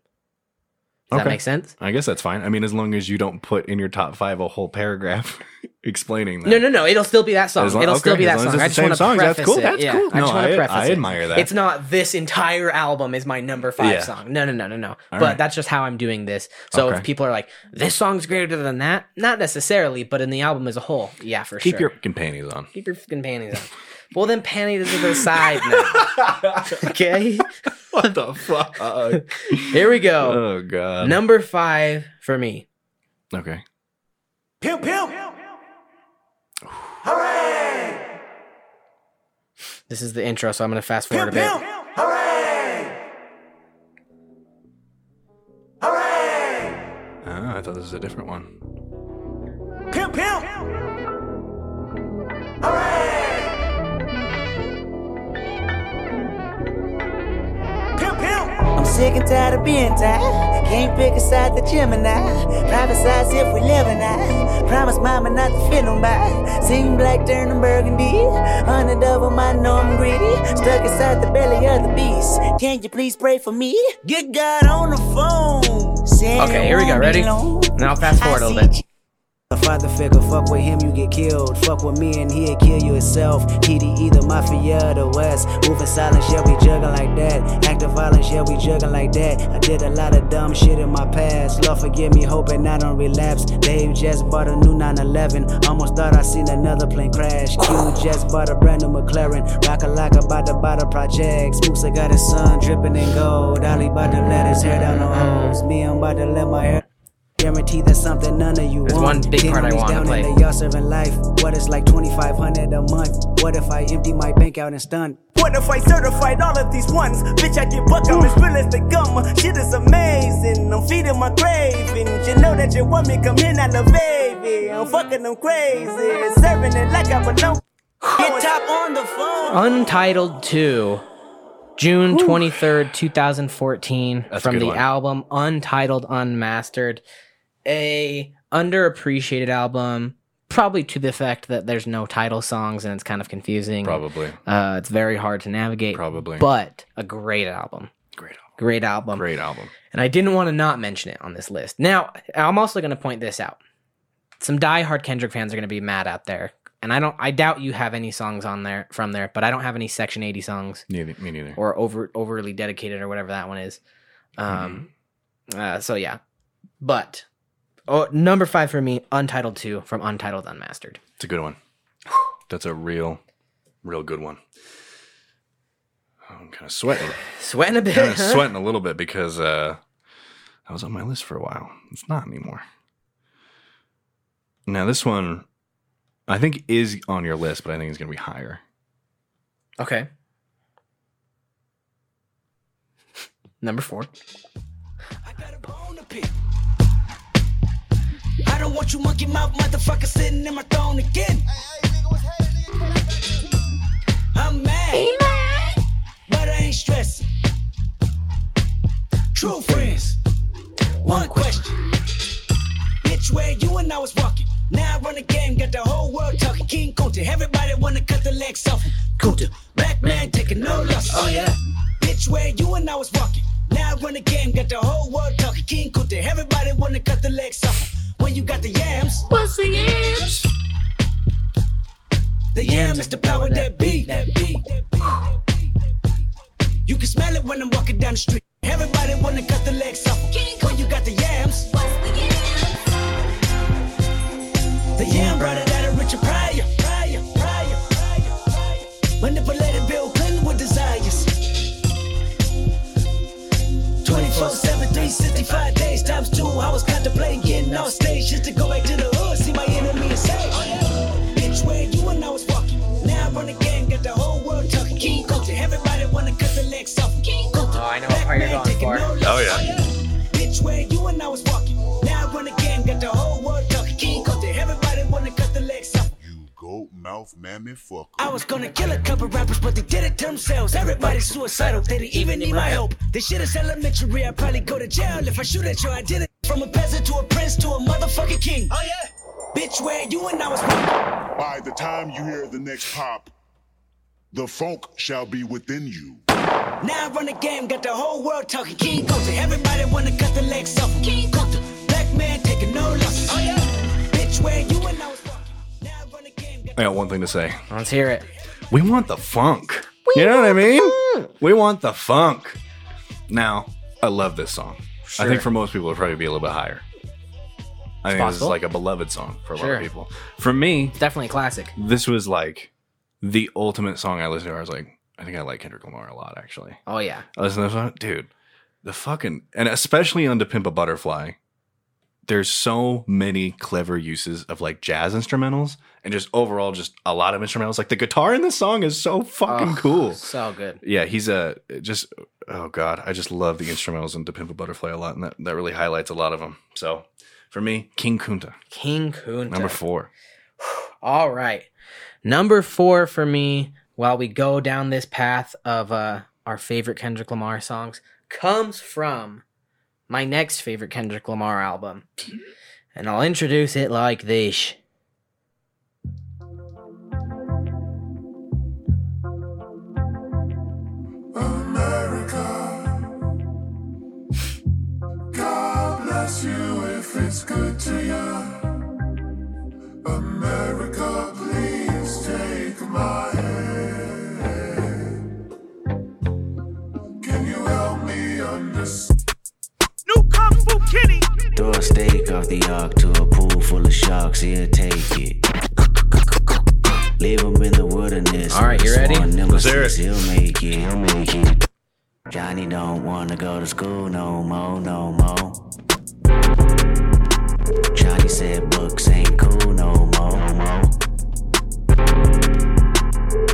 S1: Does that
S2: Okay.
S1: make sense?
S2: I guess that's fine. I mean, as long as you don't put in your top five a whole paragraph explaining that.
S1: No, no, no. It'll still be that song.
S2: As long-
S1: It'll still
S2: okay,
S1: be that
S2: as long as
S1: song. I
S2: it's
S1: just
S2: the
S1: want to
S2: same songs,
S1: preface
S2: that's cool,
S1: it.
S2: that's
S1: yeah,
S2: cool.
S1: I just
S2: No,
S1: want
S2: I-
S1: to preface
S2: I
S1: it.
S2: admire that.
S1: It's not this entire album is my number five
S2: Yeah.
S1: song. No, no, no, no, no. but
S2: right.
S1: that's just how I'm doing this. So if
S2: Okay.
S1: people are like, "This song's greater than that," not necessarily, but in the album as a whole, yeah, for
S2: Keep
S1: sure.
S2: your fucking panties on.
S1: keep your fucking panties on. Well, then Penny to the side now. okay.
S2: what the fuck?
S1: Here we go.
S2: oh god.
S1: Number five for me.
S2: Okay.
S6: Pimp, pimp.
S1: This is the intro, so I'm gonna fast forward a bit.
S2: Oh, I thought this was a different one.
S6: Pimp, pimp. I'm sick and tired of being tired. Can't pick a side that Gemini. Prophesize if we live and I. Promise mama not to fit on by. Sing black, turn and burgundy. Hundred of 'em, I know I'm greedy. Stuck inside the belly of the beast. Can you please pray for me? Get God on the phone. Said
S1: Okay,
S6: it
S1: here we go.
S6: won't be
S1: Ready?
S6: long.
S1: Now I'll fast forward a
S6: I
S1: little bit.
S6: see
S7: A father figure, fuck with him, you get killed. Fuck with me and he'll kill you itself. TD either mafia or the west. Moving silence, yeah, we juggling like that. Act of violence, yeah, we juggling like that. I did a lot of dumb shit in my past. Lord forgive me, hoping I don't relapse. Dave just bought a new 911. Almost thought I seen another plane crash. Q just bought a brand new McLaren. Rock a lock about to buy the projects. Moosa got his son dripping in gold. Ollie about to let his hair down on hoes. Me, I'm about to let my hair. Guarantee that's something none of you
S1: There's
S7: want.
S1: one big
S7: Ten
S1: part I
S7: homies
S1: wanna
S7: down
S1: play.
S7: and they all serving life. What it's like 2,500 a month. What if I empty my bank out and stun?
S6: What if I certified all of these ones? Bitch, I get buck, I'm as real as the gum. Shit is amazing, I'm feeding my cravings. You know that you want me, come here now, little baby. I'm fucking them crazy, serving it like I belong. Get top on the phone.
S1: Untitled 2, June 23rd, 2014,
S2: That's a
S1: from
S2: good
S1: the
S2: one.
S1: album Untitled Unmastered. A underappreciated album, probably to the effect that there's no title songs and it's kind of confusing.
S2: Probably.
S1: Uh, it's very hard to navigate.
S2: Probably.
S1: But a great album.
S2: Great album.
S1: Great album.
S2: Great album.
S1: And I didn't want to not mention it on this list. Now, I'm also going to point this out. Some diehard Kendrick fans are going to be mad out there. And I don't I doubt you have any songs on there from there, but I don't have any section 80 songs
S2: Neither, me neither.
S1: or over overly dedicated or whatever that one is. Um uh, so yeah. But oh, number 5 for me, Untitled 2 from Untitled Unmastered.
S2: It's a good one. That's a real, real good one. I'm kind of sweating.
S1: Sweating a bit.
S2: kind of
S1: huh?
S2: sweating a little bit because uh, I was on my list for a while. It's not anymore. Now this one, I think is on your list, but I think it's gonna be higher.
S1: Okay. Number 4.
S6: I got a bone to pick. I don't want you monkey mouth motherfucker sitting in my throne again. I'm mad, but I ain't stressing. True friends, one question. Bitch, where you and I was walking. Now I run a game, got the whole world talking. King Kunta, everybody wanna cut the legs off him. Kunta, black man taking no losses. Oh yeah. Bitch, where you and I was walking. Now I run a game, got the whole world talking. King Kunta, everybody wanna cut the legs off him. When you got the yams, what's the yams? The yam is the power that beat. That beat. You can smell it when I'm walking down the street. Everybody wanna cut the legs off. 'em. When you got the yams. The yam brought it out of Richard Pryor. Pryor, Pryor, Pryor, Pryor. Manipulated Bill Clinton with desires. 24 7, 365 days times two. I was contemplating getting off stage just to go back to the hood, see my enemy and say, Bitch, where you and I was walking. Now I run again, got the whole world talking. King culture, everybody wanna cut the legs off. King culture,
S1: Oh, I know what part you're going for.
S6: Oh, yeah. Bitch, where you and I was walking. Now I run again, got the whole world talking. King culture, everybody wanna cut the legs off.
S3: You goat mouth mammy fucker.
S6: I was gonna kill a couple rappers, but they did it to themselves. Everybody's suicidal, they didn't even need my help. This shit is elementary, I'd probably go to jail if I shoot at you. I did it from a peasant to a prince to a motherfucking king. Oh yeah, bitch, where you and I was walking.
S3: By the time you hear the next pop, the funk shall be within you.
S6: Now I run the game, got the whole world talking. King culture, everybody wanna cut the legs off. King culture, black man taking no losses. Oh yeah, bitch, where you and I was walking. Now I run the game, got
S2: I got one thing to say.
S1: Let's hear it.
S2: We want the funk. you know what I mean? We want the funk. Now, I love this song. I
S1: Sure.
S2: think for most people, it'd probably be a little bit higher. I think this is
S1: possible.
S2: like a beloved song for a lot
S1: Sure.
S2: of people. For me,
S1: Definitely a classic.
S2: this was like the ultimate song I listened to. I was like, I think I like Kendrick Lamar a lot, actually.
S1: Oh yeah.
S2: I listen to this song, dude. The fucking and especially on "To Pimp a Butterfly," there's so many clever uses of like jazz instrumentals and just overall just a lot of instrumentals. Like the guitar in this song is so fucking
S1: Oh,
S2: cool.
S1: So good.
S2: Yeah, he's a just oh god, I just love the instrumentals in "To Pimp a Butterfly" a lot, and that that really highlights a lot of them. So for me, King Kunta,
S1: King Kunta.
S2: number four.
S1: All right. Number four for me, while we go down this path of uh, our favorite Kendrick Lamar songs, comes from my next favorite Kendrick Lamar album. And I'll introduce it like this.
S8: God bless you if it's good to you. America, please take my hand. Can you help me understand?
S7: Throw a steak off the ark to a pool full of sharks, he'll take it. Leave him in the wilderness.
S1: All right, you ready?
S7: Sworn
S2: Let's hear
S7: nemesis,
S2: it.
S7: He'll make it. He'll make it. Johnny don't wanna go to school no more, no more. Johnny said books ain't cool no more, no more.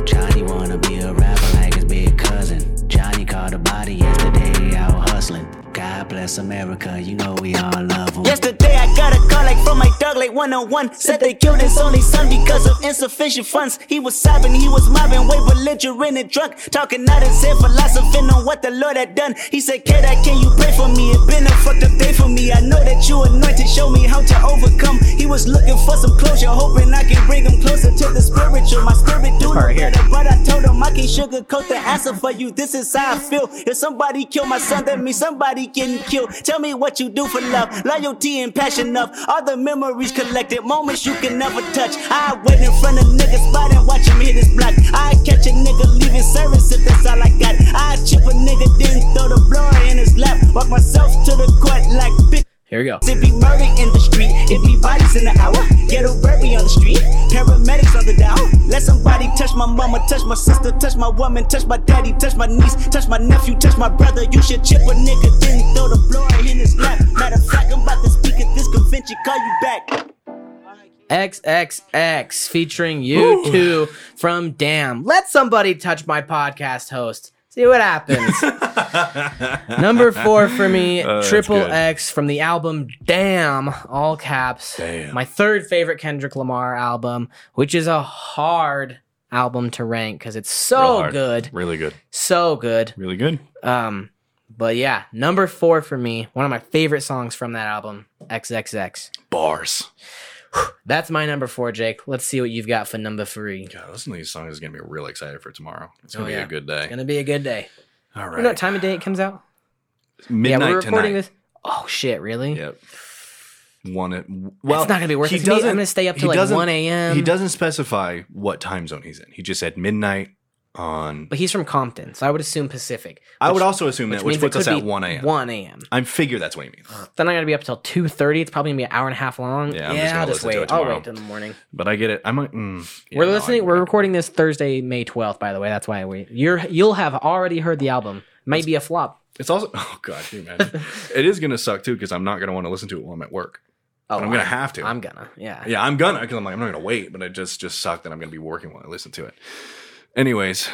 S7: Johnny wanna be a rapper like his big cousin. Johnny caught a body yesterday out hustling. God bless America, you know we all love him.
S6: Yesterday I got a call like from my dog like 101 Said they killed his only son because of insufficient funds He was sobbing, he was mobbing, way belligerent and drunk Talking out his head, philosophizing on what the Lord had done He said, "Kid, I can you pray for me? It been a fucked up day for me I know that you anointed, show me how to overcome He was looking for some closure, hoping I can bring him closer to the spiritual My spirit do know better, but I told him I can't sugarcoat the answer for you This is how I feel, if somebody killed my son, that means somebody getting killed Tell me what you do for love, loyalty and passion enough. All the memories collected, moments you can never touch. I wait in front of niggas, spot and watch him hit his block. I catch a nigga leaving service if that's all I got. I chip a nigga, then throw the blower in his lap. Walk myself to the court like bitch.
S1: Here we go.
S6: It be murder in the street. It be bodies in the hour. Ghetto burpee on the street. Paramedics on the dial. Let somebody touch my mama, touch my sister, touch my woman, touch my daddy, touch my niece, touch my nephew, touch my brother. You should chip a nigga, then throw the blower in his lap. Matter of fact, I'm about to speak at this convention. Call you back.
S1: XXX featuring you two from Damn. Let somebody touch my podcast host. See what happens. Number four for me,
S2: Oh, that's
S1: Triple
S2: good.
S1: X from the album Damn, all caps.
S2: Damn.
S1: My third favorite Kendrick Lamar album, which is a hard album to rank because it's
S2: Real
S1: so
S2: hard.
S1: good.
S2: really good,
S1: So good.
S2: really good.
S1: Um, but yeah, number four for me, one of my favorite songs from that album, XXX.
S2: Bars.
S1: That's my number four, Jake. Let's see what you've got for number three.
S2: God, listening to these songs is gonna be real excited for tomorrow. It's
S1: Oh,
S2: gonna be
S1: yeah.
S2: a good day.
S1: Gonna be a good day.
S2: All
S1: You know what
S2: right,
S1: time of day it comes out?
S2: midnight
S1: yeah, we're recording
S2: tonight.
S1: this. Oh shit, really?
S2: Yep. One. It, well,
S1: it's not gonna be worth
S2: he
S1: it. To me. I'm
S2: doesn't-
S1: gonna stay up
S2: he
S1: till like
S2: doesn't-
S1: one a.m.
S2: He doesn't specify what time zone he's in. He just said midnight on.
S1: but he's from Compton, so I would assume Pacific.
S2: I
S1: which-
S2: would also assume that, which
S1: means it
S2: puts us
S1: could
S2: at
S1: be
S2: one a.m.
S1: One a.m.
S2: I figure that's what he means.
S1: Then I gotta be up till two thirty. It's probably gonna be an hour and a half long. Yeah,
S2: Yeah, I'm just gonna
S1: I'll just
S2: listen to
S1: wait.
S2: it
S1: I'll
S2: tomorrow.
S1: wait till the morning.
S2: But I get it. I might. Mm, yeah,
S1: we're
S2: no, I
S1: listening.
S2: get
S1: we're
S2: it.
S1: recording this Thursday, May twelfth. By the way, that's why we. You're you'll have already heard the album. Might be a flop.
S2: It's also. Oh god, can you imagine? it is gonna suck too because I'm not gonna want to listen to it while I'm at work.
S1: Oh,
S2: I'm gonna have to.
S1: I'm gonna. Yeah.
S2: Yeah, I'm gonna because I'm like I'm not gonna wait, but it just just sucked that I'm gonna be working while I listen to it. Anyways,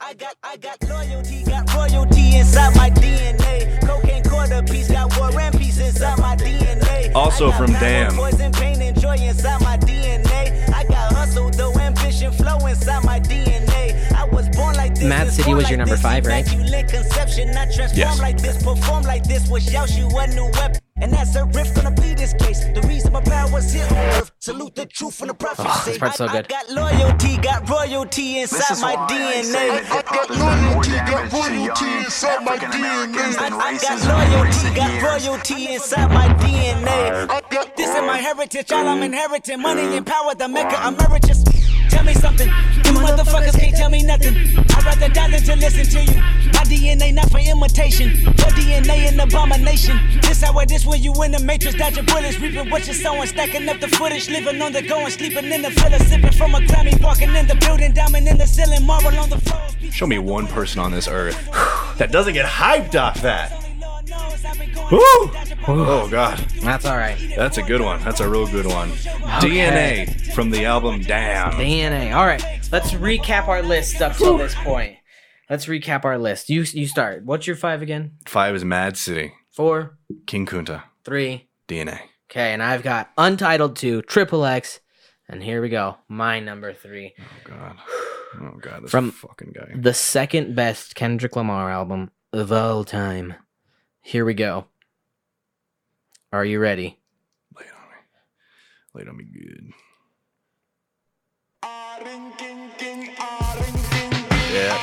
S6: I got, I got loyalty, got royalty inside my DNA. Cocaine quarter piece, got war and peace inside my DNA.
S2: Also
S6: I got
S2: from
S6: power,
S2: Damn.
S6: Poison, pain, and joy inside my DNA. I got hustle, though ambition, flow inside my DNA. I was born like this.
S1: Mad
S6: is
S1: City
S6: born
S1: was your number
S6: this,
S1: five, right?
S6: immaculate conception, I transform
S2: Yes.
S6: like this, perform like this, was Yoshi a new weapon. And that's a riff from the bleeders case. The reason my power's here on earth. Salute the truth from the prophecy.
S1: Oh, this part's so
S6: I-
S1: good.
S6: I got loyalty, got royalty inside my DNA.
S8: I got loyalty, got royalty inside my DNA.
S6: I, I got loyalty, got royalty inside my DNA.
S8: I got
S6: This is my heritage, all I'm inheriting. Money and power, the mecca emeritus. Tell me something, you motherfuckers can't tell me nothing. I'd rather die than to listen to you. My DNA not for imitation, your DNA in
S9: an abomination. This how it is when you in the matrix, dodging bullets, reaping what you're sowing, stacking up the footage, living on the go and sleeping in the villa, sipping from a Grammy, walking in the building, diamond in the ceiling, marble on the floor.
S2: Show me one person on this earth.
S10: That doesn't get hyped off that.
S2: Woo! Oh God,
S1: That's all right.
S2: that's a good one. That's a real good one. DNA from the album Damn.
S1: DNA. All right. Let's recap our list up till this point. Let's recap our list. You you start. What's your five again?
S2: Five is Mad City.
S1: Four,
S2: King Kunta.
S1: three.
S2: DNA.
S1: Okay, and I've got Untitled Two, Triple X, and here we go. My number three,
S2: Oh God. Oh God. This
S1: From-
S2: fucking guy.
S1: the second best Kendrick Lamar album of all time. Here we go. Are you ready?
S2: Lay it on me. Lay it on me good. Yeah.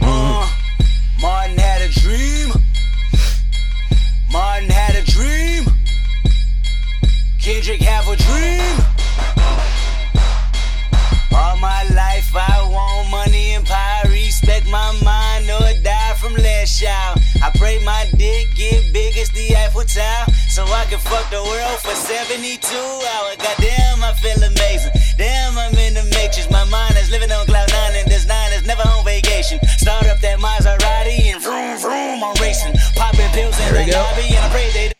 S6: Uh, Martin had a dream. Martin had a dream. Kendrick have a dream. All my life I want money and power. Respect my mind or die from less child. I pray my dick get big as the Eiffel Tower. So I can fuck the world for 72 hours. Goddamn, I feel amazing. Damn, I'm in the matrix. My mind is living on cloud nine and this nine is never on vacation. Start up that Maserati and vroom vroom, I'm racing. Popping pills in the lobby and I pray they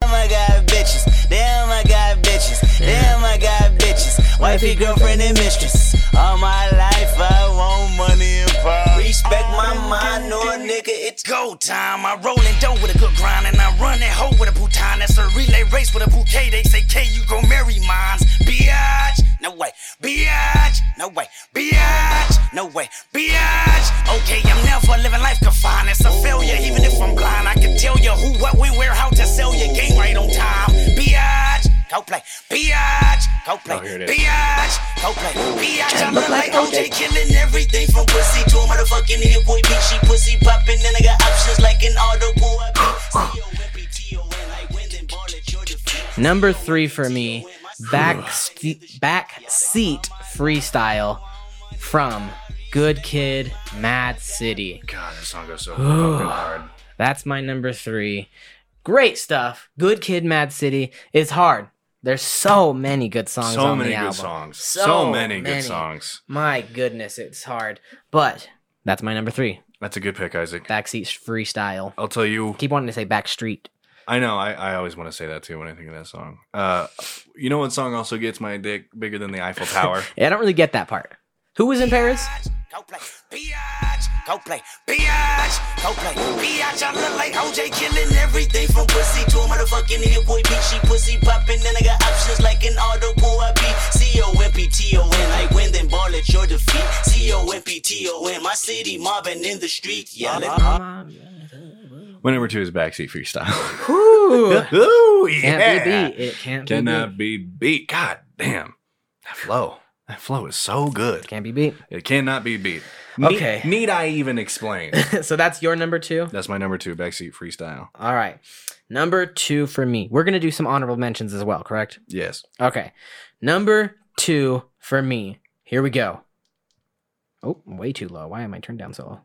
S6: Damn, I got bitches. Damn, I got bitches. Damn, I got bitches. Wifey, girlfriend, and mistress. All my life, I want money and power. Respect my mind, no nigga, it's go time. I rollin' dough with a good grind, and I run that hoe with a bouton. That's a relay race with a bouquet. They say, K, you go marry mines. Biatch, no way. Biatch, no way. Biatch, no way. Biatch, okay, I'm never living life confined. It's a failure, even if I'm blind. I can tell you who, what, when, where, how to sell your game right on time. Biatch, go play. Biatch, go play.
S2: Oh, here it is.
S6: Biatch, go play. Biatch, I'm real like OJ, killing everything from pussy to a motherfucking hit boy. Beat she pussy popping, and I got options like an audible. I beat C-O-M-P-T-O-N, like wind and ball at your defeat.
S1: Number three for me, back st- back seat freestyle from Good Kid, Mad City.
S2: God, that song goes so fucking hard.
S1: That's my number three. Great stuff. Good Kid, Mad City. It's hard. There's so many good songs.
S2: So
S1: on
S2: many
S1: the
S2: good
S1: album.
S2: songs.
S1: So
S2: So, many,
S1: many.
S2: good songs.
S1: My goodness, it's hard. But that's my number three.
S2: That's a good pick, Isaac.
S1: Backseat freestyle.
S2: I'll tell you.
S1: Keep wanting to say backstreet.
S2: I know. I, I always want to say that too when I think of that song. Uh, you know what song also gets my dick bigger than the Eiffel Tower?
S1: I don't really get that part. Who was in Paris?
S6: Go play, biatch. Go play, biatch. Go play, biatch. I look like OJ killing everything from pussy to a motherfucking hit boy. Beat she pussy popping, and I got options like an audible. I beat C O M P T O N. Like wind and ball at your defeat. C O M P T O N. My city mobbing in the street yelling.
S2: My number two is Backseat Freestyle.
S1: Ooh,
S2: Ooh, yeah.
S1: can't be beat. It can't be beat.
S2: Cannot be beat. God damn. That flow. That flow is so good.
S1: Can't be beat.
S2: It cannot be beat.
S1: Okay.
S2: Need, need I even explain?
S1: so that's your number two.
S2: That's my number two, Backseat Freestyle.
S1: All right. Number two for me. We're gonna do some honorable mentions as well, correct?
S2: Yes.
S1: Okay. Number two for me. Here we go. Oh, way too low. Why am I turned down so low?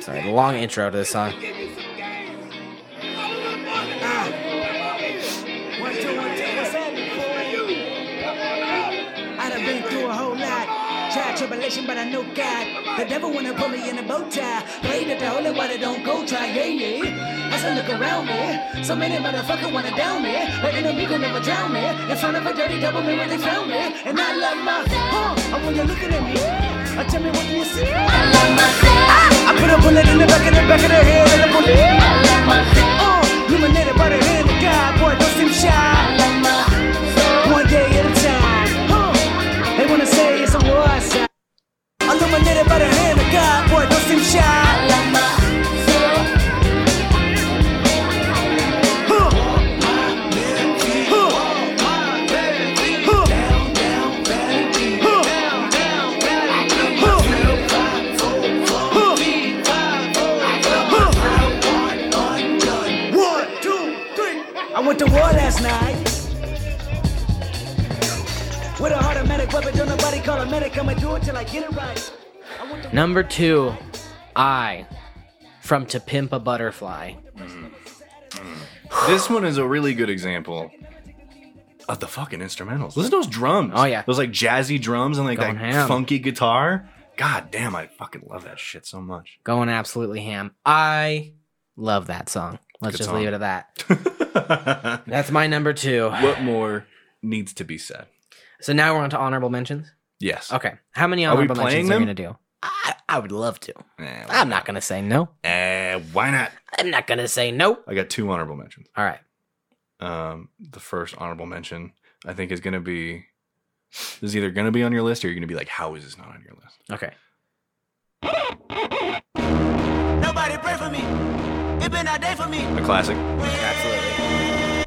S1: Sorry, long intro to this song.
S9: One, two, one, two, what's happening, boy? I done been through a whole lot. Tried tribulation, but I know God. The devil wanna put me in a bow tie. Pray that the holy water don't go dry, yeah, yeah. I said, look around me. So many motherfuckers wanna down me. But enemy gon' never drown me. In front of a dirty double mirror, they found me. And I love my, huh? And when you're looking at me, uh, tell me what do you see? I love myself. I put a bullet in the back of the back of the head and a bullet. I love myself. Uh, illuminated by the hand of God, boy, don't seem shy. I love myself. One day at a time. Huh? They wanna say it's a war sign. Illuminated by the hand of God, boy, don't seem shy. I love myself. Huh. Huh. Huh. Huh. Huh. Huh.
S11: the war last night. With a hard automatic weapon, don't nobody call a medic. I'ma do it till I get it right.
S1: Number two, I from To Pimp a Butterfly.
S2: This one is a really good example of the fucking instrumentals. Listen to those drums.
S1: Oh, yeah.
S2: those like jazzy drums and like
S1: Going
S2: that
S1: ham.
S2: funky guitar. God damn, I fucking love that shit so much.
S1: Going absolutely ham. I love that song. Let's
S2: Good
S1: just
S2: song.
S1: leave it at that. That's my number two.
S2: What more needs to be said?
S1: So now we're on to honorable mentions.
S2: Yes.
S1: Okay. How many
S2: Are we
S1: honorable
S2: playing
S1: mentions are we
S2: them?
S1: going to do? I, I would love to.
S2: Eh, why
S1: I'm not going to say no.
S2: Eh, why not?
S1: I'm not going to say no.
S2: I got two honorable mentions.
S1: All right.
S2: Um, the first honorable mention I think is gonna be this is either gonna be on your list or you're gonna be like, how is this not on your list?
S1: Okay.
S9: Nobody pray for me. It been a day for me.
S2: A classic.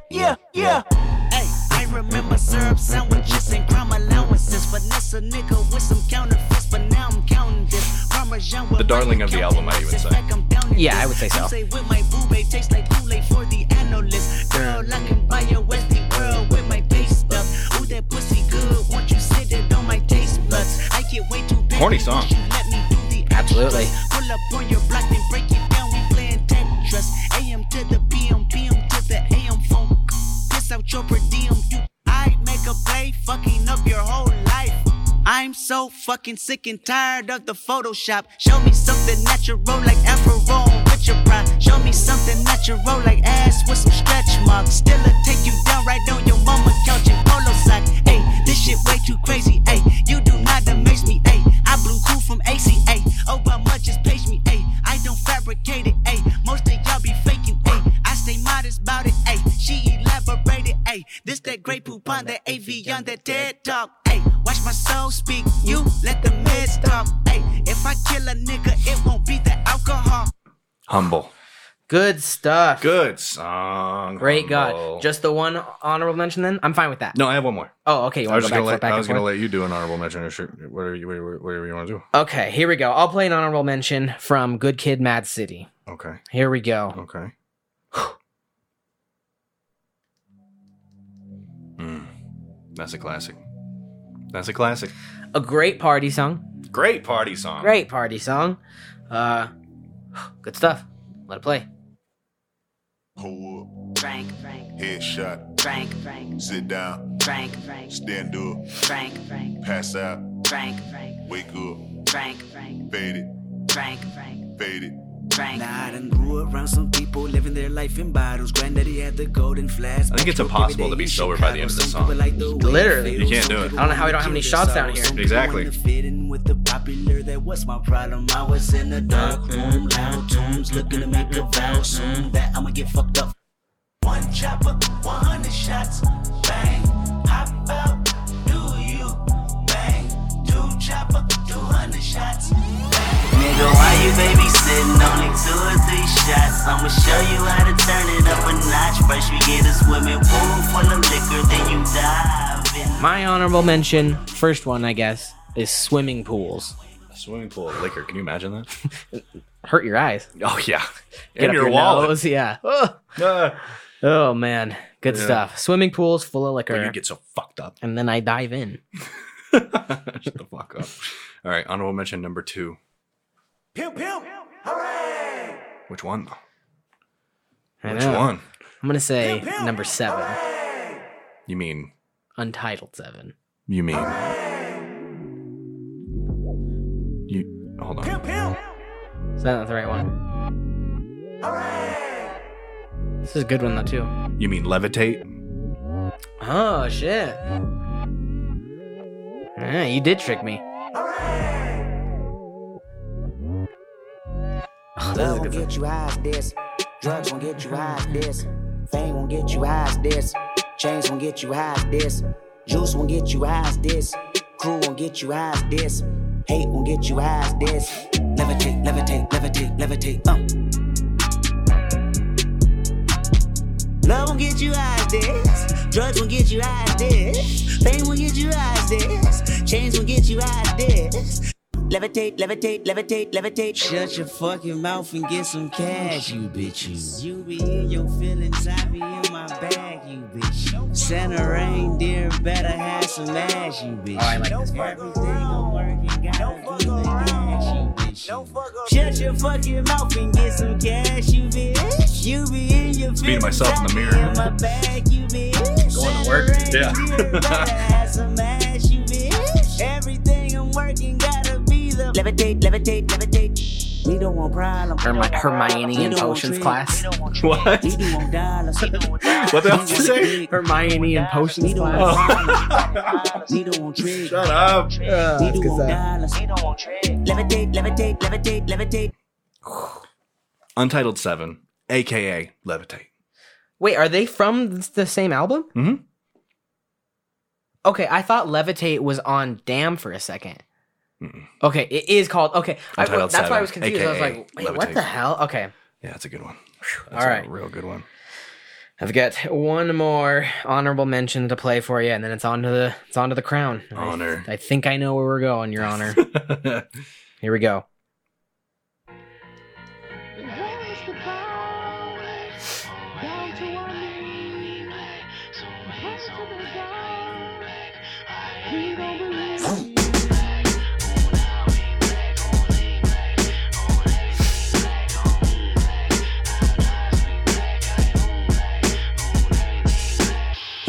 S9: Yeah, yeah. Hey, I remember syrup sandwiches and crime allowances. Finesse a nickel with some counterfeits, but now I'm counting this. Parmesan with
S2: The darling of the album, I even say.
S9: I'm down in
S1: Yeah,
S9: this.
S1: I would say so.
S9: I'm say with my boo babe tastes like Kool-Aid for the analyst. Girl, I can buy a Westy world with my base stuff. Ooh, that pussy good. Won't you sit it on my taste buds? I get way too big.
S2: Horny song.
S9: Let me do the
S1: Absolutely.
S9: Pull up on your block, then break it down. We playing Tetris. AM to the PM, PM to the AM phone. Piss out your per diem. You, I make a play, fucking up your whole life. I'm so fucking sick and tired of the Photoshop. Show me something natural like Afro with your pride. Show me something natural like ass with some stretch marks. Still, I take you down right on your mama couch in polo sock. Hey, this shit way too crazy. Hey, you do not amaze me. Hey, I blew cool from ACA. Oh, but much just page me. Hey, I don't fabricate it. Hey, most of y'all be faking. Hey, I stay modest about it. Hey, she elaborated. Hey, this that great poop on that AV on that TED talk. Hey, watch my soul speak. You let the meds talk. Hey, if I kill a nigga, it won't be the alcohol.
S2: Humble.
S1: Good stuff.
S2: Good song.
S1: Great
S2: Humble.
S1: God. Just the one honorable mention then? I'm fine with that.
S2: No, I have one more.
S1: Oh, okay. You
S2: I
S1: want
S2: was
S1: to
S2: just
S1: go back, and
S2: gonna
S1: forth,
S2: let
S1: back
S2: I
S1: and
S2: was gonna
S1: forth?
S2: let you do an honorable mention or shoot whatever you whatever, whatever you want to do.
S1: Okay, here we go. I'll play an honorable mention from Good Kid Mad City.
S2: Okay.
S1: Here we go.
S2: Okay. Mm, that's a classic. That's a classic.
S1: A great party song.
S2: Great party song.
S1: Great party song. Uh good stuff. Let it play.
S3: Hold
S12: Frank, Frank,
S3: up, headshot,
S12: Frank, Frank,
S3: sit down,
S12: Frank, Frank,
S3: stand up,
S12: Frank, Frank,
S3: pass out,
S12: Frank, Frank,
S3: wake up,
S12: Frank, Frank,
S3: faded,
S12: Frank, Frank,
S3: faded.
S12: Frank.
S13: Nah, I done grew around some people living their life in bottles. Granddaddy had the golden flask.
S2: I think it's impossible to be sober by the end of this song.
S1: Literally.
S2: You can't do it.
S1: I don't know how we don't have any shots down here.
S2: Exactly.
S13: Fit in with the popular, that was my problem. I was in the dark room, loud tunes, looking to make a vow soon that I'ma get fucked up.
S9: One chopper, 100 shots, bang. Hop out, do you, bang. Two chopper, 200 shots, Nigga, why you babysitting? Only two or three shots. I'ma show you how to turn it up a notch. First, you get a swimming pool full of liquor, then you dive in.
S1: My honorable mention, first one I guess, is swimming pools.
S2: A swimming pool of liquor. Can you imagine that?
S1: Hurt your eyes.
S2: Oh yeah.
S1: Get
S2: and
S1: up
S2: your,
S1: your
S2: wallet.
S1: nose. Yeah. Oh,
S2: Ah.
S1: oh, man. Good
S2: Yeah.
S1: stuff. Swimming pools full of
S2: But you
S1: liquor.
S2: get so fucked up.
S1: and then I dive in.
S2: Shut the fuck up. All right. Honorable mention number two.
S14: Pimp, pimp.
S2: Which one though?
S1: I
S2: Which
S1: know.
S2: one?
S1: I'm gonna say number seven.
S2: You mean?
S1: Untitled seven.
S2: You mean? You hold on.
S1: Is that not the right one? This is a good one though too.
S2: You mean levitate?
S1: Oh shit. Yeah, you did trick me.
S13: Love won't get you eyes this. Drugs won't get you eyes this. Fame won't get you eyes this. Chains won't get you eyes this. Juice won't get you eyes this. Crew won't get you eyes this. Hate won't get you eyes this. Levitate, levitate, levitate, levitate. Um.
S9: Love will get you eyes this. Drugs will get you eyes this. Fame will get you eyes this. Chains will get you eyes this.
S15: levitate, levitate, levitate, levitate.
S16: Shut your fucking mouth and get some cash, you bitches. You be in your feelings, I be in my bag, you bitch. Santa reindeer better have some ass, you bitch.
S1: Oh, I like this part.
S16: Shut your fucking mouth and get some cash, you bitch. You be in your
S17: Just beating
S16: feelings,
S17: myself in
S16: I
S17: the
S16: be
S17: mirror.
S16: in my bag, you bitch.
S17: Going to work. Yeah.
S16: Have some ass, you bitch. Everything I'm working gotta be the levitate, levitate, levitate. We don't want problem.
S1: Hermi- Hermione in potions class.
S17: What? What the hell did you say? Oh.
S1: Hermione in potions class.
S17: Shut up.
S1: Uh, 'cause, uh,
S15: Levitate, levitate, levitate, levitate.
S2: Untitled Seven, aka Levitate.
S1: wait, are they from the same album?
S2: Mm-hmm.
S1: Okay, I thought Levitate was on Damn for a 2nd
S2: Mm-mm.
S1: Okay, it is called. Okay, I,
S2: Untitled
S1: that's why I
S2: Seven,
S1: was confused. I was
S2: aka
S1: like, wait, what
S2: Levitate.
S1: the hell? Okay,
S2: Yeah, that's a good one.
S1: all
S2: That's
S1: right.
S2: a real good one.
S1: I've got one more honorable mention to play for you, and then it's on to the it's on to the crown. I-
S2: Honor.
S1: I, think I know where we're going, Your Honor. Here we go.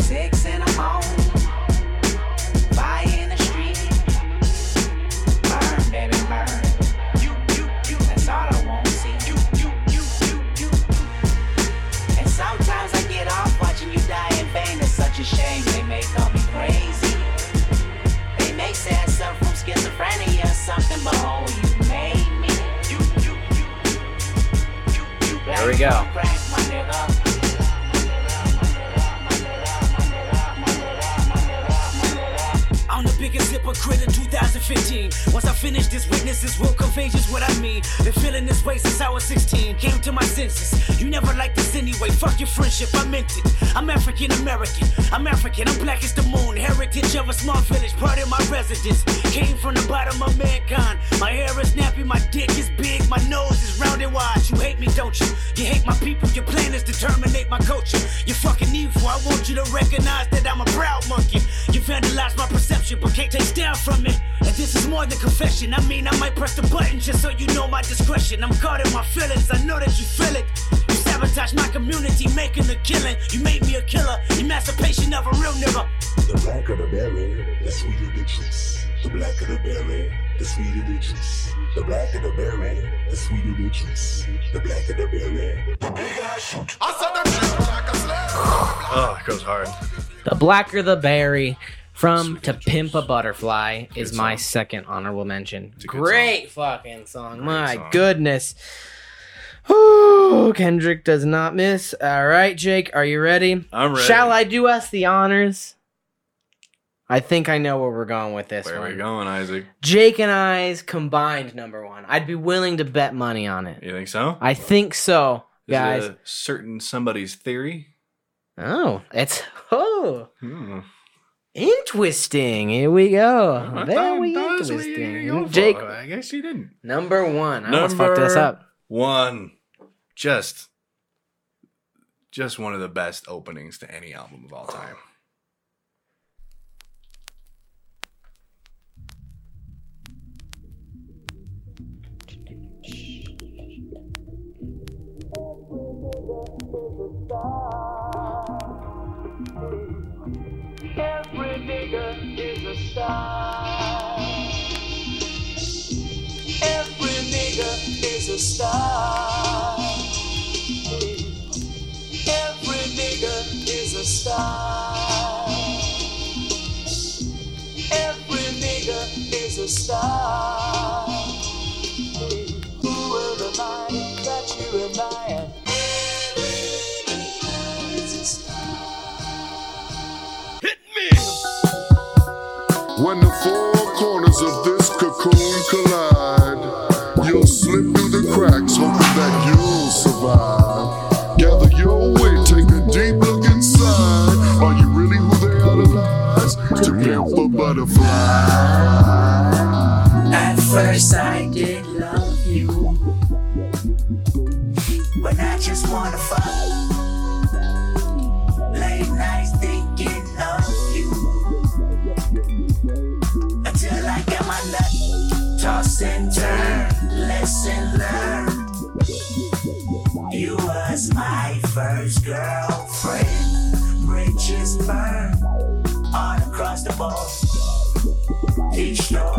S18: Six in a home, five in the street. Burn, baby, burn. You, you, you, that's all I want to see. You, you, you, you, you. And sometimes I get off watching you die in vain. It's such a shame they may call me crazy. They may say I suffer from schizophrenia or something, but oh, you made me. You, you, you, you, you.
S1: There we go.
S18: Crack my nigga.
S9: I'm the biggest hypocrite in 2015. Once I finish this, witnesses will convey just what I mean. Been feeling this way since I was 16. Came to my senses. You never liked this anyway. Fuck your friendship, I meant it. I'm African American. I'm African. I'm black as the moon. Heritage of a small village, part of my residence. Came from the bottom of mankind. My hair is nappy, my dick is big, my nose is round and wide. You hate me, don't you? You hate my people. Your plan is to terminate my culture. You're fucking evil. I want you to recognize that I'm a proud monkey. You vandalized my perception, but can't take style from it. And this is more than confession. I mean, I might press the button just so you know my discretion. I'm guarding my feelings. I know that you feel it. You sabotage my community, making a killing. You made me a killer. Emancipation of a real nigga.
S19: The blacker the berry, the sweeter the juice. The blacker the berry, the sweeter the juice. The blacker the berry, the sweeter the juice. The blacker the berry, the bigger I shoot. I said that shit like a slave.
S17: Oh, it goes hard.
S1: The Blacker the Berry from To Pimp a Butterfly is my second honorable mention. Great fucking song. my goodness. Ooh, Kendrick does not miss. All right, Jake, are you ready?
S2: I'm ready.
S1: Shall I do us the honors? I think I know where we're going with this
S2: Where are
S1: one.
S2: we going, Isaac?
S1: Jake and I's combined number one. I'd be willing to bet money on it.
S2: You think so?
S1: I think so,
S2: Is it
S1: guys.
S2: a certain somebody's theory.
S1: Oh, it's oh
S2: Hmm.
S1: interesting. Here we go.
S2: I
S1: Very
S2: thought that's what you were going
S1: interesting.
S2: for.
S1: Jake,
S2: I guess you didn't.
S1: number one. I almost fucked this
S2: Number
S1: up.
S2: One, just, just one of the best openings to any album of all time.
S18: Every nigga is a star. Every nigga is a star. Every nigga is a star. Every nigga is a star. Who will deny that you and I am? Every nigga is a star.
S8: When the four corners of this cocoon collide, you'll slip through the cracks, hoping that you'll survive. Gather your weight, take a deep look inside. Are you really who they idolize? To pimp a butterfly.
S18: At first.
S10: first I did love you. But I just wanna fuck. Late nights thinking of you. Until I get my nut. Toss and turn, lesson learned. You was my first girlfriend. Bridges burned all across the board. Each door.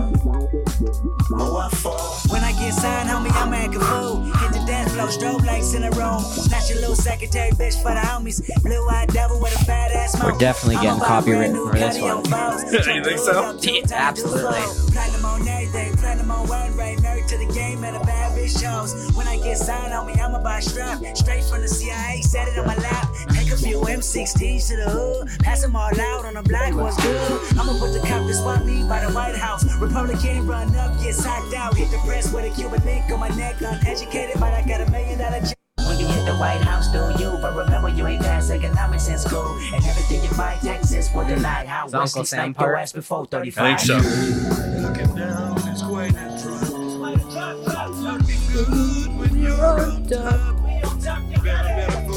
S10: But what for?
S9: When I get signed, homie, I'm acting fool. Hit the dance floor, strobe lights in a room. Not your little secretary bitch for the homies. Blue eyed devil with a fat ass mouth.
S1: We're definitely getting copyrighted for this one.
S9: you think so?
S1: Yeah, absolutely.
S9: Platinum on everything, platinum on one right, married to the game and a bad bitch shows. When I get signed on me, I'ma buy a strap. Straight from the CIA, set it on my lap. Take a few M16s to the hood, pass them all out on the block, what's good? I'ma put the cop that swap me by the White House. Republican run up, get socked out. Hit the press with a Cuban link on my neck, uneducated, but I got a million dollar check.
S10: When you hit the White House, do you? But remember, you ain't passed economics in school. And everything you buy, taxes will deny. How
S1: Is Uncle
S10: Wesley
S1: Sam
S10: sniped your
S1: part?
S10: ass before
S1: I think
S10: 35.
S1: so.
S10: Looking down, it's quite a drop. good when you're on top.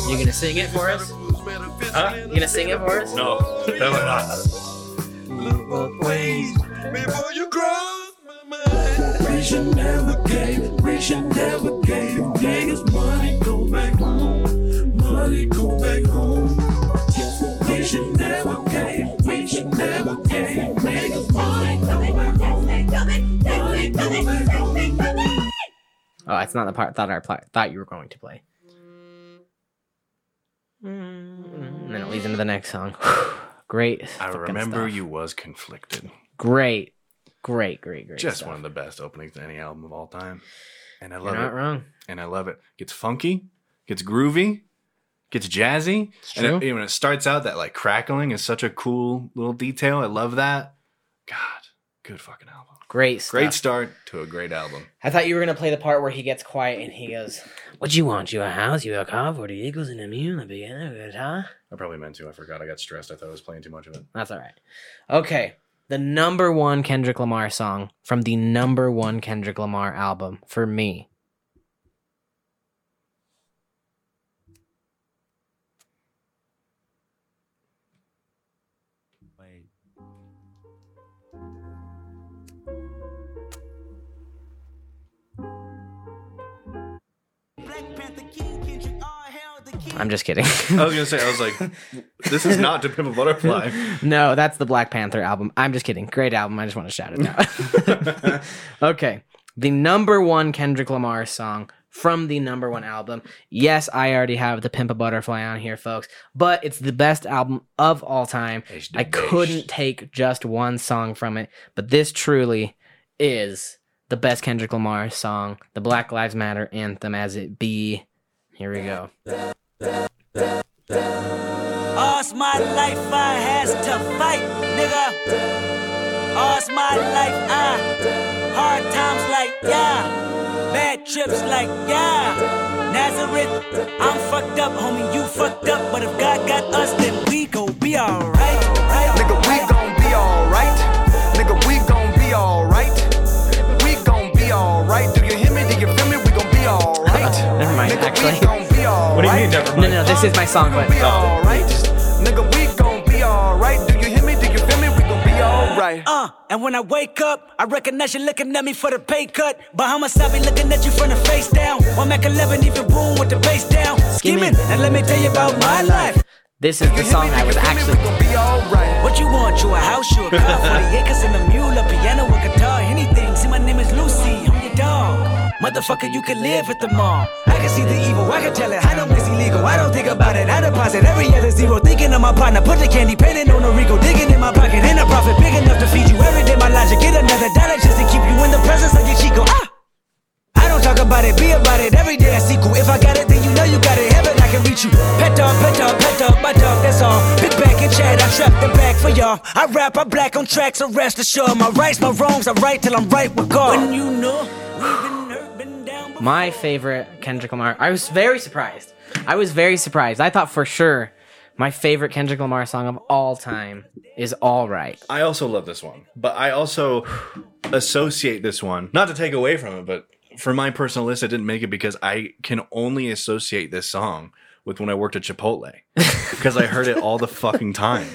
S1: You gonna sing it for us? Huh? You gonna sing it for us?
S20: No, no, we're not.
S10: Look both ways before you cross my mind. We should never gave, we should never gave niggas money. Go back home, money. Go back home. We should never gave, we should never gave niggas money. Go back home, money. Go back home.
S1: Oh, it's not the part thought I pl- thought you were going to play. And then it leads into the next song. great.
S2: I
S1: fucking
S2: remember
S1: stuff.
S2: you was conflicted.
S1: Great, great, great, great.
S2: Just
S1: stuff.
S2: one of the best openings to any album of all time, and I
S1: You're
S2: love
S1: not
S2: it.
S1: wrong.
S2: And I love it. Gets funky, gets groovy, gets jazzy, and it,
S1: true.
S2: and when it starts out, that like crackling is such a cool little detail. I love that. God, good fucking album.
S1: Great stuff.
S2: Great start to a great album.
S1: I thought you were gonna play the part where he gets quiet and he goes, "What you want? You a house? You a car? Forty eagles and a mule? A piano? A guitar?"
S2: I probably meant to. I forgot. I got stressed. I thought I was playing too much of it.
S1: That's all right. Okay. The number one Kendrick Lamar song from the number one Kendrick Lamar album for me. I'm just kidding.
S2: I was gonna say. I was like, this is not to pimp a butterfly.
S1: no, that's the Black Panther album. I'm just kidding. Great album. I just want to shout it out. okay. The number one Kendrick Lamar song from the number one album. Yes, I already have the Pimp a Butterfly on here, folks, but it's the best album of all time. I couldn't take just one song from it, but this truly is the best Kendrick Lamar song, the Black Lives Matter anthem as it be. Here we go.
S9: All's my life I has to fight, nigga. All's my life I uh, hard times like yeah, bad trips like yeah. Nazareth, I'm fucked up, homie. You fucked up, but if God got us, then we gon' be alright.
S21: Nigga, we gon' be alright. Nigga, we gon' be alright. We gon' be alright. Do you hear me? Do you feel me? We gon' be alright.
S1: Never mind, actually.
S21: Be alright.
S1: What do you mean, never mind? No, no, this is my song, but.
S21: Alright. Nigga, we gon' be alright. Do you hear me? Do you feel me? We gon' be alright.
S9: Uh, and when I wake up, I recognize you looking at me for the pay cut. Bahamas, I be looking at you from the face down. One Mac 11, even room with the face down. Scheming, and let me tell you about my life.
S1: This is the song I was actually.
S9: What you want? You a house, you a car, 40 acres and a mule, a piano, a guitar, anything. See, my name is Lucy, I'm your dog. Motherfucker, you can live at the mall. I can see the evil, I can tell it. I know it's illegal, I don't think about it. I deposit every other zero, thinking of my partner. Put the candy painting on a Rico, digging in my pocket. And a profit big enough to feed you every day. My logic, get another dollar just to keep you in the presence of your Chico. Ah! I don't talk about it, be about it. Every day I see cool. If I got it, then you know you got it. Heaven, I can reach you. Pet dog, pet dog, pet dog, my dog, that's all. Big back and chat, I trap the back for y'all. I rap, I black on tracks, so rest assured. My rights, my wrongs, I right till I'm right with God. When you know.
S1: My favorite Kendrick Lamar. I was very surprised. I was very surprised. I thought for sure My favorite Kendrick Lamar song of all time is All Right.
S2: I also love this one, but I also associate this one, not to take away from it, but for my personal list, I didn't make it because I can only associate this song with when I worked at Chipotle because I heard it all the fucking time.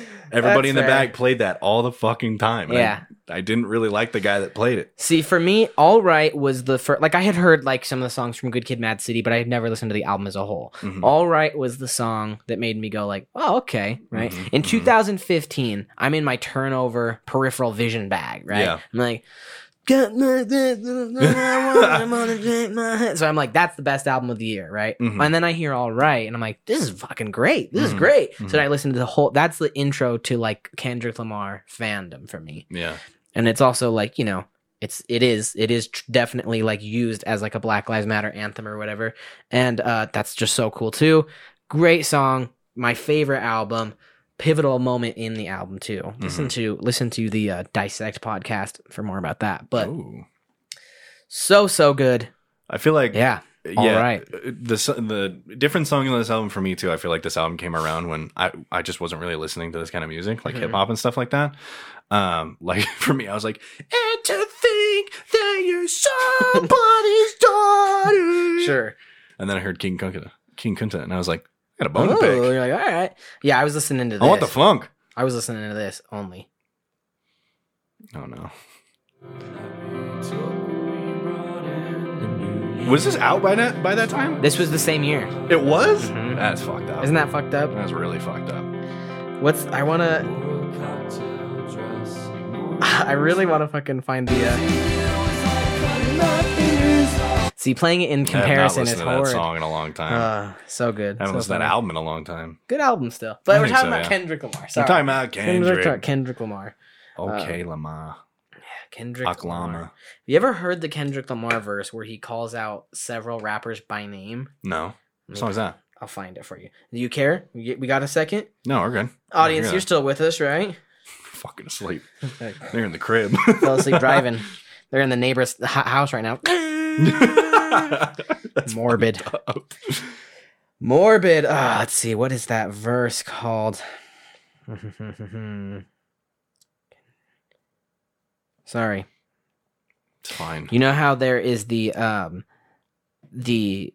S1: That's
S2: Everybody in the
S1: fair.
S2: back played that all the fucking time. and I-
S1: Yeah.
S2: I, didn't really like the guy that played it.
S1: See, for me, All Right was the first. Like, I had heard like some of the songs from Good Kid, Mad City, but I had never listened to the album as a whole.
S2: Mhm.
S1: All Right was the song that made me go like, "Oh, okay." Right.
S2: Mhm,
S1: In
S2: mhm.
S1: 2015, I'm in my turnover peripheral vision bag. Right.
S2: Yeah.
S1: I'm like. "Got my dick, I want it, I wanna drink my head." So I'm like, that's the best album of the year, right?
S2: Mhm.
S1: And then I hear All Right, and I'm like, this is fucking great. This
S2: Mhm,
S1: is great. So
S2: mhm.
S1: then I listen to the whole. That's the intro to like Kendrick Lamar fandom for me
S2: Yeah.
S1: and it's also like you know it's it is it is tr- definitely like used as like a black lives matter anthem or whatever and uh that's just so cool too great song my favorite album pivotal moment in the album too listen to listen to the uh, dissect podcast for more about that but
S2: Ooh.
S1: so so good
S2: I feel like
S1: yeah all
S2: yeah, uh,
S1: right.
S2: The so- the different song on this album for me too. I feel like this album came around when I I just wasn't really listening to this kind of music, like
S1: Mhm.
S2: hip hop and stuff like that. Um, like for me, I was like, and to think that you're somebody's daughter.
S1: sure
S2: And then I heard King Kunta, King Kunta, and I was like, I got a bone to pick.
S1: oh you're like all right yeah i was listening to this
S2: I want the funk.
S1: i was listening to this only
S2: Oh no. Was this out by that by that time?
S1: this was the same year
S2: It was.
S1: Mhm.
S2: That's fucked up.
S1: isn't that fucked up
S2: That's really fucked up.
S1: What's I wanna? I really wanna fucking find the. Uh... See, playing it in
S2: I have not
S1: comparison
S2: listened
S1: is
S2: to
S1: horrid.
S2: that song in a long time.
S1: Uh, so good.
S2: I haven't
S1: so
S2: listened to that
S1: funny.
S2: album in a long time.
S1: Good album still, but
S2: I
S1: we're
S2: think
S1: talking
S2: so,
S1: about
S2: yeah.
S1: Kendrick Lamar.
S2: We're
S1: Sorry.
S2: talking about
S1: Kendrick,
S2: Kendrick.
S1: Kendrick Lamar.
S2: Okay, Lamar.
S1: uh, Kendrick Lamar.
S2: Aklama.
S1: Have you ever heard the Kendrick Lamar verse where he calls out several rappers by name?
S2: No. What song is that?
S1: I'll find it for you. Do you care? We get- we got a second?
S2: No, we're good.
S1: Audience,
S2: Yeah.
S1: you're still with us, right?
S2: fucking asleep. They're in the crib.
S1: Fell asleep driving. They're in the neighbor's h- house right now. Morbid.
S2: Oh,
S1: Morbid. Ah, let's see. What is that verse called? Sorry.
S2: It's fine.
S1: You know how there is the um the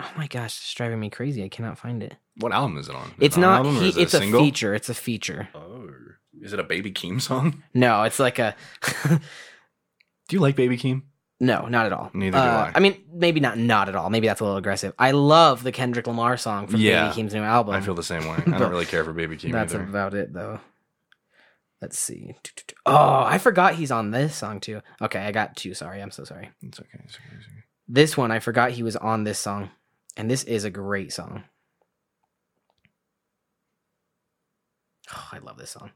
S1: Oh my gosh, it's driving me crazy. I cannot find it.
S2: What album is it on? Is it
S1: It's
S2: on an
S1: not
S2: album or
S1: he,
S2: is it
S1: it's a,
S2: single?
S1: feature. It's a feature.
S2: Oh. Is it a Baby Keem song?
S1: No, it's like a
S2: Do you like Baby Keem?
S1: No, not at all. Uh,
S2: Neither do I.
S1: I mean, maybe not not at all. Maybe that's a little aggressive. I love the Kendrick Lamar song from
S2: Yeah.
S1: Baby Keem's new album.
S2: I feel the same way. I
S1: But
S2: don't really care for Baby Keem
S1: That's
S2: either.
S1: about it, though. Let's see. Oh, I forgot he's on this song too. Okay, I got two. Sorry, I'm so sorry.
S2: It's okay. It's okay. It's okay.
S1: This one, I forgot he was on this song, and this is a great song. Oh, I love this song.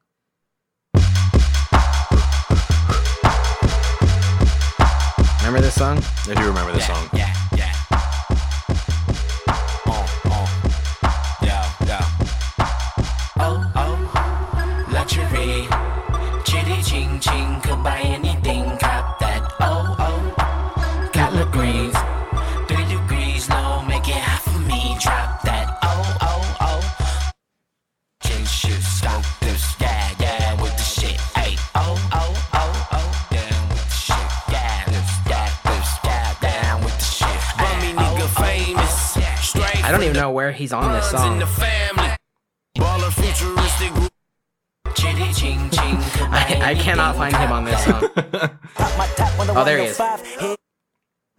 S1: Remember this song?
S2: I do remember this song.
S14: Yeah, yeah. Oh, oh. Yeah, yeah. Oh, oh. Luxury. Chitty ching ching. Could buy anything. Cop that. Oh, oh. Color greens. Three degrees low. Make it hot for me. Drop that. Oh, oh, oh. Change shifts. Scope this. Yeah, yeah. With the shit. Ay, oh, oh, oh, oh. Down with the shit. Yeah, this, that, this, that. Down with the shit. oh, Bummy nigga famous. Straight.
S1: I don't even know where he's on this song.
S14: family. Baller futuristic. Chitty ching ching.
S1: I, I cannot find him on this song. Oh, there he is.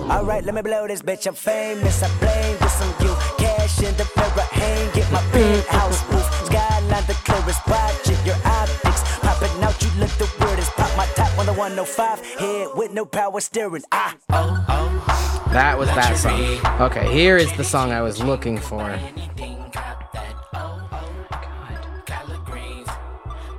S7: Alright, let me blow this bitch. I'm famous. I blame this on you. Cash in the Farahane. Get my penthouse roof. Skyline the clearest. Watching your optics. Popping out, you look the weirdest. Pop my top on the 105. Head with no power steering. Ah.
S14: Oh, oh.
S1: That was that song. Okay, here is the song I was looking for.
S14: Anything got that. Oh, oh. God. Color greens.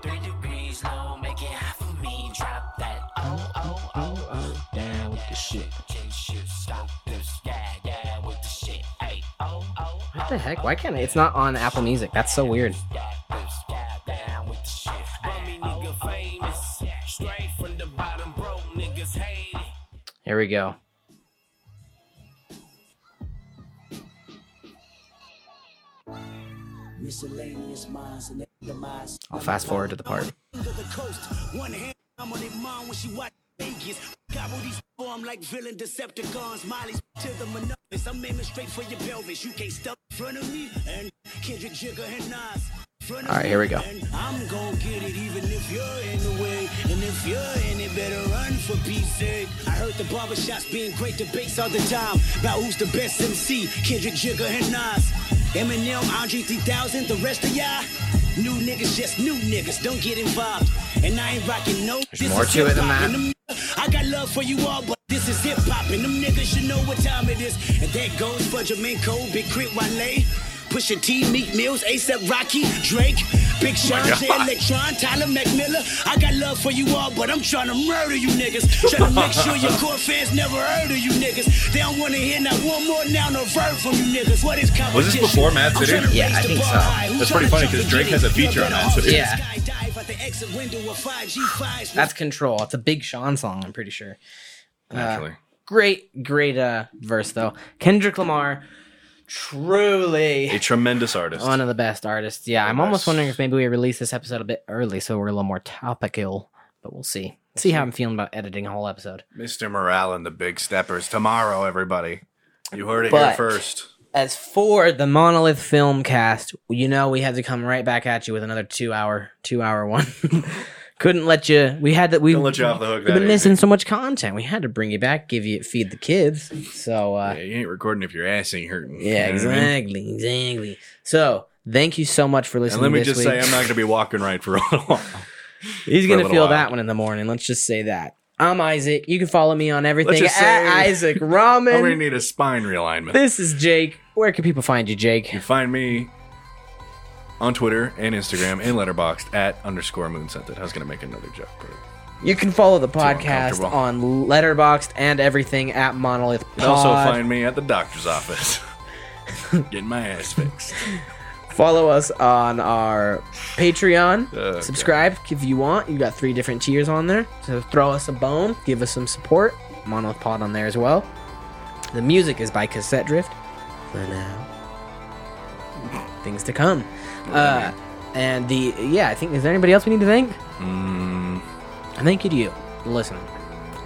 S14: Three degrees low. Make it hot for me. Drop that. Oh, oh, oh. oh. Down with the shit. Change shifts. Scope this. Yeah, yeah. With the shit. Ay, oh, oh.
S1: What the heck? Why can't I? It's not on Apple Music. That's so weird.
S14: down with the shit. Bummy nigga famous. Straight from the bottom, broke niggas hate it.
S1: Here we go.
S22: Miscellaneous minds and atomize.
S1: I'll fast forward to the part.
S9: Under the coast, one hand I'm on their mom when she watch Vegas. Gobble these form like villain Decepticons. Molly's to the monopolies. I'm aiming straight for your pelvis. You can't stop in front of me. And Kendrick Jigger and Nas. Front of
S1: All right,
S9: me.
S1: here we go.
S9: And I'm gonna get it even if you're in the way. And if you're in it, better run for Pete's sake. I heard the barbershops being great debates all the time about who's the best MC. Kendrick Jigger and Nas. Eminem, Andre 3000, the rest of y'all. New niggas, just new niggas, don't get involved. And I ain't rocking no.
S1: There's more to it than
S9: hip-hop,
S1: that.
S9: and them I got love for you all, but this is hip hop, and them niggas should know what time it is. And that goes for Jermaine Cole, Big Crit Wale, Pusha T, Meek Mills, ASAP Rocky, Drake, Big
S23: Oh
S9: Sean,
S23: my
S9: Jay
S23: God.
S9: Electron, Tyler McMiller. I got love for you all, but I'm trying to murder you niggas. Trying to make sure your core fans never heard of you niggas. They don't want to hear not one more noun or verb from you niggas. What is competition?
S24: Was this before Mad
S9: I'm
S24: City?
S9: trying to
S24: Yeah,
S9: raise
S24: I
S9: the
S24: think
S9: bar
S24: so.
S9: high. Who
S24: That's pretty
S9: tryna
S24: funny
S9: jump
S24: 'cause
S9: to
S24: Drake
S9: get
S24: has a
S9: it?
S24: feature on
S9: Better
S24: Mad City.
S9: off
S1: Yeah.
S9: skydive out the exit window of 5G5s.
S1: That's Control. It's a Big Sean song, I'm pretty sure. Uh,
S9: Naturally.
S1: great, great uh, verse, though. Kendrick Lamar, truly.
S2: A tremendous artist.
S1: One of the best artists. Yeah, I'm almost wondering if maybe we release this episode a bit early so we're a little more topical, but we'll see. See how I'm feeling about editing a whole episode.
S2: Mr. Morale and the Big Steppers tomorrow, everybody. You heard it
S1: But-
S2: here first.
S1: As for the Monolith film cast, you know we had to come right back at you with another two hour, two hour one. Couldn't let you. We had that. We
S2: Couldn't let you off the hook
S1: We've
S2: that
S1: been missing
S2: easy.
S1: so much content. We had to bring you back, give you feed the kids. So uh,
S2: Yeah, you ain't recording if your ass ain't hurting.
S1: yeah,
S2: You know what I
S1: exactly,
S2: mean?
S1: exactly. So thank you so much for
S2: And
S1: listening.
S2: let me
S1: this
S2: just
S1: week.
S2: say, I'm not going to be walking right for a while.
S1: He's
S2: for a
S1: gonna
S2: little
S1: feel
S2: while.
S1: that one in the morning. Let's just say that. I'm Isaac. You can follow me on everything
S2: just
S1: at
S2: say-
S1: Isaac
S2: I'm going to
S1: Ramen.
S2: need a spine realignment.
S1: This is Jake. Where can people find you, Jake?
S2: You find me on Twitter and Instagram and Letterboxd at underscore moonscented. I was going to make another joke, but
S1: You can follow the podcast
S2: uncomfortable.
S1: on Letterboxd and everything at Monolith
S2: you can also
S1: Pod.
S2: find me at the doctor's office. Getting my ass fixed.
S1: Follow us on our Patreon.
S2: Okay.
S1: Subscribe if you want. You got three different tiers on there. So throw us a bone, give us some support. Monolith Pod on there as well. The music is by Cassette Drift. For now, things to come. Uh, and the yeah, I think is there anybody else we need to thank?
S2: Mm,
S1: I thank you to you, listen,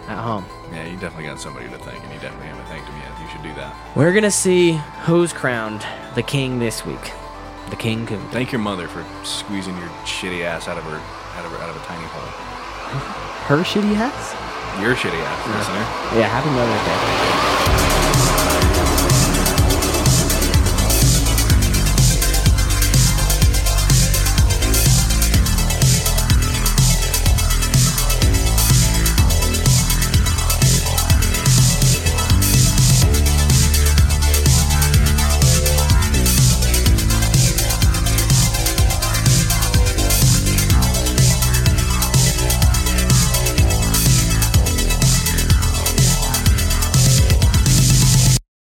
S1: at home.
S2: yeah, you definitely got somebody to thank, and you definitely haven't thanked him yet. You should do that.
S1: We're gonna see who's crowned the king this week. The king coon.
S2: Thank your mother for squeezing your shitty ass out of her out of her, out of a tiny hole.
S1: Her shitty hats.
S2: Your shitty ass, listener.
S1: Yeah, happy Mother's Day.